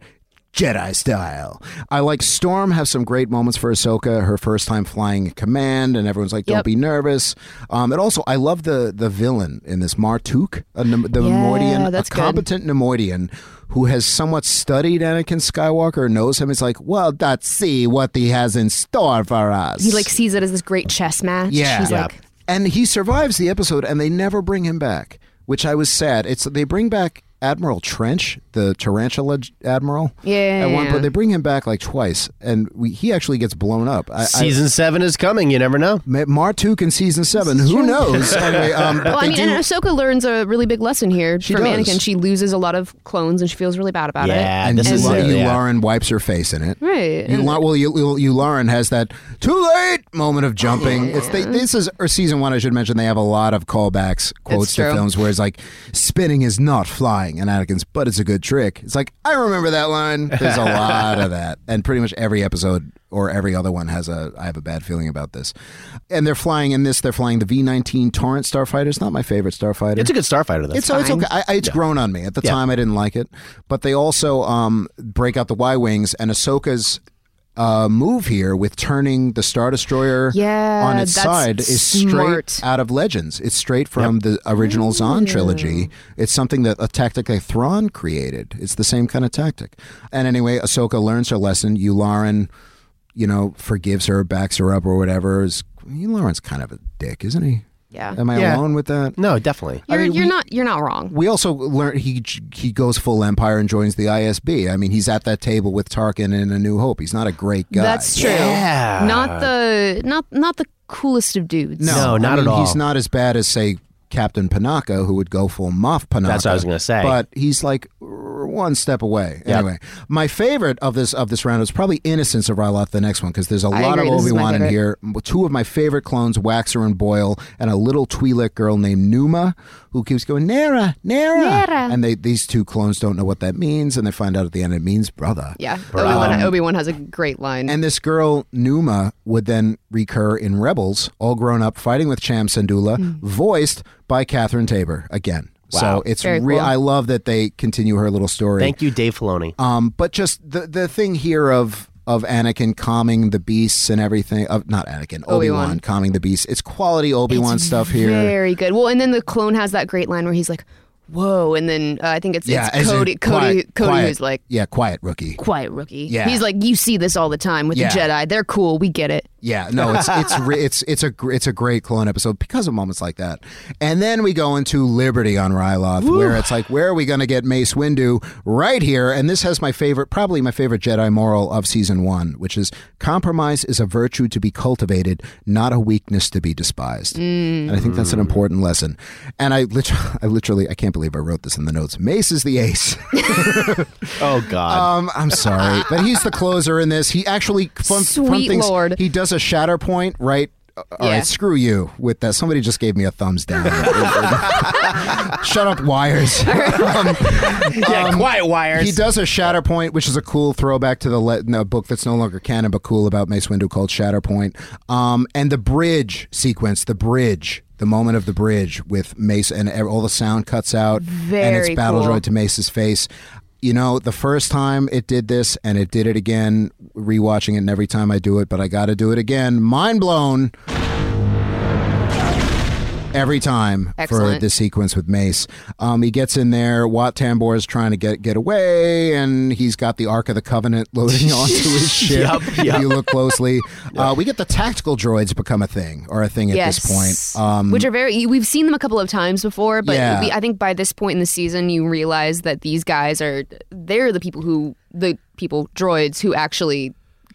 Speaker 1: Jedi style. I like Storm have some great moments for Ahsoka, her first time flying command, and everyone's like, "Don't
Speaker 2: Yep.
Speaker 1: be nervous." Um, and also, I love the the villain in this Martuk, a, Nam- the
Speaker 2: Yeah,
Speaker 1: Nemoidian,
Speaker 2: that's
Speaker 1: a
Speaker 2: good.
Speaker 1: competent Nemoidian who has somewhat studied Anakin Skywalker, knows him. It's like, well, let's see what he has in store for us.
Speaker 2: he like sees it as this great chess match.
Speaker 1: yeah,
Speaker 2: He's like,
Speaker 1: and he survives the episode, and they never bring him back, which I was sad. It's they bring back Admiral Trench, the tarantula j- admiral.
Speaker 2: Yeah,
Speaker 1: at one
Speaker 2: yeah.
Speaker 1: point they bring him back like twice, and we, he actually gets blown up. I, I,
Speaker 3: Season seven is coming. You never know.
Speaker 1: Ma- Martuk in season seven. Who knows? anyway, um, but
Speaker 2: well,
Speaker 1: they
Speaker 2: I mean,
Speaker 1: do,
Speaker 2: and Ahsoka learns a really big lesson here
Speaker 1: She
Speaker 2: from
Speaker 1: does.
Speaker 2: Anakin. She loses a lot of clones, and she feels really bad about
Speaker 3: Yeah,
Speaker 2: it.
Speaker 1: and
Speaker 3: this
Speaker 1: you,
Speaker 3: is
Speaker 1: Lau-
Speaker 3: it,
Speaker 1: you
Speaker 3: yeah.
Speaker 1: Lauren wipes her face in it.
Speaker 2: Right.
Speaker 1: You,
Speaker 2: And-
Speaker 1: La- well, you, you, you Lauren has that too late moment of jumping.
Speaker 2: Oh,
Speaker 1: It's they, this is or season one. I should mention they have a lot of callbacks, quotes
Speaker 2: It's
Speaker 1: to
Speaker 2: true.
Speaker 1: films where it's like spinning is not flying, and Anakin's, but it's a good trick. It's like I remember that line. There's a lot of that, and pretty much every episode or every other one has a. I have a bad feeling about this, and they're flying in this. They're flying the V19 Torrent Starfighter. It's not my favorite starfighter.
Speaker 3: It's a good starfighter though.
Speaker 1: It's, it's okay. I, I- it's grown on me. At the
Speaker 3: Yeah.
Speaker 1: time, I didn't like it, but they also um, break out the Y wings and Ahsoka's uh, move here with turning the Star Destroyer
Speaker 2: Yeah,
Speaker 1: on its
Speaker 2: that's
Speaker 1: side is
Speaker 2: smart.
Speaker 1: straight out of Legends. It's straight from the original Zon trilogy. It's something that a tactic that Thrawn created. It's the same kind of tactic. And anyway, Ahsoka learns her lesson. Yularen, you know, forgives her, backs her up, or whatever. Is Yularen's kind of a dick, isn't he?
Speaker 2: yeah.
Speaker 1: Am I
Speaker 3: Yeah.
Speaker 1: alone with that?
Speaker 3: No, definitely.
Speaker 2: You're,
Speaker 1: I mean,
Speaker 2: you're
Speaker 1: we-
Speaker 2: not. You're not wrong.
Speaker 1: we also learn he he goes full empire and joins the ISB. I mean, he's at that table with Tarkin in A New Hope. He's not a great guy.
Speaker 2: That's true.
Speaker 3: Yeah.
Speaker 2: Not the not not the coolest of dudes.
Speaker 3: No,
Speaker 1: I
Speaker 3: not
Speaker 1: mean,
Speaker 3: at all.
Speaker 1: He's not as bad as say Captain Panaka, who would go full Moff Panaka.
Speaker 3: That's what I was gonna say.
Speaker 1: But he's like r- one step away. Anyway, my favorite of this of this round is probably Innocence of Ryloth, the next one, because there's a
Speaker 2: I
Speaker 1: lot
Speaker 2: agree,
Speaker 1: of
Speaker 2: this
Speaker 1: Obi
Speaker 2: is my
Speaker 1: Wan in
Speaker 2: favorite.
Speaker 1: here. M- Two of my favorite clones, Waxer and Boyle, and a little Twi'lek girl named Numa, who keeps going Nera, Nera,
Speaker 2: Nera.
Speaker 1: and they these two clones don't know what that means, and they find out at the end it means brother.
Speaker 2: Yeah. Obi
Speaker 1: Um,
Speaker 2: Wan. Obi Wan has a great line.
Speaker 1: And this girl Numa would then recur in Rebels, all grown up, fighting with Cham Syndulla,
Speaker 2: Hmm.
Speaker 1: voiced by Catherine Tabor again. So it's
Speaker 2: Very
Speaker 1: re-
Speaker 2: cool.
Speaker 1: I love that they continue her little story.
Speaker 3: Thank you, Dave Filoni.
Speaker 1: Um, but just the the thing here of of Anakin calming the beasts and everything. Of not Anakin, Obi Wan
Speaker 2: Obi-Wan.
Speaker 1: calming the beasts. It's quality Obi Wan stuff here.
Speaker 2: Very good. Well, and then the clone has that great line where he's like, "Whoa!" And then uh, I think it's,
Speaker 1: Yeah,
Speaker 2: it's
Speaker 1: as in
Speaker 2: Cody. Cody.
Speaker 1: quiet-
Speaker 2: Cody
Speaker 1: quiet-
Speaker 2: who's like,
Speaker 1: yeah, quiet rookie.
Speaker 2: "Quiet rookie."
Speaker 1: Yeah.
Speaker 2: He's like, "You see this all the time with
Speaker 1: Yeah.
Speaker 2: the Jedi. They're cool. We get it."
Speaker 1: Yeah, no, it's it's re- it's it's a gr- it's a great clone episode because of moments like that, and then we go into Liberty on Ryloth, where it's like, where are we going to get Mace Windu right here? And this has my favorite, probably my favorite Jedi moral of season one, which is compromise is a virtue to be cultivated, not a weakness to be despised. And I think that's an important lesson. And I literally, I literally, I can't believe I wrote this in the notes. Mace is the ace.
Speaker 3: Oh God.
Speaker 1: Um, I'm sorry, but he's the closer in this. He actually fun, fun
Speaker 2: Sweet
Speaker 1: things,
Speaker 2: lord.
Speaker 1: He does a shatter point right. Uh, All right,
Speaker 2: Yeah.
Speaker 1: screw you with that. Somebody just gave me a thumbs down. Shut up, wires. Um,
Speaker 3: yeah, quiet wires.
Speaker 1: he does a Shatterpoint, which is a cool throwback to the le- no, book that's no longer canon, but cool about Mace Windu called Shatterpoint. Um, and the bridge sequence, the bridge, the moment of the bridge with Mace, and ev- all the sound cuts out, and it's
Speaker 2: Very
Speaker 1: battle
Speaker 2: cool.
Speaker 1: droid to Mace's face. You know, the first time it did this, and it did it again, rewatching it, and every time I do it, but I got to do it again. Mind blown every time for
Speaker 2: Excellent.
Speaker 1: this sequence with Mace. Um, he gets in there. Wat Tambor is trying to get get away, and he's got the Ark of the Covenant loading onto his ship.
Speaker 3: Yup,
Speaker 1: If
Speaker 3: yup.
Speaker 1: you look closely, uh, we get the tactical droids become a thing or a thing at
Speaker 2: yes.
Speaker 1: this point. Um,
Speaker 2: Which are very. We've seen them a couple of times before, but
Speaker 1: Yeah.
Speaker 2: we, I think by this point in the season, you realize that these guys are they're the people who the people droids who actually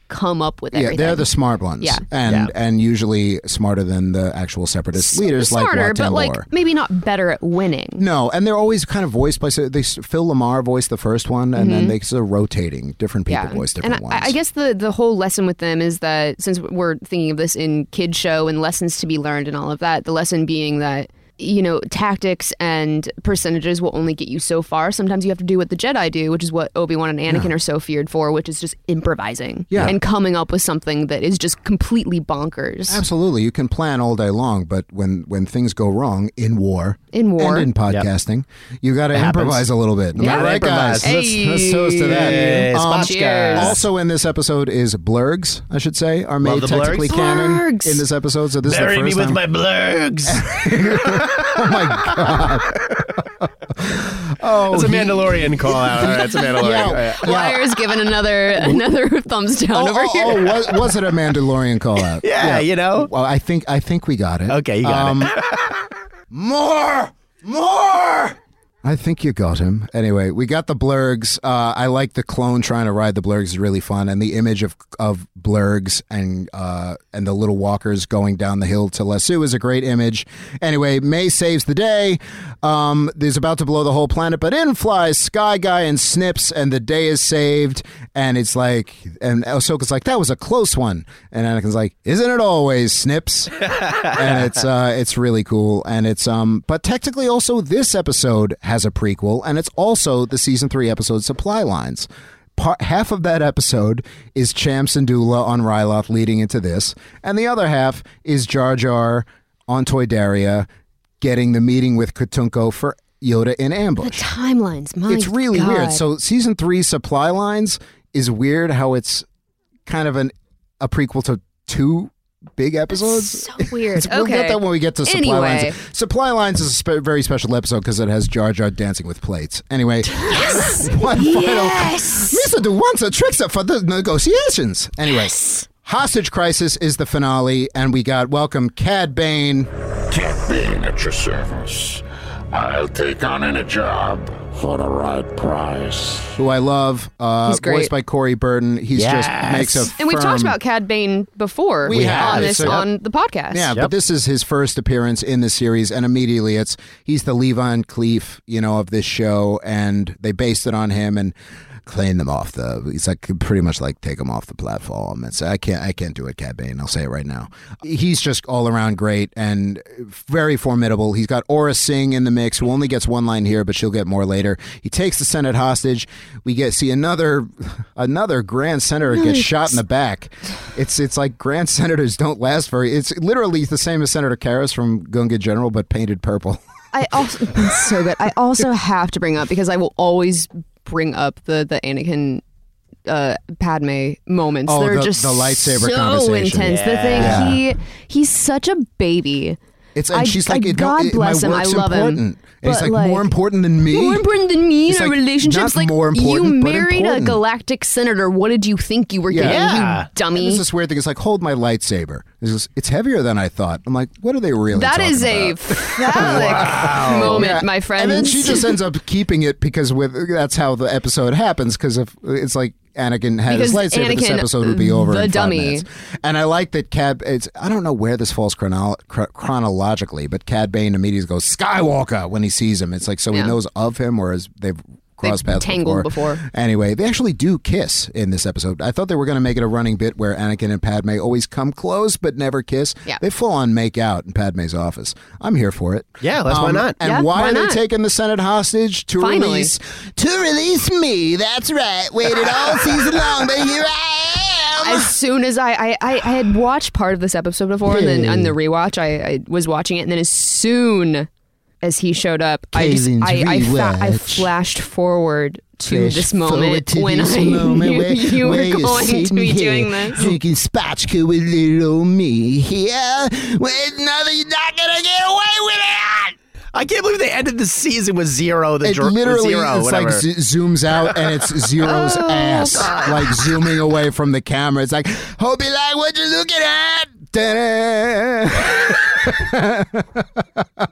Speaker 2: come up with everything.
Speaker 1: Uh, Yeah, they're the smart ones.
Speaker 2: Yeah.
Speaker 1: and
Speaker 3: Yeah.
Speaker 1: and usually smarter than the actual separatist leaders
Speaker 2: smarter,
Speaker 1: like Wat
Speaker 2: but
Speaker 1: Tambor.
Speaker 2: like maybe not better at winning.
Speaker 1: No, and they're always kind of voiced by so they Phil Lamar voiced the first one, and then they sort of rotating different people voice different
Speaker 2: Mm-hmm. and I-
Speaker 1: ones.
Speaker 2: I, I guess the the whole lesson with them is that since we're thinking of this in kid show and lessons to be learned and all of that, the lesson being that you know tactics and percentages will only get you so far. Sometimes you have to do what the Jedi do, which is what Obi Wan and Anakin are so feared for, which is just improvising
Speaker 1: Yeah.
Speaker 2: and coming up with something that is just completely bonkers.
Speaker 1: Absolutely, you can plan all day long, but when when things go wrong in war,
Speaker 2: In war.
Speaker 1: and in podcasting, you got to
Speaker 3: happens.
Speaker 1: improvise a little bit. Am I
Speaker 3: Gotta
Speaker 1: right, guys?
Speaker 3: improvise.
Speaker 1: Let's, let's toast to that.
Speaker 3: Hey,
Speaker 1: Um,
Speaker 3: Spotchka.
Speaker 2: cheers.
Speaker 1: also in this episode is blurgs, I should say, are made
Speaker 3: the blurgs.
Speaker 1: technically canon
Speaker 2: Blurgs.
Speaker 1: in this episode. So this
Speaker 3: Bury me
Speaker 1: is the
Speaker 3: with
Speaker 1: first time.
Speaker 3: my blurgs.
Speaker 1: oh my god! oh,
Speaker 3: That's a
Speaker 1: he-
Speaker 3: Mandalorian call out. All right, that's a Mandalorian.
Speaker 1: Yeah.
Speaker 3: All right.
Speaker 2: Wire's given another another thumbs down
Speaker 1: Oh,
Speaker 2: over
Speaker 1: oh,
Speaker 2: here.
Speaker 1: oh, was, was it a Mandalorian call out?
Speaker 3: Yeah, you know.
Speaker 1: Well, I think I think we got it.
Speaker 3: Okay, you got it.
Speaker 1: More! More! I think you got him. Anyway, we got the blurgs. Uh, I like the clone trying to ride the blurgs is really fun, and the image of of blurgs and uh, and the little walkers going down the hill to Lasso is a great image. Anyway, May saves the day. Um, there's about to blow the whole planet, but in flies Sky Guy and Snips, and the day is saved. And it's like, and Ahsoka's like, that was a close one, and Anakin's like, isn't it always Snips? and it's uh, it's really cool. And it's um, but technically also this episode has a prequel, and it's also the season three episode supply lines. Part, half of that episode is Champs and Dula on Ryloth leading into this, and the other half is Jar Jar on Toydaria getting the meeting with Katunko for Yoda in
Speaker 2: The
Speaker 1: ambush.
Speaker 2: timelines, Oh my
Speaker 1: It's really
Speaker 2: God.
Speaker 1: weird. So season three supply lines is weird how it's kind of an a prequel to two big episodes.
Speaker 2: so weird.
Speaker 1: We'll
Speaker 2: okay.
Speaker 1: get that when we get to Supply
Speaker 2: Anyway.
Speaker 1: Lines. Supply Lines is a spe- very special episode because it has Jar Jar dancing with plates. Anyway, one
Speaker 2: Yes!
Speaker 1: final. Mr. Duwanza tricks up for the negotiations. Anyway, Hostage Crisis is the finale, and we got welcome Cad Bane.
Speaker 6: Cat Bane at your service. I'll take on any job for the right price.
Speaker 1: who I love, uh,
Speaker 2: He's great.
Speaker 1: voiced by Corey Burton. He's just
Speaker 3: Yes.
Speaker 1: makes a
Speaker 2: And we've talked
Speaker 1: firm-
Speaker 2: about Cad Bane before
Speaker 1: We have.
Speaker 2: on this
Speaker 1: So-
Speaker 2: on the podcast.
Speaker 1: Yeah, but this is his first appearance in the series, and immediately it's he's the Levon Cleef, you know, of this show, and they based it on him and claim them off the. It's like pretty much like take him off the platform. It's I can't I can't do it, Cad Bane. I'll say it right now. He's just all around great and very formidable. He's got Aura Singh in the mix, who only gets one line here, but she'll get more later. He takes the Senate hostage. We get see another another Grand Senator gets shot in the back. It's it's like Grand Senators don't last very. It's literally the same as Senator Karras from Gunga General, but painted purple.
Speaker 2: I also it's so good. I also have to bring up because I will always bring up the the Anakin uh, Padme moments.
Speaker 1: Oh,
Speaker 2: They're
Speaker 1: the-
Speaker 2: just
Speaker 1: the lightsaber
Speaker 2: so
Speaker 1: conversation.
Speaker 2: intense. The thing
Speaker 1: Yeah.
Speaker 2: he he's such a baby.
Speaker 1: It's and
Speaker 2: I-
Speaker 1: she's like,
Speaker 2: I-
Speaker 1: it,
Speaker 2: God
Speaker 1: it,
Speaker 2: bless
Speaker 1: my
Speaker 2: him. I
Speaker 1: work's
Speaker 2: love him.
Speaker 1: important. And he's
Speaker 2: But,
Speaker 1: like, more
Speaker 2: like-
Speaker 1: important than me.
Speaker 2: More important than me
Speaker 1: It's
Speaker 2: in our
Speaker 1: like, not
Speaker 2: relationships. Like
Speaker 1: more
Speaker 2: you
Speaker 1: important, but
Speaker 2: married a
Speaker 1: important.
Speaker 2: galactic senator. What did you think you were
Speaker 1: Yeah.
Speaker 2: getting,
Speaker 3: Yeah.
Speaker 2: you
Speaker 1: And
Speaker 2: dummy?
Speaker 1: It's this weird thing. It's like, hold my lightsaber. It's, just, it's heavier than I thought. I'm like, what are they really
Speaker 2: That
Speaker 1: talking
Speaker 2: is a
Speaker 1: about?
Speaker 2: phallic moment,
Speaker 1: Yeah.
Speaker 2: my friends.
Speaker 1: And then she just ends up keeping it because with that's how the episode happens because if it's like Anakin had his
Speaker 2: Because
Speaker 1: lightsaber, this
Speaker 2: Anakin, mm,
Speaker 1: episode would be over.
Speaker 2: the
Speaker 1: in five
Speaker 2: dummy.
Speaker 1: minutes. And I like that Cad. It's I don't know where this falls chrono- chro- chronologically, but Cad Bane immediately goes Skywalker when he sees him. It's like so
Speaker 2: Yeah.
Speaker 1: he knows of him, whereas they've. Crossed paths
Speaker 2: tangled before.
Speaker 1: Anyway, they actually do kiss in this episode. I thought they were going to make it a running bit where Anakin and Padme always come close but never kiss.
Speaker 2: Yeah.
Speaker 1: They full on make out in Padme's office. I'm here for it.
Speaker 3: Yeah, that's- why not?
Speaker 1: Um, And
Speaker 2: Yeah,
Speaker 1: why,
Speaker 2: why
Speaker 1: are
Speaker 2: not?
Speaker 1: they taking the Senate hostage to
Speaker 2: Finally.
Speaker 1: release to release me? That's right. Waited all season long, but here I am.
Speaker 2: as soon as I, I, I, I had watched part of this episode before, and then on the rewatch, I, I was watching it, and then as soon as he showed up, I just
Speaker 1: Kazin's
Speaker 2: I I, fa- I
Speaker 1: rewatch.
Speaker 2: flashed forward to
Speaker 1: Flash
Speaker 2: this
Speaker 1: forward
Speaker 2: moment
Speaker 1: to
Speaker 2: when
Speaker 1: this
Speaker 2: I
Speaker 1: moment
Speaker 2: knew
Speaker 1: where-
Speaker 2: you
Speaker 1: where
Speaker 2: were
Speaker 1: you're
Speaker 2: going to
Speaker 1: sitting
Speaker 2: be
Speaker 1: here
Speaker 2: doing this.
Speaker 1: Drinking spatchka with little me here. Wait, nothing, you're not gonna get away with it.
Speaker 3: I can't believe they ended the season with zero. The
Speaker 1: It
Speaker 3: dr-
Speaker 1: literally
Speaker 3: zero,
Speaker 1: it's
Speaker 3: whatever. Oh,
Speaker 1: like z- zooms out and it's Zero's ass, like zooming away from the camera. It's like, hope you like what you're looking at. Ta-da.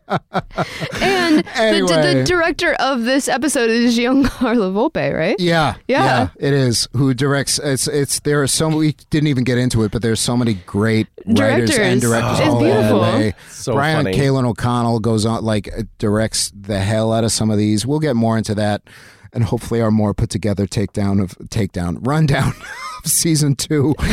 Speaker 2: And the, the,
Speaker 1: Anyway.
Speaker 2: director of this episode is Giancarlo Volpe, right?
Speaker 1: Yeah,
Speaker 2: Yeah.
Speaker 1: it is. Who directs? It's it's. There are so we didn't even get into it, but there's so many great writers and
Speaker 2: Directors.
Speaker 1: directors.
Speaker 2: It's
Speaker 1: all over the
Speaker 2: beautiful.
Speaker 1: way.
Speaker 3: So
Speaker 1: Brian
Speaker 3: funny.
Speaker 1: Kalen O'Connell goes on like uh, directs the hell out of some of these. We'll get more into that, and hopefully our more put together takedown of takedown rundown. of Season two, Um,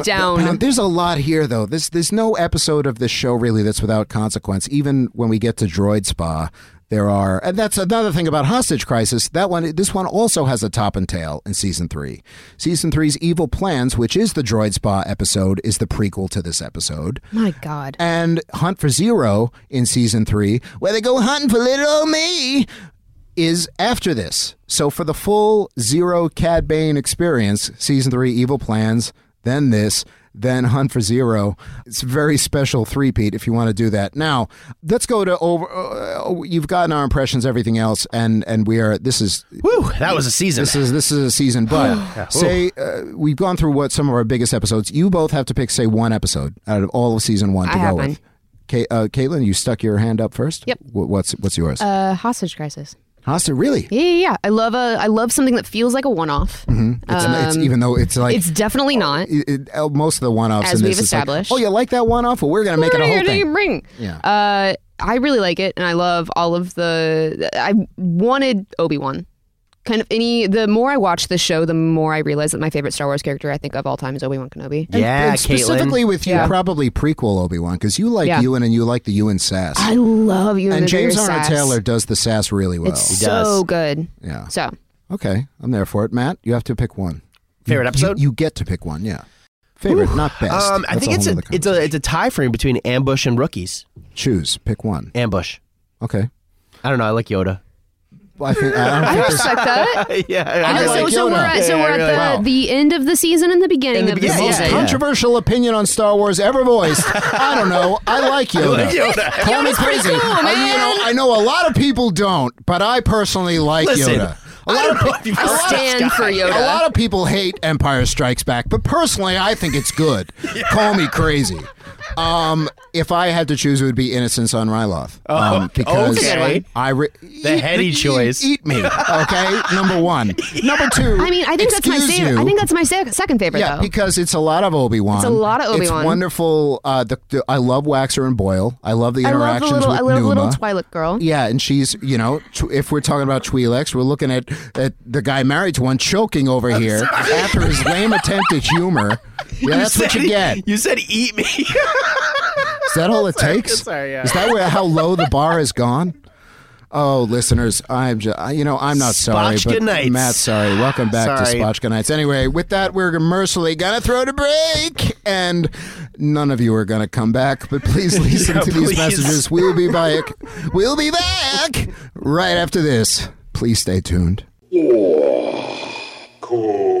Speaker 2: Takedown.
Speaker 1: now, there's a lot here, though. There's there's no episode of this show really that's without consequence. Even when we get to Droid Spa, there are, and that's another thing about Hostage Crisis. That one, this one also has a top and tail in season three. Season three's Evil Plans, which is the Droid Spa episode, is the prequel to this episode.
Speaker 2: My God.
Speaker 1: And Hunt for Zero in season three, where they go hunting for little old me, is after this. So for the full zero Cad Bane experience, season three, Evil Plans, then this, then Hunt for Zero. It's a very special three-peat if you want to do that. Now let's go to over. Uh, you've gotten our impressions, everything else, and and we are. This is
Speaker 3: Whew, that was a season.
Speaker 1: this is this is a season, but say uh, we've gone through what some of our biggest episodes. You both have to pick, say, one episode out of all of season one to
Speaker 2: I
Speaker 1: go
Speaker 2: have
Speaker 1: with.
Speaker 2: one.
Speaker 1: Ca- uh, Caitlin, you stuck your hand up first.
Speaker 2: Yep.
Speaker 1: Wh- what's what's yours?
Speaker 2: Uh, hostage crisis.
Speaker 1: Hasta really?
Speaker 2: Yeah, yeah, yeah. I love a I love something that feels like a one off.
Speaker 1: It's, it's even though it's Mm-hmm. like
Speaker 2: um, It's definitely not.
Speaker 1: it, it, uh, most of the one-offs
Speaker 2: As
Speaker 1: in
Speaker 2: we've
Speaker 1: this it's like,
Speaker 2: established.
Speaker 1: oh, you like that one-off? Well, we're gonna make it a whole thing.
Speaker 2: Ring.
Speaker 1: Yeah.
Speaker 2: Uh, I really like it, and I love all of the. I wanted Obi Wan. Kind of any. The more I watch this show, the more I realize that my favorite Star Wars character I think of all time is Obi Wan Kenobi.
Speaker 3: yeah,
Speaker 1: and specifically
Speaker 3: Caitlin.
Speaker 1: with you,
Speaker 2: Yeah.
Speaker 1: probably prequel Obi Wan because you like
Speaker 2: Yeah.
Speaker 1: Ewan and you like the Ewan sass,
Speaker 2: I love you
Speaker 1: and
Speaker 2: the
Speaker 1: James
Speaker 2: Various
Speaker 1: Arnold
Speaker 2: Sass.
Speaker 1: Taylor does the sass really well.
Speaker 2: It's
Speaker 3: He does.
Speaker 2: so good.
Speaker 1: yeah.
Speaker 2: So
Speaker 1: Okay, I'm there for it, Matt. You have to pick one.
Speaker 3: Favorite
Speaker 1: You-
Speaker 3: episode?
Speaker 1: You, you get to pick one. Yeah, favorite, not best.
Speaker 3: Um, I
Speaker 1: That's
Speaker 3: think it's
Speaker 1: whole
Speaker 3: a
Speaker 1: nother
Speaker 3: it's a it's a tie frame between ambush and rookies.
Speaker 1: conversation. choose. Pick one.
Speaker 3: Ambush.
Speaker 1: Okay.
Speaker 3: I don't know. I like Yoda.
Speaker 1: Well, I think I don't
Speaker 2: I
Speaker 1: think there's-
Speaker 2: respect that.
Speaker 3: yeah,
Speaker 2: And
Speaker 1: I
Speaker 2: so,
Speaker 1: like
Speaker 2: so
Speaker 1: Yoda.
Speaker 2: we're at, so
Speaker 3: Yeah, I
Speaker 2: we're at
Speaker 3: really
Speaker 2: the,
Speaker 1: like-
Speaker 2: the end of the season and the beginning
Speaker 3: And the
Speaker 2: of
Speaker 3: beginning,
Speaker 2: the
Speaker 3: yeah,
Speaker 1: most
Speaker 2: season.
Speaker 3: yeah.
Speaker 1: controversial opinion on Star Wars ever voiced. I don't know. I like Yoda.
Speaker 3: like Yoda.
Speaker 1: Call me crazy. I, you know, I know a lot of people don't, but I personally like
Speaker 3: Listen,
Speaker 1: Yoda. A lot, of, pe-
Speaker 3: if you've
Speaker 2: I
Speaker 3: heard of this
Speaker 2: stand for
Speaker 3: guy.
Speaker 2: Yoda.
Speaker 1: a lot of people hate Empire Strikes Back, but personally, I think it's good. Call me crazy. Um, if I had to choose, it would be Innocence on Ryloth. Um, because
Speaker 3: Oh, okay.
Speaker 1: I re-
Speaker 3: The heady choice.
Speaker 1: Eat me, okay? Number one. Number two.
Speaker 2: I mean, I think that's my
Speaker 1: excuse
Speaker 2: favorite.
Speaker 1: you.
Speaker 2: I think that's my sec- second favorite
Speaker 1: Yeah,
Speaker 2: though.
Speaker 1: because it's a lot of Obi Wan.
Speaker 2: It's a lot of Obi-Wan.
Speaker 1: It's wonderful. Uh, the, the I love Waxer and Boyle. I love the
Speaker 2: I love the
Speaker 1: interactions
Speaker 2: little I
Speaker 1: with
Speaker 2: love the little
Speaker 1: Numa.
Speaker 2: Twilight girl.
Speaker 1: yeah, and she's you know tw- if we're talking about Twi'leks, we're looking at, at the guy married to one choking over here after his lame attempt at humor. Yeah, that's what
Speaker 3: said-
Speaker 1: you get.
Speaker 3: You said eat me.
Speaker 1: Is that all it takes?
Speaker 3: sorry, yeah.
Speaker 1: Is that where, how low the bar has gone? Oh, listeners, I'm just, you know, I'm not sorry, but
Speaker 3: Spotchka Nights.
Speaker 1: Matt, sorry. Welcome back
Speaker 3: Sorry.
Speaker 1: to Spotchka Nights. Anyway, with that, we're commercially gonna throw to break, and none of you are gonna come back. But please listen
Speaker 3: Yeah,
Speaker 1: to
Speaker 3: please.
Speaker 1: these messages. We'll be back. We'll be back right after this. Please stay tuned.
Speaker 6: Cool.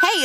Speaker 7: Hey,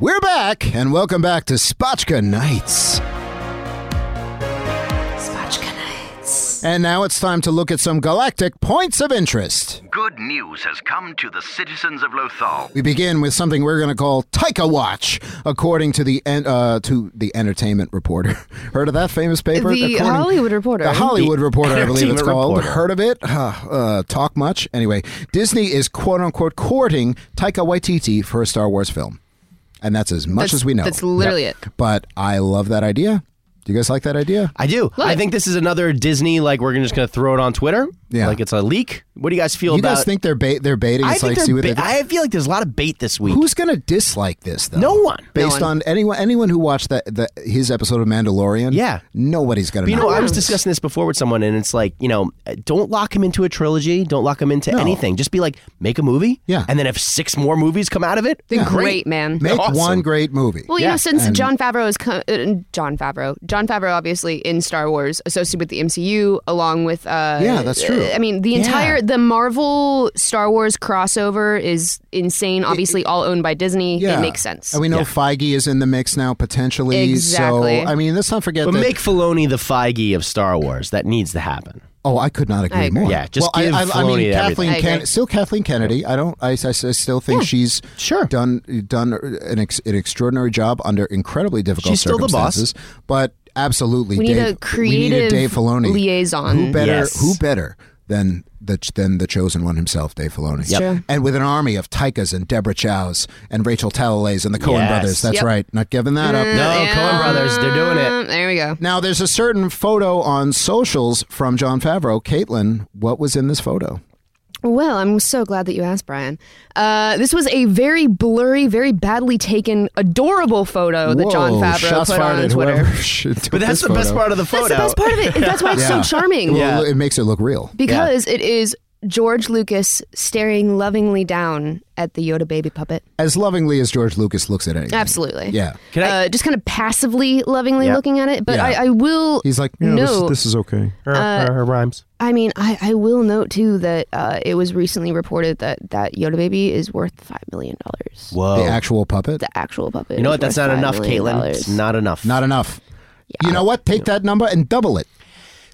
Speaker 1: We're back, and welcome back to Spotchka Nights. And now it's time to look at some galactic points of interest.
Speaker 8: Good news has come to the citizens of Lothal.
Speaker 1: We begin with something we're going to call Taika Watch, according to the en- uh, to the Entertainment Reporter. Heard of that famous paper?
Speaker 2: The
Speaker 1: According-
Speaker 2: Hollywood Reporter.
Speaker 1: The Hollywood
Speaker 3: The
Speaker 1: Reporter, I believe it's
Speaker 3: Entertainment
Speaker 1: called.
Speaker 3: Reporter.
Speaker 1: Heard of it? Uh, uh, talk much? Anyway, Disney is quote unquote courting Taika Waititi for a Star Wars film, and that's as much
Speaker 2: That's-
Speaker 1: as we know.
Speaker 2: That's literally it.
Speaker 1: But I love that idea. Do you guys like that idea?
Speaker 3: I do. I think this is another Disney. Like we're gonna- just going to throw it on Twitter.
Speaker 1: Yeah.
Speaker 3: Like it's a leak. What do you guys feel
Speaker 1: you
Speaker 3: about?
Speaker 1: guys think they're bait? They're baiting.
Speaker 3: I
Speaker 1: It's
Speaker 3: think
Speaker 1: like see
Speaker 3: they're
Speaker 1: what they
Speaker 3: ba- I feel like there's a lot of bait this week.
Speaker 1: Who's going to dislike this though?
Speaker 3: no one?
Speaker 1: Based
Speaker 2: one.
Speaker 1: on anyone anyone who watched that the, his episode of Mandalorian,
Speaker 3: Yeah.
Speaker 1: nobody's going
Speaker 3: But
Speaker 1: to.
Speaker 3: you know, I was discussing this before with someone, and it's like, you know, uh, don't lock him into a trilogy. Don't lock him into
Speaker 1: No.
Speaker 3: anything. Just be like, make a movie.
Speaker 1: Yeah.
Speaker 3: And then if six more movies come out of it,
Speaker 2: They're
Speaker 3: then
Speaker 2: great,
Speaker 3: great.
Speaker 2: man.
Speaker 1: Make
Speaker 3: Awesome.
Speaker 1: one great movie.
Speaker 2: Well, you
Speaker 3: Yeah,
Speaker 2: know, since
Speaker 1: and-
Speaker 2: John Favreau is co- uh, John Favreau, John Favreau obviously in Star Wars associated with the MCU, along with uh,
Speaker 1: Yeah, that's true.
Speaker 2: I mean, the entire the Marvel Star Wars crossover is insane. Obviously, all owned by Disney.
Speaker 1: yeah,
Speaker 2: It makes sense.
Speaker 1: And we know Feige is in the mix now potentially.
Speaker 2: Exactly.
Speaker 1: So I mean, let's not forget.
Speaker 3: But
Speaker 1: that,
Speaker 3: make Filoni the Feige of Star Wars. That needs to happen.
Speaker 1: oh, I could not agree,
Speaker 2: agree.
Speaker 1: more.
Speaker 3: Yeah, just
Speaker 1: well,
Speaker 3: give
Speaker 1: I, I, I
Speaker 3: Filoni
Speaker 1: mean,
Speaker 3: everything.
Speaker 1: Kathleen
Speaker 2: I
Speaker 1: Ken-
Speaker 2: agree.
Speaker 1: still Kathleen Kennedy. I don't. I, I, I still think she's
Speaker 3: Sure.
Speaker 1: done done an, ex, an extraordinary job under incredibly difficult
Speaker 3: She's still the boss.
Speaker 1: circumstances. But absolutely,
Speaker 2: We need
Speaker 1: Dave,
Speaker 2: a
Speaker 1: we need a
Speaker 2: creative
Speaker 1: Dave Filoni
Speaker 2: liaison.
Speaker 1: Who better?
Speaker 3: Yes.
Speaker 1: Who better than the than the chosen one himself, Dave Filoni?
Speaker 2: Yep. true.
Speaker 1: And with an army of Taikas and Deborah Chows and Rachel Talalay and the Cohen
Speaker 3: Yes. Mm,
Speaker 1: brothers. That's
Speaker 2: Yep.
Speaker 1: right. Not giving that up.
Speaker 3: No, Coen Brothers, they're doing it.
Speaker 2: Um, there we go.
Speaker 1: Now there's a certain photo on socials from John Favreau. Caitlin, what was in this photo?
Speaker 2: Well, I'm so glad that you asked, Brian. Uh, this was a very blurry, very badly taken, adorable photo Oh, that John
Speaker 1: Whoa,
Speaker 2: Favreau
Speaker 1: shots
Speaker 2: put
Speaker 1: fired
Speaker 2: on
Speaker 1: at
Speaker 2: Twitter.
Speaker 1: whoever should do
Speaker 3: But that's
Speaker 1: this
Speaker 3: the best
Speaker 1: photo.
Speaker 3: part of the photo.
Speaker 2: That's the best part of it. That's why it's
Speaker 1: Yeah.
Speaker 2: so charming.
Speaker 1: Well, it makes it look real.
Speaker 2: Because it is George Lucas staring lovingly down at the Yoda baby puppet.
Speaker 1: As lovingly as George Lucas looks at anything.
Speaker 2: Absolutely.
Speaker 1: Yeah.
Speaker 3: Can I-
Speaker 2: uh, just kind of passively, lovingly
Speaker 3: Yeah.
Speaker 2: looking at it. But
Speaker 1: Yeah.
Speaker 2: I, I will
Speaker 1: He's like,
Speaker 2: no.
Speaker 1: yeah, this, this is okay.
Speaker 3: her rhymes.
Speaker 2: I mean, I, I will note too that uh, it was recently reported that that Yoda baby is worth five million dollars.
Speaker 3: Whoa.
Speaker 1: The actual puppet.
Speaker 2: The actual puppet.
Speaker 3: you know
Speaker 2: is
Speaker 3: what? That's
Speaker 2: worth
Speaker 3: not
Speaker 2: $5
Speaker 3: enough,
Speaker 2: million
Speaker 3: Caitlin.
Speaker 2: dollars.
Speaker 3: It's not enough.
Speaker 1: Not enough. You know what? Take that number and double it.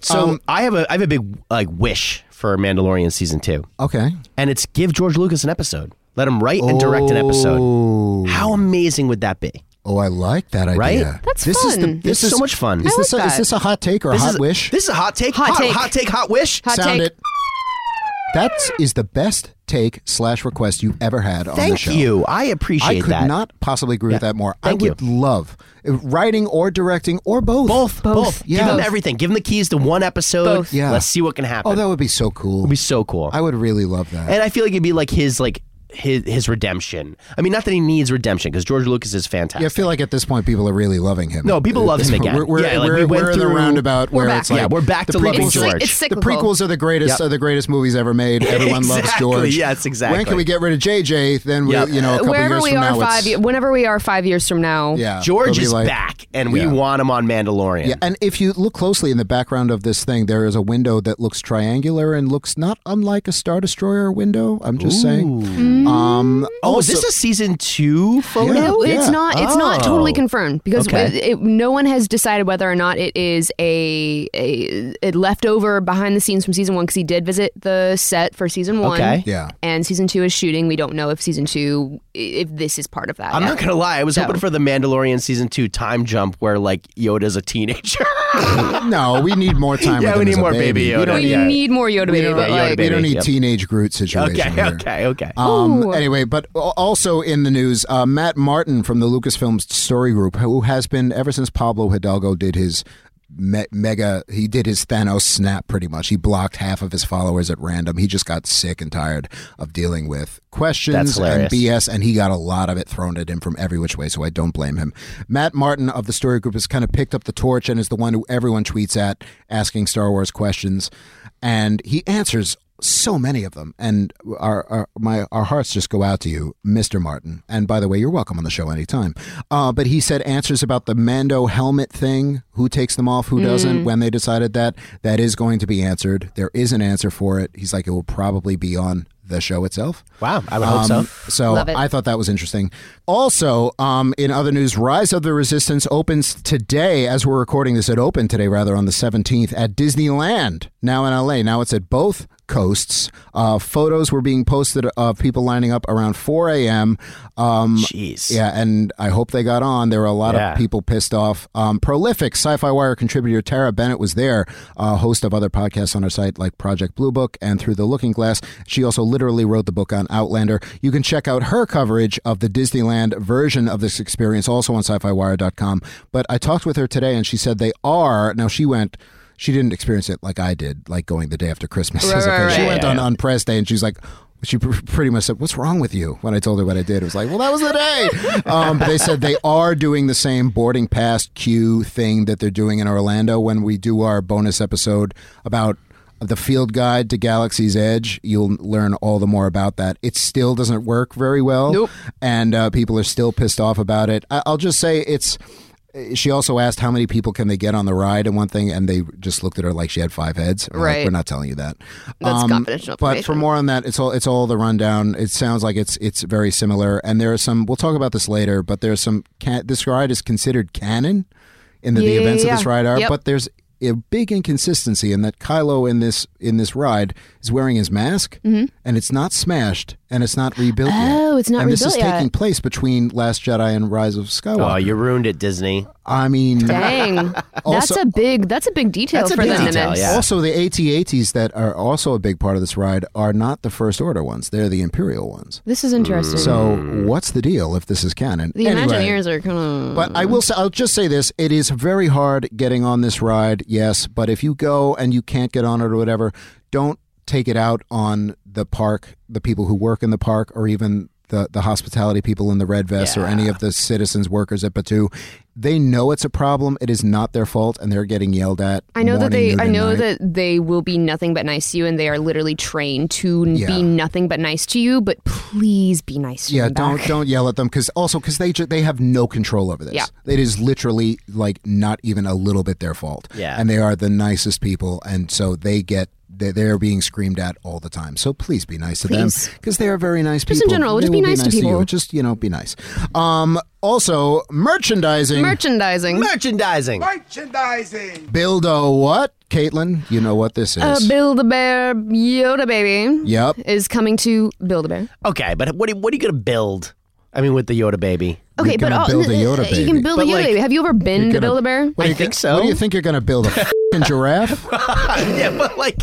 Speaker 3: so
Speaker 1: um,
Speaker 3: I have a I have a big like wish for Mandalorian season two,
Speaker 1: Okay.
Speaker 3: and it's give George Lucas an episode. Let him write and direct an episode.
Speaker 1: Oh,
Speaker 3: How amazing would that be?
Speaker 1: oh I like that idea.
Speaker 3: Right?
Speaker 2: That's
Speaker 1: this Is the,
Speaker 2: fun.
Speaker 1: this
Speaker 3: It's
Speaker 1: is
Speaker 3: so much fun.
Speaker 1: Is
Speaker 3: I
Speaker 1: this,
Speaker 2: like
Speaker 1: a, is
Speaker 2: that.
Speaker 1: this a hot take or a
Speaker 3: This
Speaker 1: hot
Speaker 3: is
Speaker 1: wish?
Speaker 3: This is a hot take.
Speaker 2: Hot take.
Speaker 3: Hot take. Hot wish.
Speaker 2: Hot
Speaker 1: Sound
Speaker 2: take.
Speaker 1: it. That is the best take slash request you've ever had on the
Speaker 3: Thank
Speaker 1: show.
Speaker 3: you. I appreciate
Speaker 1: I could
Speaker 3: that.
Speaker 1: not possibly agree with that more.
Speaker 3: Thank
Speaker 1: I
Speaker 3: you.
Speaker 1: would love uh, writing or directing or both.
Speaker 3: Both, both,
Speaker 1: Yeah.
Speaker 3: Give them everything. Give them the keys to one episode.
Speaker 2: Both.
Speaker 1: Yeah.
Speaker 3: Let's see what can happen.
Speaker 1: Oh, that would be so cool.
Speaker 3: would be so cool.
Speaker 1: I would really love that.
Speaker 3: and I feel like it'd be like his like his his redemption. I mean, not that he needs redemption because George Lucas is fantastic.
Speaker 1: Yeah, I feel like at this point people are really loving him.
Speaker 3: No, people
Speaker 1: At
Speaker 3: love
Speaker 1: this
Speaker 3: him
Speaker 1: point.
Speaker 3: again.
Speaker 1: We're, we're,
Speaker 3: Yeah, like,
Speaker 1: we're,
Speaker 3: we went
Speaker 1: in the
Speaker 3: through-
Speaker 1: roundabout where
Speaker 2: back.
Speaker 1: it's like
Speaker 3: yeah, we're back to
Speaker 1: the
Speaker 3: loving
Speaker 1: prequels-
Speaker 2: It's like-
Speaker 3: George.
Speaker 2: it's
Speaker 1: The
Speaker 2: cyclical.
Speaker 1: prequels are the greatest
Speaker 3: Yep.
Speaker 1: are the greatest movies ever made. Everyone loves
Speaker 3: Exactly,
Speaker 1: George.
Speaker 3: yes, exactly.
Speaker 1: When can we get rid of JJ? Then we,
Speaker 3: Yep.
Speaker 1: you know, a couple
Speaker 2: Wherever
Speaker 1: years
Speaker 2: we
Speaker 1: from
Speaker 2: are
Speaker 1: now,
Speaker 2: five, ye-
Speaker 1: it's,
Speaker 2: whenever we are five years from now,
Speaker 1: yeah,
Speaker 3: George
Speaker 1: it'll be
Speaker 3: is
Speaker 1: like-
Speaker 3: back, and we
Speaker 1: Yeah.
Speaker 3: want him on Mandalorian.
Speaker 1: Yeah, and if you look closely in the background of this thing, there is a window that looks triangular and looks not unlike a star destroyer window. I'm just saying.
Speaker 2: Mm-hmm.
Speaker 1: Um,
Speaker 3: Oh, is this a season two photo?
Speaker 2: Oh, it's not. It's not totally
Speaker 3: Oh.
Speaker 2: confirmed because
Speaker 3: Okay.
Speaker 2: it, it- no one has decided whether or not it is a a, a leftover behind the scenes from season one because he did visit the set for season one.
Speaker 3: Okay. Yeah.
Speaker 2: And season two is shooting. We don't know if season two i- if this is part of that.
Speaker 3: I'm
Speaker 2: yet.
Speaker 3: not gonna lie. I was
Speaker 2: So-
Speaker 3: hoping for the Mandalorian season two time jump where like Yoda's a teenager.
Speaker 1: no, we need more time.
Speaker 3: Yeah,
Speaker 1: with
Speaker 3: we
Speaker 1: him
Speaker 3: need
Speaker 1: as a
Speaker 3: more baby Yoda.
Speaker 1: We don't
Speaker 2: We
Speaker 1: need,
Speaker 2: need more Yoda
Speaker 1: we
Speaker 2: baby,
Speaker 1: don't-
Speaker 2: but
Speaker 1: we
Speaker 2: like
Speaker 1: don't need
Speaker 3: yep.
Speaker 1: teenage Groot situation.
Speaker 3: Okay,
Speaker 1: here.
Speaker 3: okay, okay.
Speaker 1: Um, anyway, but al- also in the news, uh, Matt Martin from the Lucasfilm Story Group, who has been ever since Pablo Hidalgo did his me- mega, he did his Thanos snap pretty much. He blocked half of his followers at random. He just got sick and tired of dealing with
Speaker 3: That's
Speaker 1: questions and
Speaker 3: hilarious.
Speaker 1: BS, and he got a lot of it thrown at him from every which way. So I don't blame him. Matt Martin of the Story Group has kind of picked up the torch and is the one who everyone tweets at asking Star Wars questions, and he answers so many of them. And our, our my our hearts just go out to you, Mr. Martin. And by the way, you're welcome on the show anytime. Uh, but he said answers about the Mando helmet thing, who takes them off, who doesn't,
Speaker 9: Mm.
Speaker 1: when they decided that that is going to be answered. There is an answer for it. He's like, it will probably be on the show itself.
Speaker 3: Wow, I would hope
Speaker 1: Um,
Speaker 3: so.
Speaker 1: So
Speaker 3: Love it.
Speaker 1: I thought that was interesting. Also, um, in other news, Rise of the Resistance opens today, as we're recording this, it opened today, rather, on the 17th at Disneyland, now in LA. Now it's at both coasts. Uh, photos were being posted of people lining up around 4 a.m. Um,
Speaker 3: Jeez.
Speaker 1: Yeah, and I hope they got on. There were a lot
Speaker 3: Yeah.
Speaker 1: of people pissed off. Um, prolific Sci Fi Wire contributor Tara Bennett was there, a host of other podcasts on our site like Project Blue Book and Through the Looking Glass. She also literally wrote the book on Outlander. You can check out her coverage of the Disneyland version of this experience also on sci fi wire.com. But I talked with her today and she said they are. Now, she went. She didn't experience it like I did, like going the day after Christmas.
Speaker 9: Right,
Speaker 1: as a
Speaker 9: right,
Speaker 1: kid. she
Speaker 9: right.
Speaker 1: went
Speaker 9: Yeah,
Speaker 1: on
Speaker 9: yeah.
Speaker 1: on press day, and she's like, she pr- pretty much said, "What's wrong with you?" When I told her what I did, it was like, "Well, that was the day." um, but they said they are doing the same boarding pass queue thing that they're doing in Orlando. When we do our bonus episode about the field guide to Galaxy's Edge, you'll learn all the more about that. It still doesn't work very well, nope. and uh, people are still pissed off about it. I- I'll just say it's. She also asked how many people can they get on the ride and one thing, and they just looked at her like she had five heads. We're like,
Speaker 2: Right.
Speaker 1: We're not telling you that. Um,
Speaker 2: That's confidential
Speaker 1: But for
Speaker 2: information.
Speaker 1: more on that, it's all it's all the rundown. It sounds like it's it's very similar, and there are some. We'll talk about this later, but there's some. Can, this ride is considered canon in the, the
Speaker 9: Yeah,
Speaker 1: events of this
Speaker 9: yeah.
Speaker 1: ride are,
Speaker 9: Yep.
Speaker 1: but there's a big inconsistency in that Kylo in this in this ride is wearing his mask,
Speaker 2: Mhm.
Speaker 1: and it's not smashed, and it's not rebuilt. yet.
Speaker 2: Oh, it's not
Speaker 1: And this is
Speaker 2: rebuilt yet.
Speaker 1: taking place between Last Jedi and Rise of Skywalker.
Speaker 3: Oh, you ruined it, Disney.
Speaker 1: I mean,
Speaker 2: Dang, that's
Speaker 1: Also-
Speaker 2: a big that's a big detail
Speaker 1: That's a
Speaker 2: for
Speaker 1: big
Speaker 2: them to
Speaker 1: detail,
Speaker 2: miss.
Speaker 1: yeah. Also, the AT-ATs that are also a big part of this ride are not the First Order ones; they're the Imperial ones.
Speaker 2: This is interesting.
Speaker 1: So, what's the deal if this is canon?
Speaker 2: The
Speaker 1: Anyway,
Speaker 2: Imagineers are kind of.
Speaker 1: But I will say, I'll just say this: it is very hard getting on this ride. Yes, but if you go and you can't get on it or whatever, don't take it out on the park, the people who work in the park, or even. The, the hospitality people in the red vests or any of the citizens workers at Batu, they know it's a problem. It is not their fault, and they're getting yelled at.
Speaker 2: I know
Speaker 1: morning,
Speaker 2: that they.
Speaker 1: noon,
Speaker 2: I
Speaker 1: and
Speaker 2: know
Speaker 1: night.
Speaker 2: that they will be nothing but nice to you, and they are literally trained to n-
Speaker 1: Yeah.
Speaker 2: be nothing but nice to you. But please be nice to
Speaker 1: Yeah,
Speaker 2: them
Speaker 1: don't
Speaker 2: back.
Speaker 1: don't yell at them because also because they ju- they have no control over this.
Speaker 2: Yeah.
Speaker 1: it is literally like not even a little bit their fault.
Speaker 3: Yeah.
Speaker 1: and they are the nicest people, and so they get they they're being screamed at all the time. So please be nice to
Speaker 9: Please.
Speaker 1: them because they are very nice
Speaker 9: Just in
Speaker 1: people.
Speaker 9: general,
Speaker 1: They
Speaker 9: just be
Speaker 1: will
Speaker 9: nice to
Speaker 1: you.
Speaker 9: people.
Speaker 1: Just you know, be nice. Um, also merchandising.
Speaker 2: Merchandising.
Speaker 3: Merchandising.
Speaker 5: Merchandising.
Speaker 1: Build a what, Caitlin? You know what this is.
Speaker 2: Uh, Build a Bear Yoda Baby
Speaker 1: yep.
Speaker 9: Mm,
Speaker 2: is coming to Build a Bear.
Speaker 3: Okay, but what are, what are you gonna build? I mean, with the Yoda baby.
Speaker 2: Okay, but all- you can build
Speaker 3: But,
Speaker 2: a Yoda
Speaker 3: like,
Speaker 2: Baby. Have you ever been to
Speaker 3: gonna-
Speaker 2: Build a Bear?
Speaker 3: I think so.
Speaker 1: What do you think you're going to build a f***ing giraffe?
Speaker 3: yeah, but like,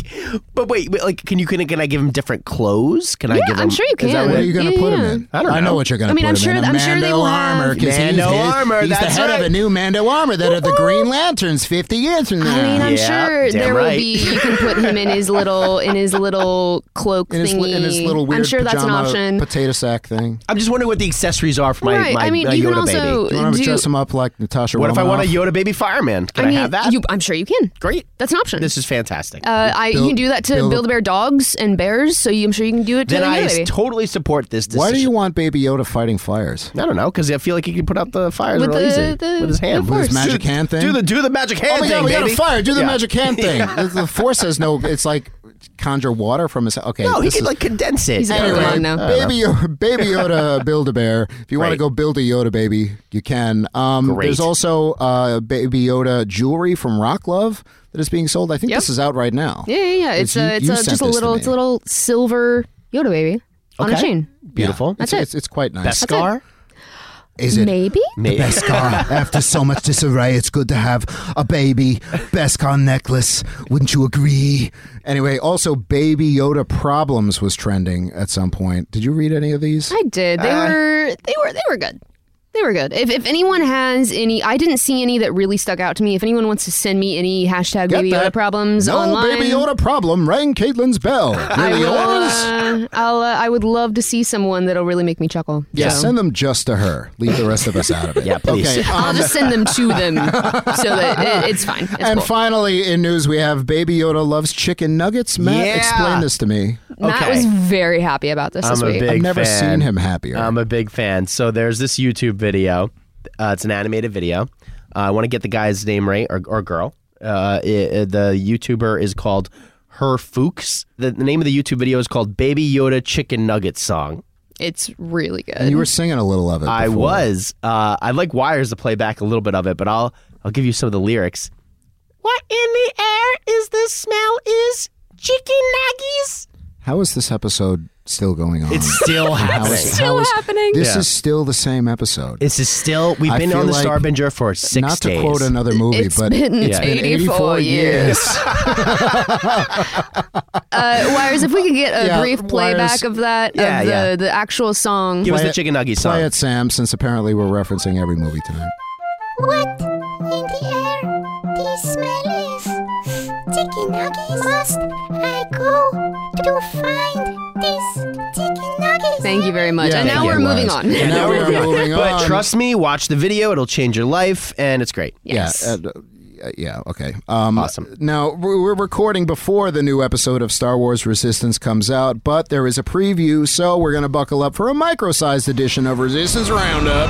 Speaker 3: but wait, but like, can you can, I- can I give him different clothes? Can I
Speaker 2: Yeah,
Speaker 3: give him?
Speaker 2: I'm sure you
Speaker 3: is that
Speaker 2: can.
Speaker 1: What are you going to
Speaker 2: Yeah,
Speaker 1: put him
Speaker 2: yeah.
Speaker 1: in?
Speaker 3: I don't
Speaker 1: I know
Speaker 3: know.
Speaker 1: what you're going
Speaker 2: I
Speaker 1: to
Speaker 2: mean,
Speaker 1: put
Speaker 2: I'm
Speaker 1: him
Speaker 2: sure-
Speaker 1: in. A
Speaker 2: I'm sure they
Speaker 1: Mando
Speaker 2: will have-
Speaker 1: armor. 'cause he's
Speaker 3: Mando
Speaker 1: his-
Speaker 3: armor,
Speaker 1: He's
Speaker 3: that's
Speaker 1: the head of a
Speaker 3: right.
Speaker 1: new Mando armor that are the Green Lanterns 50 years from now.
Speaker 2: I mean, I'm sure there will
Speaker 1: right.
Speaker 2: be. You can put him in his little in his little cloak
Speaker 1: in his,
Speaker 2: thingy.
Speaker 1: in his little weird
Speaker 2: I'm sure that's an
Speaker 1: pajama
Speaker 2: option.
Speaker 1: potato sack thing.
Speaker 3: I'm just wondering what the accessories are for my,
Speaker 2: Right,
Speaker 3: my,
Speaker 2: I mean,
Speaker 3: my
Speaker 2: you can
Speaker 3: Yoda
Speaker 2: also
Speaker 3: baby.
Speaker 1: Do you want to dress him up like Natasha
Speaker 3: What if I want a
Speaker 1: Romanoff?
Speaker 3: Yoda baby fireman? Can I,
Speaker 2: mean,
Speaker 3: have that?
Speaker 2: You, I'm sure you can.
Speaker 3: Great.
Speaker 2: That's an option.
Speaker 3: This is fantastic.
Speaker 2: Uh, I you can do that to
Speaker 3: build-
Speaker 2: build, a bear dogs and bears, so you, I'm sure you can do it to
Speaker 3: then
Speaker 2: the
Speaker 3: I
Speaker 2: Yoda baby.
Speaker 3: totally support this decision.
Speaker 1: Why do you want Baby Yoda fighting fires?
Speaker 3: I don't know because I feel like he can put out the fires
Speaker 1: With
Speaker 3: real
Speaker 1: the-
Speaker 3: easy
Speaker 1: the-
Speaker 3: with his hand,
Speaker 1: the With his force. magic
Speaker 3: Do-
Speaker 1: hand thing?
Speaker 3: Do the do the magic hand
Speaker 1: Oh my
Speaker 3: thing.
Speaker 1: god, we got a
Speaker 3: baby.
Speaker 1: fire! Do the
Speaker 3: Yeah.
Speaker 1: magic hand thing.
Speaker 3: Yeah.
Speaker 1: The- The force says no. It's like conjure water from his. Okay,
Speaker 3: No, he
Speaker 1: this
Speaker 3: could,
Speaker 1: is-
Speaker 3: like, condense it. He's
Speaker 1: Anyway,
Speaker 3: got one now.
Speaker 1: Baby, Yo- baby Yoda, build a bear. If you want to
Speaker 3: Right.
Speaker 1: go build a Yoda baby, you can. Um,
Speaker 3: Great.
Speaker 1: There's also uh, baby Yoda jewelry from Rock Love that is being sold. I think this is out right now.
Speaker 2: Yeah, yeah, yeah. It's,
Speaker 1: you-
Speaker 2: a, it's
Speaker 1: you
Speaker 2: a,
Speaker 1: sent
Speaker 2: just a
Speaker 1: this to
Speaker 2: little,
Speaker 1: me.
Speaker 2: it's a little silver Yoda baby on a
Speaker 1: Okay.
Speaker 2: chain.
Speaker 1: Beautiful.
Speaker 2: That's
Speaker 1: it's,
Speaker 2: it.
Speaker 1: It's, it's quite nice.
Speaker 2: That's it.
Speaker 1: Is it
Speaker 2: Maybe?
Speaker 1: The Beskar. After so much disarray, it's good to have a baby Beskar necklace. Wouldn't you agree? Anyway, also Baby Yoda problems was trending at some point. Did you read any of these?
Speaker 2: I did. They
Speaker 1: Ah.
Speaker 2: were they were they were good. They were good. If, if anyone has any, I didn't see any that really stuck out to me. If anyone wants to send me any hashtag
Speaker 1: Get
Speaker 2: Baby Yoda
Speaker 1: that.
Speaker 2: problems
Speaker 1: no
Speaker 2: online,
Speaker 1: Baby Yoda problem rang Caitlin's bell.
Speaker 2: I
Speaker 1: Really
Speaker 2: will.
Speaker 1: yours?
Speaker 2: Uh, I'll. Uh, I would love to see someone that'll really make me chuckle.
Speaker 1: Yeah,
Speaker 2: So.
Speaker 1: send them just to her. Leave the rest of us out of it. yeah, Okay,
Speaker 2: I'll
Speaker 1: um,
Speaker 2: just send them to them so that it, it's fine. It's
Speaker 1: and
Speaker 2: cool.
Speaker 1: finally, in news, we have Baby Yoda loves chicken nuggets. Matt,
Speaker 2: Yeah.
Speaker 1: explain this to me.
Speaker 2: Matt was very happy about this this
Speaker 3: I'm a
Speaker 2: week.
Speaker 3: big
Speaker 1: I've never
Speaker 3: fan. Um,
Speaker 1: seen him happier.
Speaker 3: I'm a big fan. So there's this YouTube video. Uh, it's an animated video. Uh, I want to get the guy's name right or, or girl. Uh, it- it- the YouTuber is called Her Fuchs. The, the name of the YouTube video is called Baby Yoda Chicken Nugget Song.
Speaker 2: It's really good.
Speaker 1: And you were singing a little of it.
Speaker 3: I
Speaker 1: before.
Speaker 3: was. Uh, I'd like Wires to play back a little bit of it, but I'll I'll give you some of the lyrics. What in the air is this smell? Is chicken nuggies?
Speaker 1: How is this episode still going on?
Speaker 3: It's still happening. Still happening.
Speaker 1: This
Speaker 3: Yeah.
Speaker 1: is still the same episode.
Speaker 3: This is still. We've
Speaker 1: I
Speaker 3: been
Speaker 1: feel
Speaker 3: on the
Speaker 1: like-
Speaker 3: Starbinger for six
Speaker 1: Not to
Speaker 3: days.
Speaker 1: quote another movie,
Speaker 2: It's
Speaker 1: but
Speaker 2: been
Speaker 1: it's been
Speaker 2: 84
Speaker 1: 84
Speaker 2: years.
Speaker 1: years.
Speaker 2: uh, Wires, if we could get a
Speaker 1: Yeah,
Speaker 2: brief playback
Speaker 1: Wires.
Speaker 2: of that,
Speaker 1: Yeah,
Speaker 2: of the,
Speaker 1: yeah.
Speaker 2: the actual song.
Speaker 1: Play it- Play it, Sam, since apparently we're referencing every movie tonight.
Speaker 9: What in the air? This smell is chicken nuggets. Must I go to find this chicken nuggets?
Speaker 2: Thank you very much.
Speaker 3: Yeah,
Speaker 2: and
Speaker 3: thank
Speaker 2: now
Speaker 3: you,
Speaker 2: we're moving on.
Speaker 3: Wires. And now we're
Speaker 1: moving
Speaker 3: But
Speaker 1: on.
Speaker 3: trust me, watch the video. It'll change your life, and it's great.
Speaker 1: Yeah. uh, uh, yeah. Okay. Um, awesome. Now we're we're recording before the new episode of Star Wars Resistance comes out, but there is a preview, so we're gonna buckle up for a micro-sized edition of Resistance Roundup.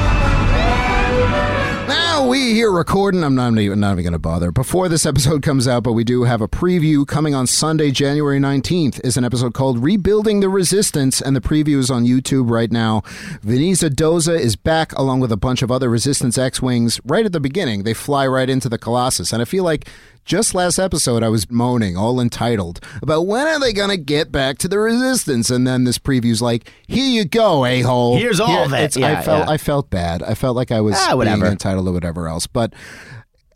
Speaker 1: Now we here recording. I'm not even not even gonna bother before this episode comes out, but we do have a preview coming on Sunday, January 19th. Is an episode called "Rebuilding the Resistance," and the preview is on YouTube right now. Veneza Doza is back along with a bunch of other Resistance X-wings. Right at the beginning, they fly right into the Colossus, and I feel like just last episode I was moaning, all entitled, about when are they gonna get back to the Resistance, and then this preview's like, "Here you go, a hole."
Speaker 3: Here's all that.
Speaker 1: I
Speaker 3: Yeah,
Speaker 1: felt
Speaker 3: yeah.
Speaker 1: I felt bad. I felt like I was
Speaker 3: Ah, whatever.
Speaker 1: being entitled to whatever else. But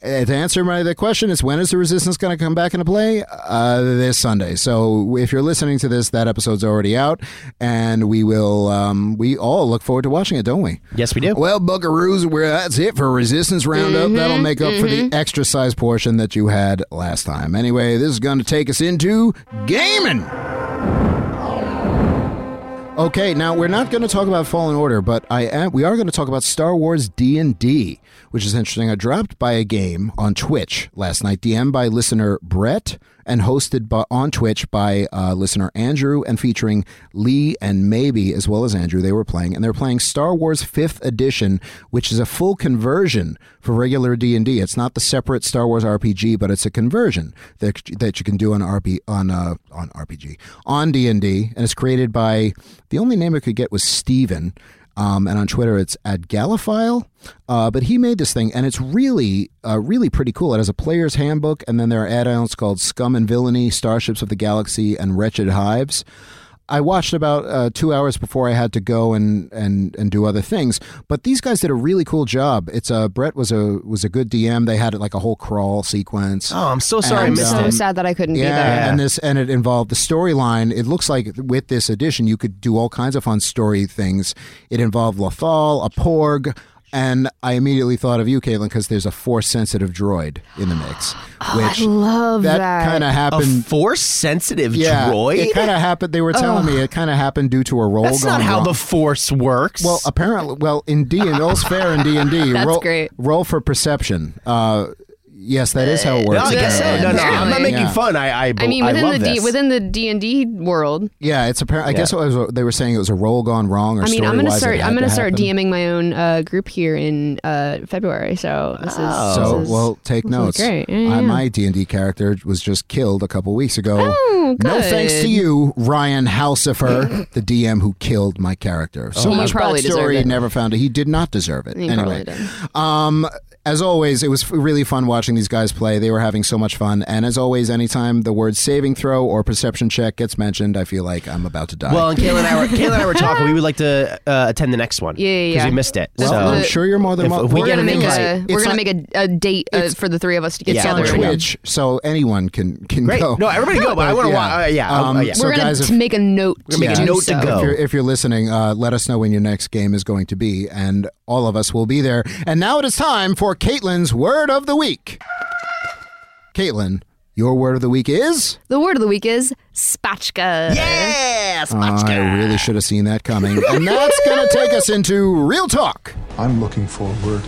Speaker 1: uh, to answer my the question is when is the resistance going to come back into play? Uh, this Sunday. So if you're listening to this, that episode's already out, and we will um, we all look forward to watching it, don't we?
Speaker 3: Yes, we do.
Speaker 1: Well, Buckaroos, we're, that's it for Resistance Roundup.
Speaker 3: Mm-hmm,
Speaker 1: That'll make up for the extra size portion that you had last time. Anyway, this is going to take us into gaming. Okay, now we're not going to talk about Fallen Order, but I am, we are going to talk about Star Wars D&D, which is interesting. I dropped by a game on Twitch last night, DM by listener Brett and hosted by, on Twitch by uh, listener Andrew and featuring Lee and Maybe as well as Andrew. They were playing and they're playing Star Wars 5th Edition, which is a full conversion for regular D&D. It's not the separate Star Wars RPG, but it's a conversion that, that you can do on RP on uh, on RPG on D and D, and it's created by the only name I could get was Steven. Um, and on Twitter, it's at Gallifile. Uh, but he made this thing, and it's really, uh, really pretty cool. It has a player's handbook, and then there are add-ons called Scum and Villainy, Starships of the Galaxy, and Wretched Hives. I watched about uh, two hours before I had to go and, and and do other things. But these guys did a really cool job. It's uh, Brett was a was a good DM. They had like a whole crawl sequence.
Speaker 3: Oh, I'm so sorry I
Speaker 2: I'm
Speaker 3: missed
Speaker 2: so
Speaker 3: it.
Speaker 2: sad that I couldn't be
Speaker 1: um, yeah,
Speaker 2: there.
Speaker 1: and this and it involved the storyline. It looks like with this edition, you could do all kinds of fun story things. It involved Lothal, a Porg, and I immediately thought of you, Caitlin, because there's a force-sensitive droid in the mix, which
Speaker 2: Oh, love
Speaker 1: that,
Speaker 2: that.
Speaker 1: kind of
Speaker 3: A
Speaker 1: happened.
Speaker 3: force sensitive
Speaker 1: yeah,
Speaker 3: droid. Oh.
Speaker 1: it kind of happened. They were telling me it kind of happened due to a role.
Speaker 3: That's not
Speaker 1: gone
Speaker 3: how
Speaker 1: wrong.
Speaker 3: the force works.
Speaker 1: Well, apparently, well, in D and all's fair in D and D.
Speaker 3: That's
Speaker 1: roll,
Speaker 3: great.
Speaker 1: Roll for perception. Uh, Yes, that is how it
Speaker 3: No,
Speaker 1: works.
Speaker 3: I guess so.
Speaker 1: apparently.
Speaker 3: No, no, I'm not
Speaker 1: Yeah.
Speaker 3: making fun. I, I,
Speaker 2: I
Speaker 1: Oh,
Speaker 2: mean,
Speaker 3: I
Speaker 2: within
Speaker 3: love
Speaker 2: the D,
Speaker 3: this.
Speaker 2: within the D and D world,
Speaker 1: Yeah, it's apparent. I guess
Speaker 3: Yeah.
Speaker 1: what was, they were saying it was a role gone wrong. Or
Speaker 2: I mean, I'm
Speaker 1: going
Speaker 2: gonna
Speaker 1: to
Speaker 2: start. I'm gonna start DMing my own uh, group here in uh, February. So this is
Speaker 1: Oh. So
Speaker 2: this is-
Speaker 1: well, take
Speaker 2: this is
Speaker 1: notes.
Speaker 2: Great. Yeah, yeah,
Speaker 1: I,
Speaker 2: yeah.
Speaker 1: my D and D character was just killed a couple weeks ago.
Speaker 2: Oh,
Speaker 1: No thanks to
Speaker 2: good.
Speaker 1: you, Ryan Halsifer, the DM who killed my character. So
Speaker 2: He
Speaker 1: much
Speaker 2: Oh, probably deserved
Speaker 1: backstory,
Speaker 2: it.
Speaker 1: never found it. He did not deserve it.
Speaker 2: He
Speaker 1: anyway,
Speaker 2: probably did.
Speaker 1: Um, as always, it was f- really fun watching these guys play. They were having so much fun. And as always, anytime the word saving throw or perception check gets mentioned, I feel like I'm about to die.
Speaker 3: Well, and Kayla and I were Kayla and I were talking. We would like to uh, attend the next one.
Speaker 2: Yeah, yeah,
Speaker 3: Because
Speaker 2: yeah.
Speaker 3: we missed it.
Speaker 1: Well,
Speaker 3: so
Speaker 1: I'm sure you're more than
Speaker 3: If-
Speaker 1: wel-
Speaker 3: if we
Speaker 2: we're
Speaker 3: get
Speaker 2: gonna
Speaker 3: an
Speaker 2: make
Speaker 3: invite-
Speaker 2: a we're
Speaker 1: It's
Speaker 2: gonna
Speaker 1: on-
Speaker 2: make a, a date uh, for the three of us to get
Speaker 1: it's on
Speaker 2: together. and go.
Speaker 1: Twitch, so anyone can can
Speaker 3: Great.
Speaker 1: go. Um,
Speaker 3: No, everybody go, but I wanna wa- uh, yeah, I'll- uh, yeah.
Speaker 1: so
Speaker 2: we're gonna
Speaker 1: guys, if-
Speaker 2: t- make a note. To
Speaker 1: Yeah.
Speaker 2: do
Speaker 3: note to
Speaker 2: so.
Speaker 3: go.
Speaker 1: If you're, if you're listening, uh, let us know when your next game is going to be, and all of us will be there. And now it is time for Caitlin's Word of the Week. Caitlin, your Word of the Week is?
Speaker 2: The word of the week is spatchka.
Speaker 3: Yes,
Speaker 1: I really should have seen that coming. and that's going to take us into Real Talk.
Speaker 10: I'm looking forward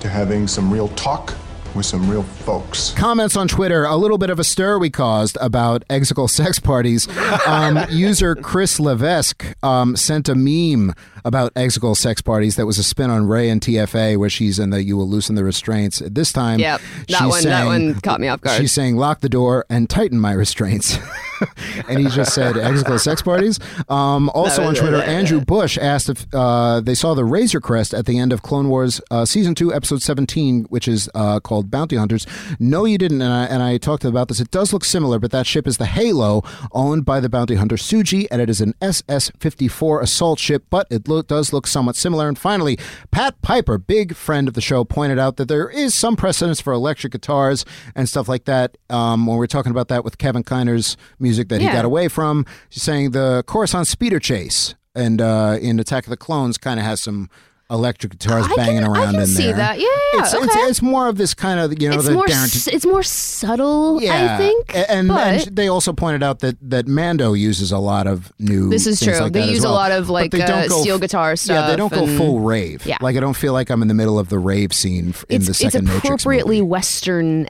Speaker 10: to having some real talk with some real folks.
Speaker 1: Comments on Twitter, a little bit of a stir we caused about exical sex parties. Um, user Chris Levesque um, sent a meme about exical sex parties that was a spin on Ray and TFA, where she's in the "You will loosen the restraints." This time,
Speaker 2: Yep. That
Speaker 1: she's
Speaker 2: one- that one caught me off guard.
Speaker 1: She's saying, "Lock the door and tighten my restraints." and he just said, "Exical sex parties." Um, also
Speaker 2: No,
Speaker 1: on
Speaker 2: no,
Speaker 1: Twitter,
Speaker 2: no, no.
Speaker 1: Andrew Bush asked if uh, they saw the Razor Crest at the end of Clone Wars uh, season two, episode seventeen, which is uh, called Bounty Hunters. No, you didn't, and I, and I talked about this. It does look similar, but that ship is the Halo, owned by the bounty hunter Suji, and it is an SS fifty four assault ship. But it lo- does look somewhat similar. And finally, Pat Piper, big friend of the show, pointed out that there is some precedence for electric guitars and stuff like that. Um, when we we're talking about that with Kevin Kiner's music that he
Speaker 11: Yeah.
Speaker 1: got away from, she's saying the chorus on Speeder Chase and uh, in Attack of the Clones kind of has some electric guitars banging around
Speaker 2: I can
Speaker 1: in
Speaker 2: see
Speaker 1: there.
Speaker 2: that. Yeah, yeah,
Speaker 1: it's,
Speaker 2: okay.
Speaker 1: it's, it's more of this kind of you know
Speaker 2: it's
Speaker 1: the
Speaker 2: more
Speaker 1: down-
Speaker 2: s- it's more subtle.
Speaker 1: yeah,
Speaker 2: I think.
Speaker 1: A- and,
Speaker 2: but
Speaker 1: and they also pointed out that that Mando uses a lot of new.
Speaker 2: This is
Speaker 1: things
Speaker 2: true.
Speaker 1: like
Speaker 2: They
Speaker 1: that as
Speaker 2: use a
Speaker 1: well.
Speaker 2: lot of,
Speaker 1: But
Speaker 2: like,
Speaker 1: they don't
Speaker 2: uh,
Speaker 1: go
Speaker 2: steel
Speaker 1: f-
Speaker 2: guitar
Speaker 1: Yeah, they don't go
Speaker 2: stuff
Speaker 1: full
Speaker 2: and-
Speaker 1: rave.
Speaker 2: Yeah.
Speaker 1: like I don't feel like I'm in the middle of the rave scene f- in
Speaker 2: it's
Speaker 1: the
Speaker 2: it's
Speaker 1: second Matrix movie.
Speaker 2: appropriately western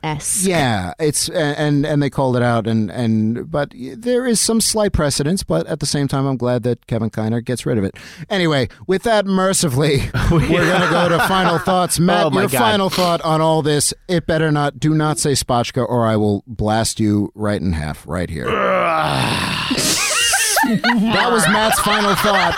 Speaker 2: esque.
Speaker 1: Yeah, it's and and they called it out, and and but there is some slight precedence, but at the same time, I'm glad that Kevin Kiner gets rid of it. Anyway, with that, mercifully, we're gonna go to final thoughts. Matt,
Speaker 3: Oh, my
Speaker 1: your
Speaker 3: God.
Speaker 1: final thought on all this? It better not. Do not say Spotchka, or I will blast you right in half right here. that was Matt's final thought.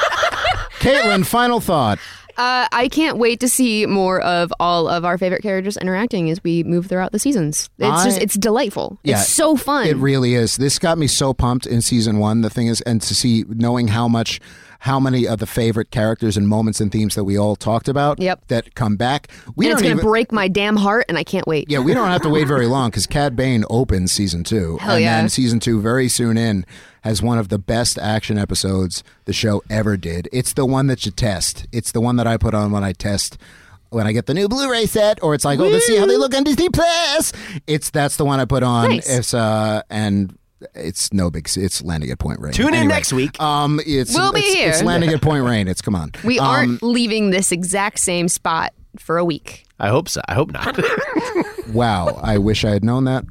Speaker 1: Caitlin, final thought.
Speaker 2: Uh, I can't wait to see more of all of our favorite characters interacting as we move throughout the seasons. It's
Speaker 1: I-
Speaker 2: just it's delightful. it's so fun.
Speaker 1: It really is. This got me so pumped in season one. The thing is, and to see knowing how much, how many of the favorite characters and moments and themes that we all talked about,
Speaker 2: Yep.
Speaker 1: that come back. We
Speaker 2: and it's
Speaker 1: don't
Speaker 2: gonna
Speaker 1: even.
Speaker 2: break my damn heart, and I can't wait.
Speaker 1: yeah, we don't have to wait very long because Cad Bane opens season two,
Speaker 2: Hell
Speaker 1: and
Speaker 2: yeah.
Speaker 1: then season two very soon in has one of the best action episodes the show ever did. It's the one that you test. It's the one that I put on when I test. When I get the new Blu-ray set, or it's like, oh, let's see how they look on Disney Plus. It's that's the one I put on.
Speaker 2: Nice.
Speaker 1: It's uh, and it's no big. It's landing at Point Rain.
Speaker 3: Tune in
Speaker 1: Anyway,
Speaker 3: next week.
Speaker 1: Um, it's
Speaker 2: We'll be
Speaker 1: it's-
Speaker 2: here.
Speaker 1: It's landing at Point Rain. It's come on.
Speaker 2: We
Speaker 1: Um,
Speaker 2: aren't leaving this exact same spot for a week.
Speaker 3: I hope so. I hope not.
Speaker 1: Wow, I wish I had known that.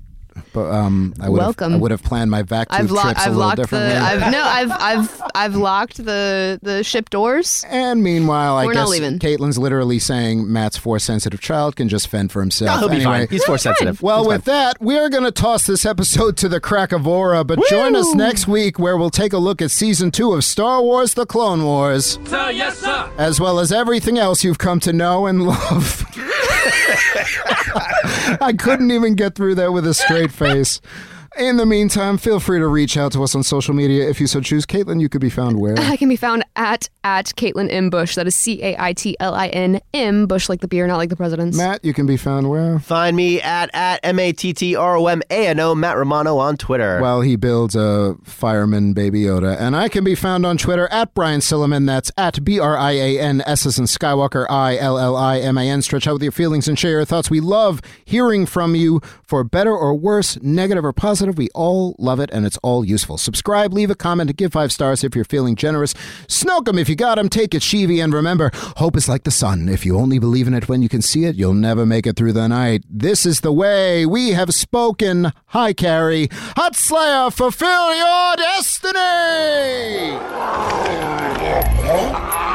Speaker 1: But um, I would
Speaker 2: Welcome.
Speaker 1: Have, I would have planned my vac tube
Speaker 2: I've, lo-
Speaker 1: trips a
Speaker 2: I've
Speaker 1: little
Speaker 2: locked the.
Speaker 1: differently.
Speaker 2: I've, no, I've I've I've locked the the ship doors.
Speaker 1: And meanwhile, I
Speaker 2: We're not
Speaker 1: guess
Speaker 2: leaving.
Speaker 1: Caitlin's literally saying Matt's force sensitive child can just fend for himself.
Speaker 3: No, he'll be
Speaker 1: Anyway,
Speaker 3: fine. He's force sensitive.
Speaker 1: Well,
Speaker 3: He's
Speaker 1: with that, we're going to toss this episode to the Krakavora, but join us next week where we'll take a look at season two of Star Wars The Clone Wars,
Speaker 4: Sir, yes, sir.
Speaker 1: as well as everything else you've come to know and love. I couldn't even get through that with a straight face. In the meantime, feel free to reach out to us on social media if you so choose. Caitlin, you could be found where?
Speaker 2: I can be found at at Caitlin M Bush. That is C A I T L I N M Bush, like the beer, not like the president's.
Speaker 1: Matt, you can be found where?
Speaker 3: Find me at at m a t t r o m a n o Matt Romano on Twitter.
Speaker 1: While he builds a fireman baby Yoda. And I can be found on Twitter at Brian Silliman. That's at B R I A N S as in Skywalker I L L I M A N. Stretch out with your feelings and share your thoughts. We love hearing from you for better or worse, negative or positive. positive we all love it and it's all useful. Subscribe, leave a comment, and give five stars if you're feeling generous. Snoke 'em if you got 'em. Take it, Sheevy, and remember, hope is like the sun. If you only believe in it when you can see it, you'll never make it through the night. This is the way. We have spoken. Hi, Carrie. Hot Slayer, fulfill your destiny!